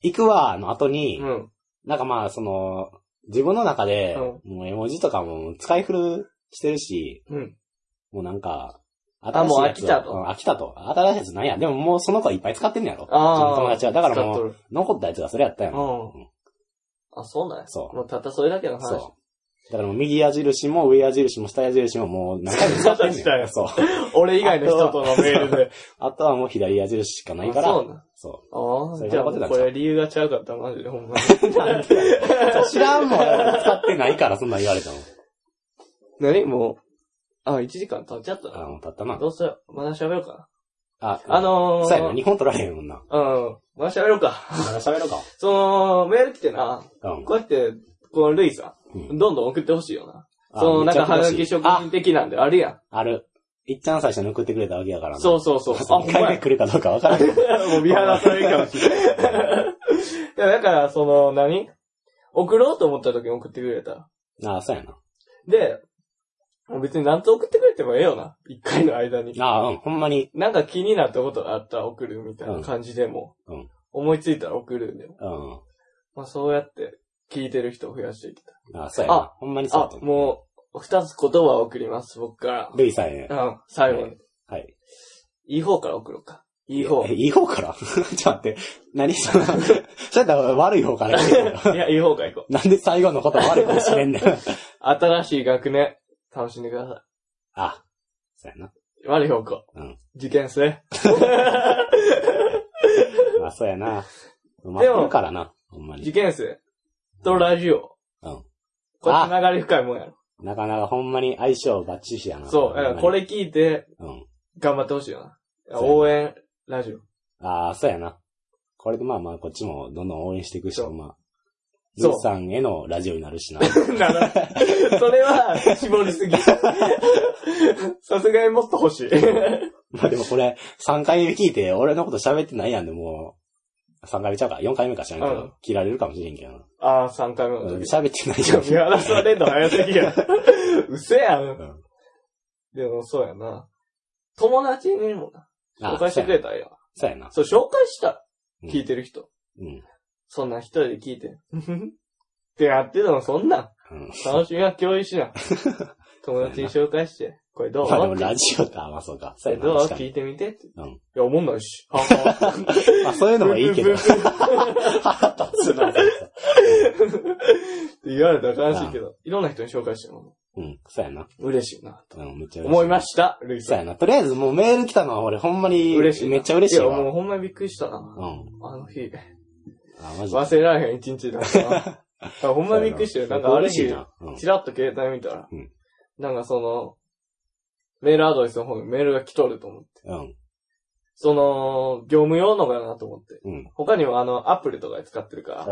[SPEAKER 2] 行くわの後に、
[SPEAKER 1] うん。
[SPEAKER 2] なんかまあ、その、自分の中で、もう絵文字とかも使い古してるし、
[SPEAKER 1] うん。
[SPEAKER 2] もうなんか、
[SPEAKER 1] あもう飽きたと
[SPEAKER 2] うん飽きたと。新しいやつなんや。でももうその子はいっぱい使ってんねやろ。
[SPEAKER 1] あー
[SPEAKER 2] その友達は。だからも
[SPEAKER 1] 使っと
[SPEAKER 2] う、
[SPEAKER 1] る
[SPEAKER 2] 残ったやつがそれやったやん。
[SPEAKER 1] うん。あ、そうなんや。
[SPEAKER 2] そう
[SPEAKER 1] もうたったそれだけの話。
[SPEAKER 2] そう。だからもう右矢印も上矢印も下矢印ももう何回も 使ってん
[SPEAKER 1] 確か
[SPEAKER 2] ねん。
[SPEAKER 1] に
[SPEAKER 2] そう。
[SPEAKER 1] 俺以外の人とのメールで。
[SPEAKER 2] あとはもう左矢印しか ないか
[SPEAKER 1] あそう
[SPEAKER 2] ら。
[SPEAKER 1] なん。
[SPEAKER 2] そ
[SPEAKER 1] あ
[SPEAKER 2] そ
[SPEAKER 1] あ、
[SPEAKER 2] れ
[SPEAKER 1] じゃあ
[SPEAKER 2] 頑張ってたんちゃ
[SPEAKER 1] こ
[SPEAKER 2] う
[SPEAKER 1] れ理由がちゃうかった、マジで、ほんまに。
[SPEAKER 2] う。知らんもん。使ってないからそんなん言われたもん。
[SPEAKER 1] 何もう、あ、1時間経っちゃった
[SPEAKER 2] あ
[SPEAKER 1] な。
[SPEAKER 2] の、たったな。
[SPEAKER 1] どうせ、まだ喋ろうか
[SPEAKER 2] あ、
[SPEAKER 1] な。あ、のー、
[SPEAKER 2] そうやな。日本取られへんも んな。
[SPEAKER 1] うん、まだ喋ろうか。
[SPEAKER 2] 喋ろうか。
[SPEAKER 1] その、メール来てな、
[SPEAKER 2] うん。
[SPEAKER 1] こうやって、このルイさ、
[SPEAKER 2] うん
[SPEAKER 1] ん、どんどん送ってほしいよな。
[SPEAKER 2] あ
[SPEAKER 1] その、な
[SPEAKER 2] めっ
[SPEAKER 1] ん
[SPEAKER 2] ちゃ
[SPEAKER 1] か、はがき職人的なんで、あるや
[SPEAKER 2] ある。一旦最初に送ってくれたわけやから
[SPEAKER 1] ん。
[SPEAKER 2] な。
[SPEAKER 1] そうそうそう。あ、ほん
[SPEAKER 2] 一回
[SPEAKER 1] ま
[SPEAKER 2] 目
[SPEAKER 1] や。
[SPEAKER 2] 来るかどうかわからんけど。
[SPEAKER 1] も う見放されるかもしれない。いやだから、その、何送ろうと思った時に送ってくれた。
[SPEAKER 2] ああ、そうやな。
[SPEAKER 1] で、別に何と送ってくれてもええよな。一回の間に。
[SPEAKER 2] ああ、うん、ほんまに。
[SPEAKER 1] なんか気になったことがあったら送るみたいな感じでも、
[SPEAKER 2] うんうん
[SPEAKER 1] 思いついたら送るんで、
[SPEAKER 2] うん。
[SPEAKER 1] まあそうやって聞いてる人を増やしていきたい。
[SPEAKER 2] ああ、そうやな
[SPEAKER 1] あ。
[SPEAKER 2] ほんまにそうや
[SPEAKER 1] あ
[SPEAKER 2] と、思う。
[SPEAKER 1] もう、二つ言葉を送ります、僕か
[SPEAKER 2] ルイさんへ。
[SPEAKER 1] ら。うん、最後に。
[SPEAKER 2] はい。
[SPEAKER 1] いい方から送ろうか。いい方。
[SPEAKER 2] え
[SPEAKER 1] い
[SPEAKER 2] いい方から ちょっと待って。何その、そうやったら悪い 方から言うけど。
[SPEAKER 1] や、いい方から行こ
[SPEAKER 2] なんで最後のこと悪いかもしれんねん。
[SPEAKER 1] う。新しい学年、楽しんでくださ
[SPEAKER 2] あ、そうやな。
[SPEAKER 1] い。悪い方向。
[SPEAKER 2] うん
[SPEAKER 1] 受験生。
[SPEAKER 2] まあ、そうやな。待ってるからな。ほんま
[SPEAKER 1] 受
[SPEAKER 2] に。
[SPEAKER 1] 験生とラジオ。
[SPEAKER 2] うん。
[SPEAKER 1] これ繋がり深いもんやろ。
[SPEAKER 2] なかなかほんまに相性バッチリやな。
[SPEAKER 1] そう。だからこ
[SPEAKER 2] れ。
[SPEAKER 1] れ聞いて、
[SPEAKER 2] うん。
[SPEAKER 1] 頑張ってほしいよな。
[SPEAKER 2] そうやな
[SPEAKER 1] 応援、ラジオ。
[SPEAKER 2] ああ、そうやな。これでまあまあ、こっちもどんどん応援していくし、
[SPEAKER 1] そう
[SPEAKER 2] まあ。
[SPEAKER 1] そ
[SPEAKER 2] ル
[SPEAKER 1] う
[SPEAKER 2] イさんへのラジオになるしな。
[SPEAKER 1] なるほど それは、絞りすぎ。さすがにもっと欲しい。
[SPEAKER 2] まあでもこれ、3回目聞いて、俺のこと喋ってないやんで、もう、3回目ちゃうか、4回目か知らんけ
[SPEAKER 1] う
[SPEAKER 2] ど
[SPEAKER 1] ん、
[SPEAKER 2] 切られるかもしれんけどな。
[SPEAKER 1] ああ、3回目の時。
[SPEAKER 2] 喋ってない
[SPEAKER 1] い
[SPEAKER 2] じゃ
[SPEAKER 1] や
[SPEAKER 2] ん。
[SPEAKER 1] 見放されんの早すぎ や。嘘や。
[SPEAKER 2] うんん
[SPEAKER 1] でもそうやな。友達にもな、
[SPEAKER 2] あ
[SPEAKER 1] 紹介してくれたらいいよ。
[SPEAKER 2] そうやな。
[SPEAKER 1] そう、紹介した。
[SPEAKER 2] うん
[SPEAKER 1] 聞いてる人。
[SPEAKER 2] うん。
[SPEAKER 1] そんなん一人で聞いて。ふふふってやってたの、そんなん。
[SPEAKER 2] うん。
[SPEAKER 1] 楽しみは共有し な。友達に紹介して。これどう
[SPEAKER 2] まあでもラジオか、まあそうか。
[SPEAKER 1] こ
[SPEAKER 2] そう
[SPEAKER 1] れ
[SPEAKER 2] やな。
[SPEAKER 1] どう
[SPEAKER 2] 確か
[SPEAKER 1] 聞
[SPEAKER 2] に。
[SPEAKER 1] いてみてって。
[SPEAKER 2] うん
[SPEAKER 1] いや、おもんない し。ははは
[SPEAKER 2] まあそういうのもい いけど。腹立つな。
[SPEAKER 1] って言われたら悲しいけど、いろんな人に紹介しても
[SPEAKER 2] うん、そうやな。
[SPEAKER 1] 嬉しいな、と
[SPEAKER 2] うん、めっちゃ嬉し
[SPEAKER 1] 思いました、ルイ
[SPEAKER 2] そう
[SPEAKER 1] さ
[SPEAKER 2] やな。とりあえずもうメール来たのは俺ほんま
[SPEAKER 1] ん。
[SPEAKER 2] に、
[SPEAKER 1] 嬉しいな。
[SPEAKER 2] めっちゃ嬉しい
[SPEAKER 1] いや、
[SPEAKER 2] わ。
[SPEAKER 1] もうほんまにびっくりしたな。
[SPEAKER 2] うん。
[SPEAKER 1] あの日、
[SPEAKER 2] あ、マジ で。
[SPEAKER 1] 忘れられへん一日だったな。だ からほんまにびっくりしたよ。なんかある
[SPEAKER 2] 嬉しい
[SPEAKER 1] 日、
[SPEAKER 2] な。うん。
[SPEAKER 1] チラッと携帯見たら
[SPEAKER 2] うん、
[SPEAKER 1] なんかその、メールアドレスの方にメールが来とると思って。
[SPEAKER 2] うん。
[SPEAKER 1] その、業務用のかなと思って。
[SPEAKER 2] うん。
[SPEAKER 1] 他にもあの、アプリとかで使ってるから、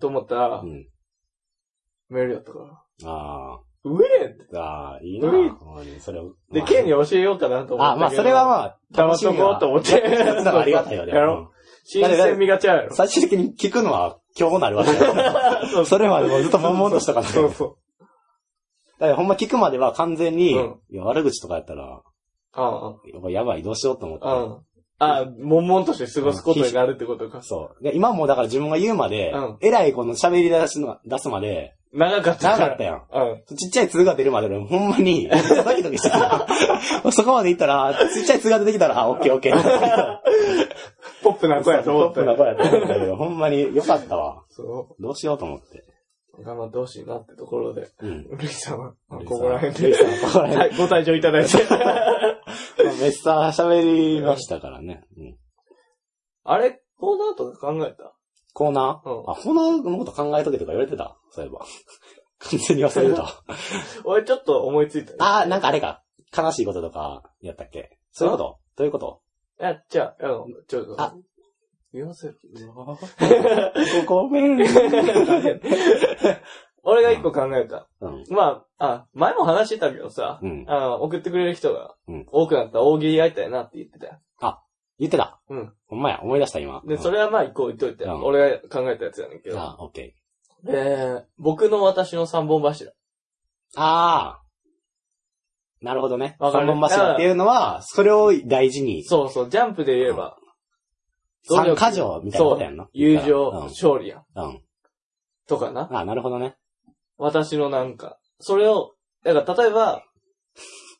[SPEAKER 1] と思ったら
[SPEAKER 2] う、ん。
[SPEAKER 1] メールやったから。
[SPEAKER 2] あ
[SPEAKER 1] うえって。
[SPEAKER 2] あ。ああ、いいな。
[SPEAKER 1] うん
[SPEAKER 2] ほんまにそれを。
[SPEAKER 1] で、
[SPEAKER 2] まあ
[SPEAKER 1] ケンに教えようかなと思った
[SPEAKER 2] あ、
[SPEAKER 1] けど。
[SPEAKER 2] まあ、それはまあ、
[SPEAKER 1] 黙っとこうと思 って。
[SPEAKER 2] やつなら ありがたいよね。
[SPEAKER 1] やろ。新鮮味が違うや
[SPEAKER 2] う
[SPEAKER 1] ろ
[SPEAKER 2] ん。最終的に聞くのは今日なるわけだよ
[SPEAKER 1] そう
[SPEAKER 2] それまでもずっと悶々としたからね。
[SPEAKER 1] そうそう。
[SPEAKER 2] だからほんま聞くまでは完全に、
[SPEAKER 1] うん
[SPEAKER 2] いや悪口とかやったら、
[SPEAKER 1] あ
[SPEAKER 2] やばい、やばい、どうしようと思って。
[SPEAKER 1] あ、うん。ああ、悶々として過ごすことになるってことか。
[SPEAKER 2] そう。で、今もだから自分が言うまで、
[SPEAKER 1] うん
[SPEAKER 2] 偉いこの喋り出すの、出すまで、
[SPEAKER 1] 長かった
[SPEAKER 2] 長
[SPEAKER 1] から。
[SPEAKER 2] かったやん。
[SPEAKER 1] うん。
[SPEAKER 2] ちっちゃい通が出るまでの、ほんまに、ドキドキしてた。そこまで行ったら、ちっちゃい通が出てきたら、あ、オッケーオッケー。
[SPEAKER 1] ポップな子やと思った
[SPEAKER 2] トップな
[SPEAKER 1] よ。
[SPEAKER 2] 声やと思ったけどほんまに良かったわ。
[SPEAKER 1] そ
[SPEAKER 2] どうしようと思って。
[SPEAKER 1] う。頑張ってほしいなってところで。
[SPEAKER 2] うん。
[SPEAKER 1] ルイさんは、ここら辺
[SPEAKER 2] ルイ
[SPEAKER 1] で。
[SPEAKER 2] さん、ここら辺
[SPEAKER 1] はいご退場いただいて。
[SPEAKER 2] まあめっさ喋りましたからね。うん、
[SPEAKER 1] あれ、コーナーとか考えた
[SPEAKER 2] コーナー、
[SPEAKER 1] うん
[SPEAKER 2] あ、コーナーのこと考えとけとか言われてたそういえば。完全に忘れてた。
[SPEAKER 1] 俺ちょっと思いついたよ。
[SPEAKER 2] あー、なんかあれか。悲しいこととか、やったっけそういうことどういうこと
[SPEAKER 1] いや、じゃあ、あの、ちょっと。
[SPEAKER 2] あ
[SPEAKER 1] 言わせる。
[SPEAKER 2] ごめん。
[SPEAKER 1] 俺が一個考えた。
[SPEAKER 2] うん。
[SPEAKER 1] まあ、あ、前も話してたけどさ、
[SPEAKER 2] うん。
[SPEAKER 1] あの、送ってくれる人が
[SPEAKER 2] うん
[SPEAKER 1] 多くなったら大喜利やりたいなって言ってたよ。
[SPEAKER 2] 言ってた。
[SPEAKER 1] うん。
[SPEAKER 2] ほんまや、思い出した今。
[SPEAKER 1] で、そ
[SPEAKER 2] れ、
[SPEAKER 1] れはまあ一個置いといて、
[SPEAKER 2] うん
[SPEAKER 1] 俺が考えたやつやねんけど。
[SPEAKER 2] あ、オッケ
[SPEAKER 1] えー、僕の私の三本柱。
[SPEAKER 2] ー。あー。なるほどね。
[SPEAKER 1] わかる
[SPEAKER 2] 三本柱っていうのは、それを大事に。
[SPEAKER 1] そうそう、ジャンプで言えば、努
[SPEAKER 2] 三
[SPEAKER 1] 力
[SPEAKER 2] 箇条みたいなことやんな。
[SPEAKER 1] 友情、
[SPEAKER 2] う
[SPEAKER 1] 勝利やん。
[SPEAKER 2] ん。うん。
[SPEAKER 1] とかな。
[SPEAKER 2] あー、なるほどね。
[SPEAKER 1] 私のなんか、それを、だから例えば、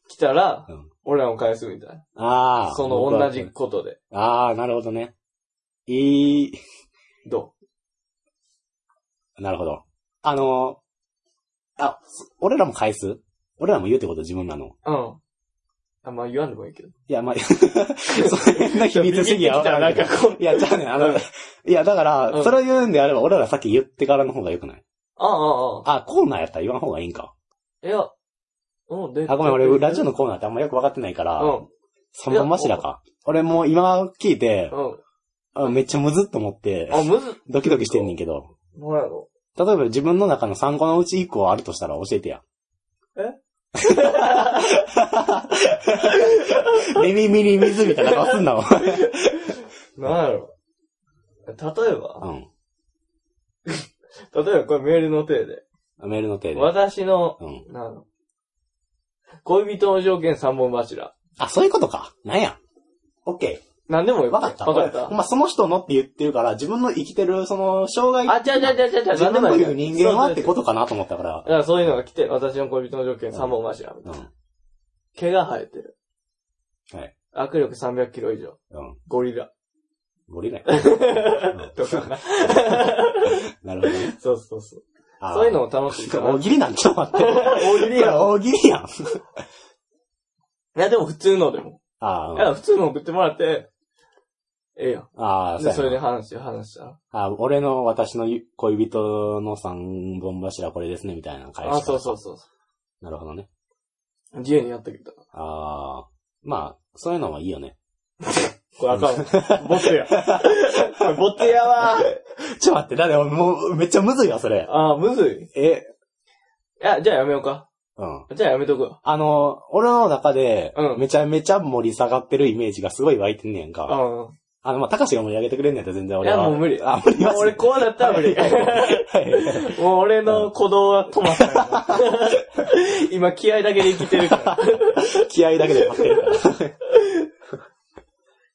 [SPEAKER 1] 来たら、
[SPEAKER 2] うん
[SPEAKER 1] 俺らも返すみたいな。
[SPEAKER 2] ああ。
[SPEAKER 1] その同じ。ことで。
[SPEAKER 2] ああ、なるほどね。いい、
[SPEAKER 1] ど
[SPEAKER 2] なるほど。あの、あ、そ俺らも返す俺らも言うってこと自分らの。
[SPEAKER 1] ううん。あんまあ言わんでもいいけど。
[SPEAKER 2] いや、まあ、そう変 な秘密主義 は分からんけ
[SPEAKER 1] なんかこう
[SPEAKER 2] ど。いや、じゃあね、あ
[SPEAKER 1] うん
[SPEAKER 2] の、いや、だか
[SPEAKER 1] う
[SPEAKER 2] ら、
[SPEAKER 1] ん
[SPEAKER 2] それを言うんであれば、俺らさっき言ってからの方が良くない
[SPEAKER 1] ああ、ああ、ああ。
[SPEAKER 2] あ、コーナーやったら言わん方がいいんか。
[SPEAKER 1] いや、うん、で。
[SPEAKER 2] あ、ごめん、俺、ラジオ
[SPEAKER 1] の。
[SPEAKER 2] のコーナーってあんまよく分かってないから、
[SPEAKER 1] う
[SPEAKER 2] 三本柱か。俺もう今聞いて、
[SPEAKER 1] ん、うん。
[SPEAKER 2] あめっちゃむずっと思って、
[SPEAKER 1] あ、むず、
[SPEAKER 2] ドキドキしてんねんけど、
[SPEAKER 1] ほらやろ。
[SPEAKER 2] 例えば自分の中の3個のうち1個あるとしたら教えてや。 ミミミリ水みたいな顔すんなもん。
[SPEAKER 1] なんやろ。例えば、
[SPEAKER 2] う
[SPEAKER 1] 例えばこれメールの手で。
[SPEAKER 2] ん。メールの手で。
[SPEAKER 1] 私の、
[SPEAKER 2] うん。
[SPEAKER 1] なの。恋人の条件三本柱。
[SPEAKER 2] あ、そういうことか。なんや。オッケ
[SPEAKER 1] なんでも
[SPEAKER 2] ー。
[SPEAKER 1] よ
[SPEAKER 2] わかった。
[SPEAKER 1] わかった。
[SPEAKER 2] まあ、その人のって言ってるから、自分の生きてる、その、障害。
[SPEAKER 1] あ、ちゃうちゃうちゃうちゃうちゃう、
[SPEAKER 2] 自
[SPEAKER 1] なんで
[SPEAKER 2] 分
[SPEAKER 1] も
[SPEAKER 2] と
[SPEAKER 1] いいよ
[SPEAKER 2] いう人間はって
[SPEAKER 1] そうそうそう
[SPEAKER 2] ことかなと思ったから
[SPEAKER 1] だ。からそういうのが来て、私の恋人の条件三本柱。
[SPEAKER 2] うん。
[SPEAKER 1] 毛が生えてる。
[SPEAKER 2] はい。
[SPEAKER 1] 握力300キロ以上。
[SPEAKER 2] うん。
[SPEAKER 1] ゴリラ。
[SPEAKER 2] ゴリラ や。うん
[SPEAKER 1] と かな。
[SPEAKER 2] なるほどね。
[SPEAKER 1] そうそうそう。
[SPEAKER 2] あー
[SPEAKER 1] そういうのも楽しいから。
[SPEAKER 2] 大喜利なんちょっと待って。
[SPEAKER 1] 大喜利やろ。
[SPEAKER 2] 大喜利やん。
[SPEAKER 1] いや、でも普通のでも。
[SPEAKER 2] あ
[SPEAKER 1] い
[SPEAKER 2] ー
[SPEAKER 1] や、普通の送ってもらって、ええやん。
[SPEAKER 2] あー、
[SPEAKER 1] で、
[SPEAKER 2] そ
[SPEAKER 1] そうれ
[SPEAKER 2] や
[SPEAKER 1] で
[SPEAKER 2] な
[SPEAKER 1] 話し話したら。
[SPEAKER 2] あー俺の私の恋人の三本柱これですね、みたいな返し。
[SPEAKER 1] あ、そうそうそう
[SPEAKER 2] なるほどね。
[SPEAKER 1] う。自由にやってきた。
[SPEAKER 2] ああ、まあ、そういうのはいいよね。
[SPEAKER 1] これあかん。ボツ や。これボツやわ
[SPEAKER 2] ちょ、待って、だって、もう、めっちゃむずいわ、それ。
[SPEAKER 1] あー、むずい。
[SPEAKER 2] え、
[SPEAKER 1] いや、じゃあやめようか。
[SPEAKER 2] うん。
[SPEAKER 1] じゃあやめとくわ。
[SPEAKER 2] あの、俺の中で
[SPEAKER 1] う、ん
[SPEAKER 2] めちゃめちゃ盛り下がってるイメージがすごい湧いてんねやんか。
[SPEAKER 1] う
[SPEAKER 2] あの、まあ、高志が盛り上げてくれんねやったら全然俺は。
[SPEAKER 1] いやもう無理
[SPEAKER 2] あ、無理
[SPEAKER 1] ん。
[SPEAKER 2] ます。
[SPEAKER 1] 俺こうだったら無理。
[SPEAKER 2] はい
[SPEAKER 1] もう俺の鼓動は止まったよ。今気合だけで生きてるから。
[SPEAKER 2] 気合だけで勝ってるから。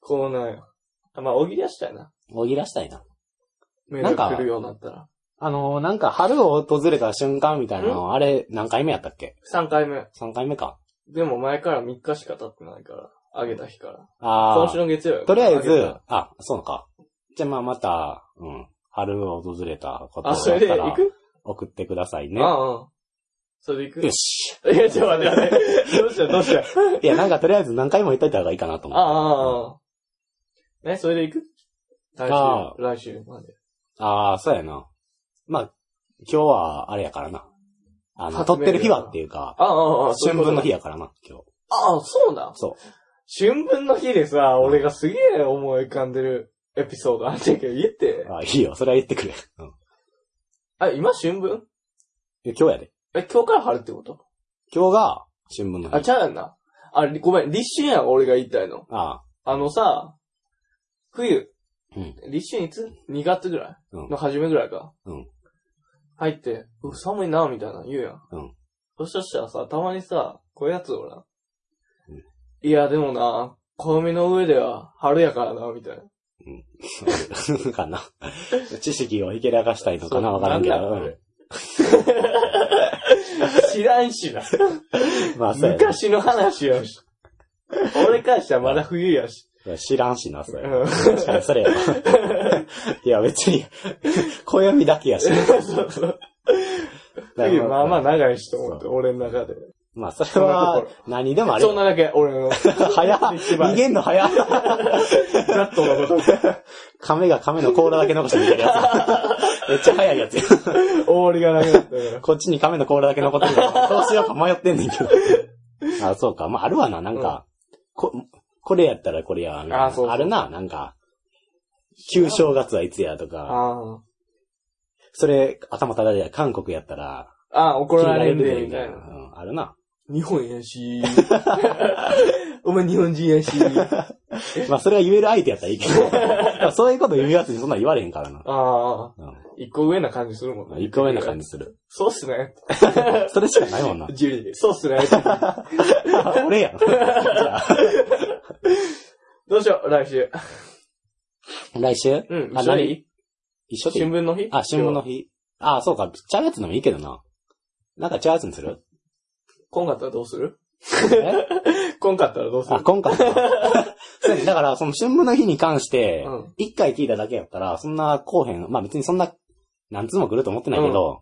[SPEAKER 1] こうなんよ。あまあ、おぎりはしたいな。
[SPEAKER 2] 大喜利らしたいな。
[SPEAKER 1] メールが来るようになったら。
[SPEAKER 2] あの、なんか春を訪れた瞬間みたいなの、あれ何回目やったっけ
[SPEAKER 1] 3回目。
[SPEAKER 2] ?3 回目か。
[SPEAKER 1] でも前から3日しか経ってないから。あげた日から。
[SPEAKER 2] あ
[SPEAKER 1] 今週
[SPEAKER 2] あ、
[SPEAKER 1] の月曜や
[SPEAKER 2] とりあえ
[SPEAKER 1] げ
[SPEAKER 2] ず
[SPEAKER 1] た、
[SPEAKER 2] あ、そうか。じゃあまあまた、うん、春を訪れたこと
[SPEAKER 1] あ、それで行く
[SPEAKER 2] 送ってくださいね。
[SPEAKER 1] ああ。それで行く
[SPEAKER 2] よし。
[SPEAKER 1] いや、ちょ、待って待って。どうしたどうした
[SPEAKER 2] いや、なんかとりあえず何回も言っといた方がいいかなと
[SPEAKER 1] あ
[SPEAKER 2] 思っ
[SPEAKER 1] あ、ああ。
[SPEAKER 2] て。
[SPEAKER 1] ね、それで行く
[SPEAKER 2] あ
[SPEAKER 1] 来週、来週まで。
[SPEAKER 2] ああ、そうやな。まあ、今日はあれやからな。あの、
[SPEAKER 1] 発
[SPEAKER 2] 撮
[SPEAKER 1] 明
[SPEAKER 2] ってる日はっていうか、
[SPEAKER 1] ああ、ああ、ああ
[SPEAKER 2] 春分の日
[SPEAKER 1] や。
[SPEAKER 2] やからな、今日。
[SPEAKER 1] ああ、そうだ。
[SPEAKER 2] そ
[SPEAKER 1] 春分の日でさ、俺がすげえ思い浮かんでるエピソードあったけど、言って
[SPEAKER 2] う。。あいいよ、それは言ってくれ。うん。
[SPEAKER 1] あ、今春分
[SPEAKER 2] いや今日やで。
[SPEAKER 1] え、今日から春ってこと
[SPEAKER 2] 今日が春分の日。
[SPEAKER 1] あ、ちゃうやんな。あ、りごめん、立春やん、俺が言いたいの。
[SPEAKER 2] あ
[SPEAKER 1] あのさ、冬。
[SPEAKER 2] うん
[SPEAKER 1] 立春いつ ?2 月ぐらい
[SPEAKER 2] うん
[SPEAKER 1] の初めぐらいか。
[SPEAKER 2] うん
[SPEAKER 1] 入って、うわ寒いな、みたいな言うやん。
[SPEAKER 2] うん
[SPEAKER 1] そしたらさ、たまにさ、こういうやつおらん
[SPEAKER 2] うん。
[SPEAKER 1] いや、でもな、暦の上では春やからな、み たいな。
[SPEAKER 2] そうかな。 知識をひけらかしたいのかなわからんけど。
[SPEAKER 1] なんだ
[SPEAKER 2] うん
[SPEAKER 1] 知らんしな。
[SPEAKER 2] まあ、そうやな
[SPEAKER 1] 昔の話やし。俺からしたらまだ冬やし。
[SPEAKER 2] いや知らんしな、それ。
[SPEAKER 1] うん
[SPEAKER 2] 確かに、 それやわ。いや、別に、暦だけやし。
[SPEAKER 1] そうそう。冬、まあまあ長いしと思って、俺の中で。
[SPEAKER 2] まあ、それは、何でもあれ
[SPEAKER 1] そん。なだけ、俺 の。
[SPEAKER 2] 早っ
[SPEAKER 1] 一番
[SPEAKER 2] 逃げんの早っ
[SPEAKER 1] ざっとのこと。
[SPEAKER 2] 亀が亀の甲羅だけ残して逃げるや つ。めっちゃ早いやつや。
[SPEAKER 1] 大りがなくなったから。
[SPEAKER 2] こっちに亀の甲羅だけ残ってるから、 どうしようか迷ってんねんけど。あ、そうか。まあ、あるわな、なんか、こ、これやったらこれやわな。
[SPEAKER 1] あそうそう
[SPEAKER 2] あるな、なんか、旧正月はいつやとか、
[SPEAKER 1] あ
[SPEAKER 2] それ、頭ただで韓国やったら、
[SPEAKER 1] あ。ああ、怒られんで、みたい
[SPEAKER 2] な。う
[SPEAKER 1] な。
[SPEAKER 2] ん、あるな。
[SPEAKER 1] 日本やし。 お前日本人やし。
[SPEAKER 2] まあ、それは言える相手やったらいいけ ど、そういうこと言うやつにそんなん言われへんからな。
[SPEAKER 1] ああ。
[SPEAKER 2] う
[SPEAKER 1] 一個上な感じするもん
[SPEAKER 2] ん。一個目な感
[SPEAKER 1] じ。
[SPEAKER 2] じする。
[SPEAKER 1] そうっすね。
[SPEAKER 2] それしかない もんな。
[SPEAKER 1] ジュリー。そうっすね。
[SPEAKER 2] 俺やん。じゃあ
[SPEAKER 1] どうしよう、来週。
[SPEAKER 2] 来週
[SPEAKER 1] うん、
[SPEAKER 2] あ
[SPEAKER 1] 一緒でいい
[SPEAKER 2] 一緒でいい
[SPEAKER 1] 新聞の日
[SPEAKER 2] あ、新聞の。日。あ、そうか。チャーやつでもいいけどな。なんかチャーやつにする
[SPEAKER 1] 今月はどうするこんかったらどうす
[SPEAKER 2] あ、
[SPEAKER 1] る
[SPEAKER 2] 今回 はそうやねだから、その春分の日に関して
[SPEAKER 1] うん、
[SPEAKER 2] 一回聞いただけやったら、そんな後編、まあ別にそんな、何通も来ると思ってないけど、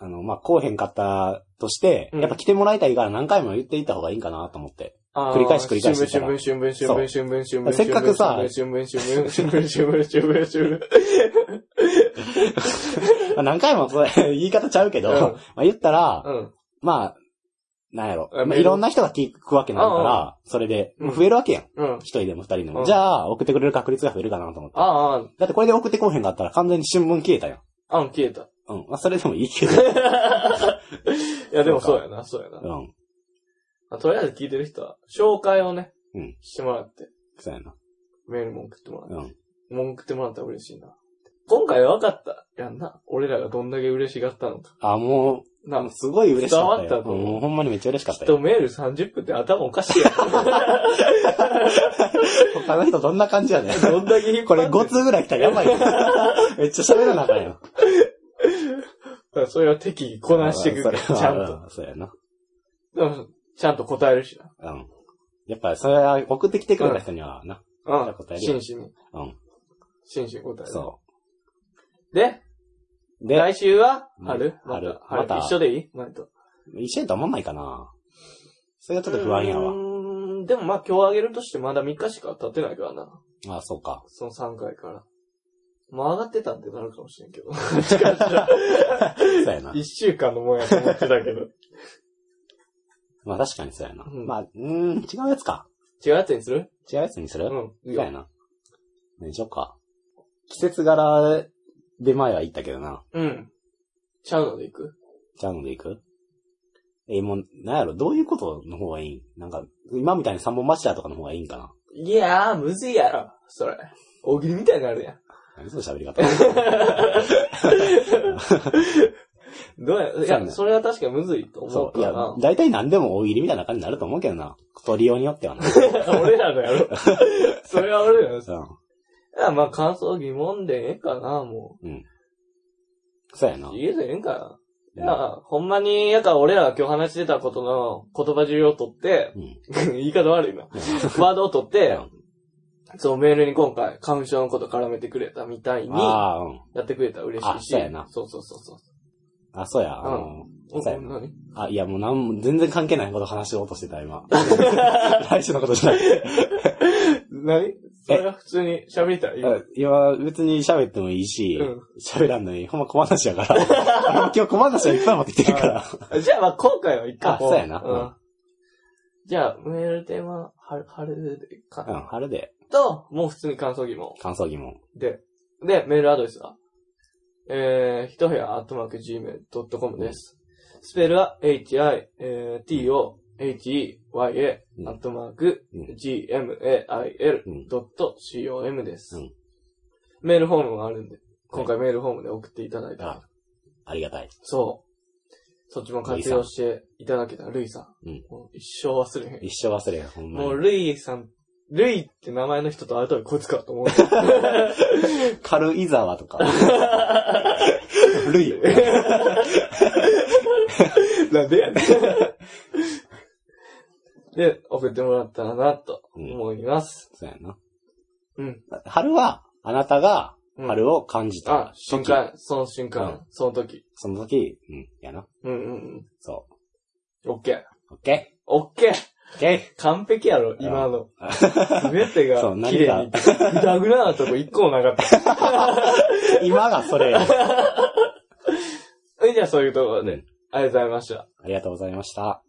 [SPEAKER 2] あの、まあ後編買ったとして、
[SPEAKER 1] うん
[SPEAKER 2] やっぱ来てもらいたいから何回も言っていった方がいいんかなと思って。
[SPEAKER 1] あー
[SPEAKER 2] 繰り返し繰り返し
[SPEAKER 1] 春分、春分、春分、春分、春分、春分。
[SPEAKER 2] せっかくさ
[SPEAKER 1] 春分、春分、春分、春分、春分、春分。
[SPEAKER 2] まあ何回もそれ言い方ちゃうけ ど、
[SPEAKER 1] うん
[SPEAKER 2] まあ言ったら、
[SPEAKER 1] うん。
[SPEAKER 2] まあ、なんやろ
[SPEAKER 1] あメー。
[SPEAKER 2] ま
[SPEAKER 1] ル
[SPEAKER 2] あ、いろんな人が聞くわけなるか
[SPEAKER 1] あ
[SPEAKER 2] ら、それで、
[SPEAKER 1] うん
[SPEAKER 2] 増えるわけやん。
[SPEAKER 1] うん。
[SPEAKER 2] 一人でも二人で
[SPEAKER 1] うん
[SPEAKER 2] も。じゃあ、送ってくれる確率が増えるかなと思って。
[SPEAKER 1] あー
[SPEAKER 2] だってこれで送ってこうへんかったら完全に新聞消えたやん。
[SPEAKER 1] あー、あん、消え た。
[SPEAKER 2] うん。まあ、それでもいい けど。
[SPEAKER 1] いや、でもそうやな、そうやな。
[SPEAKER 2] うん。
[SPEAKER 1] まあとりあえず聞いてる人は、紹介をね、
[SPEAKER 2] うん
[SPEAKER 1] してもらって、
[SPEAKER 2] そうやな。
[SPEAKER 1] メールも送ってもらって、
[SPEAKER 2] うん。
[SPEAKER 1] 文句ってもらったら嬉しいな。今回は分かった。やんな。俺らがどんだけ嬉しがったのか。
[SPEAKER 2] あ、もう、
[SPEAKER 1] な
[SPEAKER 2] もう、すごい嬉しかった
[SPEAKER 1] 伝わっ
[SPEAKER 2] よ。
[SPEAKER 1] たと
[SPEAKER 2] うんもうほんまにめっちゃ嬉しかった
[SPEAKER 1] 人
[SPEAKER 2] よ。
[SPEAKER 1] メール30分って頭おかしいやん。
[SPEAKER 2] 他の人どんな感 じやねん。
[SPEAKER 1] どんだけ引っ張
[SPEAKER 2] こ
[SPEAKER 1] って
[SPEAKER 2] れ5通ぐらい来たらやばいよ。 めっちゃ喋らなあかん
[SPEAKER 1] だ
[SPEAKER 2] よ。
[SPEAKER 1] からそれは適宜こなしていくから、ち
[SPEAKER 2] うん
[SPEAKER 1] ゃんと。。
[SPEAKER 2] うんそうやな。
[SPEAKER 1] でもちゃんと答えるしな。
[SPEAKER 2] うん。やっぱ、それは送ってきてくれた人にはな。
[SPEAKER 1] うん。
[SPEAKER 2] 答える
[SPEAKER 1] 真
[SPEAKER 2] よ
[SPEAKER 1] 摯に。
[SPEAKER 2] うん。
[SPEAKER 1] 真摯に答える。。
[SPEAKER 2] そう
[SPEAKER 1] で、
[SPEAKER 2] う。で、
[SPEAKER 1] 来週は
[SPEAKER 2] うん
[SPEAKER 1] 春ま
[SPEAKER 2] 春
[SPEAKER 1] た。春
[SPEAKER 2] また
[SPEAKER 1] 一緒でいいなんと。
[SPEAKER 2] 一緒やと思わないかな。それがちょっと不安や
[SPEAKER 1] う
[SPEAKER 2] わ。
[SPEAKER 1] ーんでもまあ今日あげるとしてまだ3日しか経ってないからな。
[SPEAKER 2] あ、そうか。
[SPEAKER 1] その3回から。まあ上がってたんってなるかもしれんけど。
[SPEAKER 2] そうやな。
[SPEAKER 1] 1週間のもんやと思ってたけど。
[SPEAKER 2] まあ確かにそうやな。
[SPEAKER 1] うん
[SPEAKER 2] まあ、うーん、違うやつか。
[SPEAKER 1] 違うやつにする
[SPEAKER 2] 違うやつにする、
[SPEAKER 1] う
[SPEAKER 2] そ
[SPEAKER 1] ん。
[SPEAKER 2] うやな。ね、しょうか。季節柄で前は行ったけどな。
[SPEAKER 1] うん。ちゃうので行く
[SPEAKER 2] ちゃうので行くえ、もう、なんやろ、どういうことの方がいいなんか、今みたいに三本柱とかの方がいいんかない
[SPEAKER 1] やー、むずいやろ。それ。大喜利みたいになるやん。
[SPEAKER 2] 何その喋り方
[SPEAKER 1] どうや、い
[SPEAKER 2] そう
[SPEAKER 1] や、
[SPEAKER 2] ね
[SPEAKER 1] それは確かにむずいと思
[SPEAKER 2] そうう。
[SPEAKER 1] か
[SPEAKER 2] いや
[SPEAKER 1] ら、
[SPEAKER 2] 大体何でも大喜利みたいな感じになると思うけどな。取りようによ ってはな。
[SPEAKER 1] な。 俺らのやろ。それは俺らのやつ。い
[SPEAKER 2] うん。
[SPEAKER 1] や、まあ感想疑問でええかな、も
[SPEAKER 2] そうやな
[SPEAKER 1] う。。家でええんかな。なあ、ほんまに、やから俺らが今日話してたことの言葉重要を取って、
[SPEAKER 2] うん。
[SPEAKER 1] 言い方悪いな。ワードを取って、そうメールに今回、花粉症のこと絡めてくれたみたいに、や
[SPEAKER 2] ああ、うん。
[SPEAKER 1] ってくれたら嬉しいし。
[SPEAKER 2] あそうやな
[SPEAKER 1] そうそうそうそう。
[SPEAKER 2] あ、そうや、あの、
[SPEAKER 1] お
[SPEAKER 2] そうやな
[SPEAKER 1] 何
[SPEAKER 2] あ、いやもうなんも、全然関係ないこと話しようとしてた、 今。来週のことじゃない。
[SPEAKER 1] 何それは普通に喋りたい今
[SPEAKER 2] 今、別に喋ってもいいし
[SPEAKER 1] うん、
[SPEAKER 2] 喋、らんのに、ほんま小話やから。 俺も今日小話をいっぱい持ってきてる から。
[SPEAKER 1] じゃあ、まあ、今回は一回
[SPEAKER 2] あそうやな
[SPEAKER 1] うん。じゃあ、メールテーマ、春、春でか、
[SPEAKER 2] うん、あれで、
[SPEAKER 1] と、もう普通に感想疑問。
[SPEAKER 2] 感想疑問。
[SPEAKER 1] で、で、メールアドレスは、えー、ひと部屋、アットマーク、gmail.com です。スペルは、hi, えー to, he, ya,
[SPEAKER 2] うん
[SPEAKER 1] アットマーク
[SPEAKER 2] うん、
[SPEAKER 1] gmail.com です
[SPEAKER 2] うん。
[SPEAKER 1] メールフォームがあるんで、今回メールフォームで送っていただいたら
[SPEAKER 2] あ、ありがたい。
[SPEAKER 1] そう。そっちも活用していただけたら、ルイさん。
[SPEAKER 2] うん
[SPEAKER 1] もう一生忘れへん。
[SPEAKER 2] 一生忘れへん、ほんま
[SPEAKER 1] もう
[SPEAKER 2] に。
[SPEAKER 1] ルイさん、ルイって名前の人と会うたらこいつかと思う。
[SPEAKER 2] カルイザワ とか。ルイ。
[SPEAKER 1] なんでやねん。で、送ってもらったらな、と思います。
[SPEAKER 2] そうやな。
[SPEAKER 1] うん。
[SPEAKER 2] 春は、あなたが
[SPEAKER 1] うん
[SPEAKER 2] 春を感じ
[SPEAKER 1] あ
[SPEAKER 2] た、
[SPEAKER 1] 瞬
[SPEAKER 2] 時。
[SPEAKER 1] 間、その瞬間、
[SPEAKER 2] うん
[SPEAKER 1] その時。
[SPEAKER 2] その時、うん、やな。
[SPEAKER 1] うんうん
[SPEAKER 2] そ
[SPEAKER 1] うん。オッケー。
[SPEAKER 2] う。オッケ
[SPEAKER 1] オッケー
[SPEAKER 2] ーオッケ
[SPEAKER 1] 完璧やろ、今の。すべてが
[SPEAKER 2] そう何
[SPEAKER 1] 綺麗に。グダグダなとこ一個もなかった。
[SPEAKER 2] ー今がそれ。 あ
[SPEAKER 1] はい、じゃあそういうところで、
[SPEAKER 2] うん
[SPEAKER 1] ありがとうございました。
[SPEAKER 2] りがとうございました。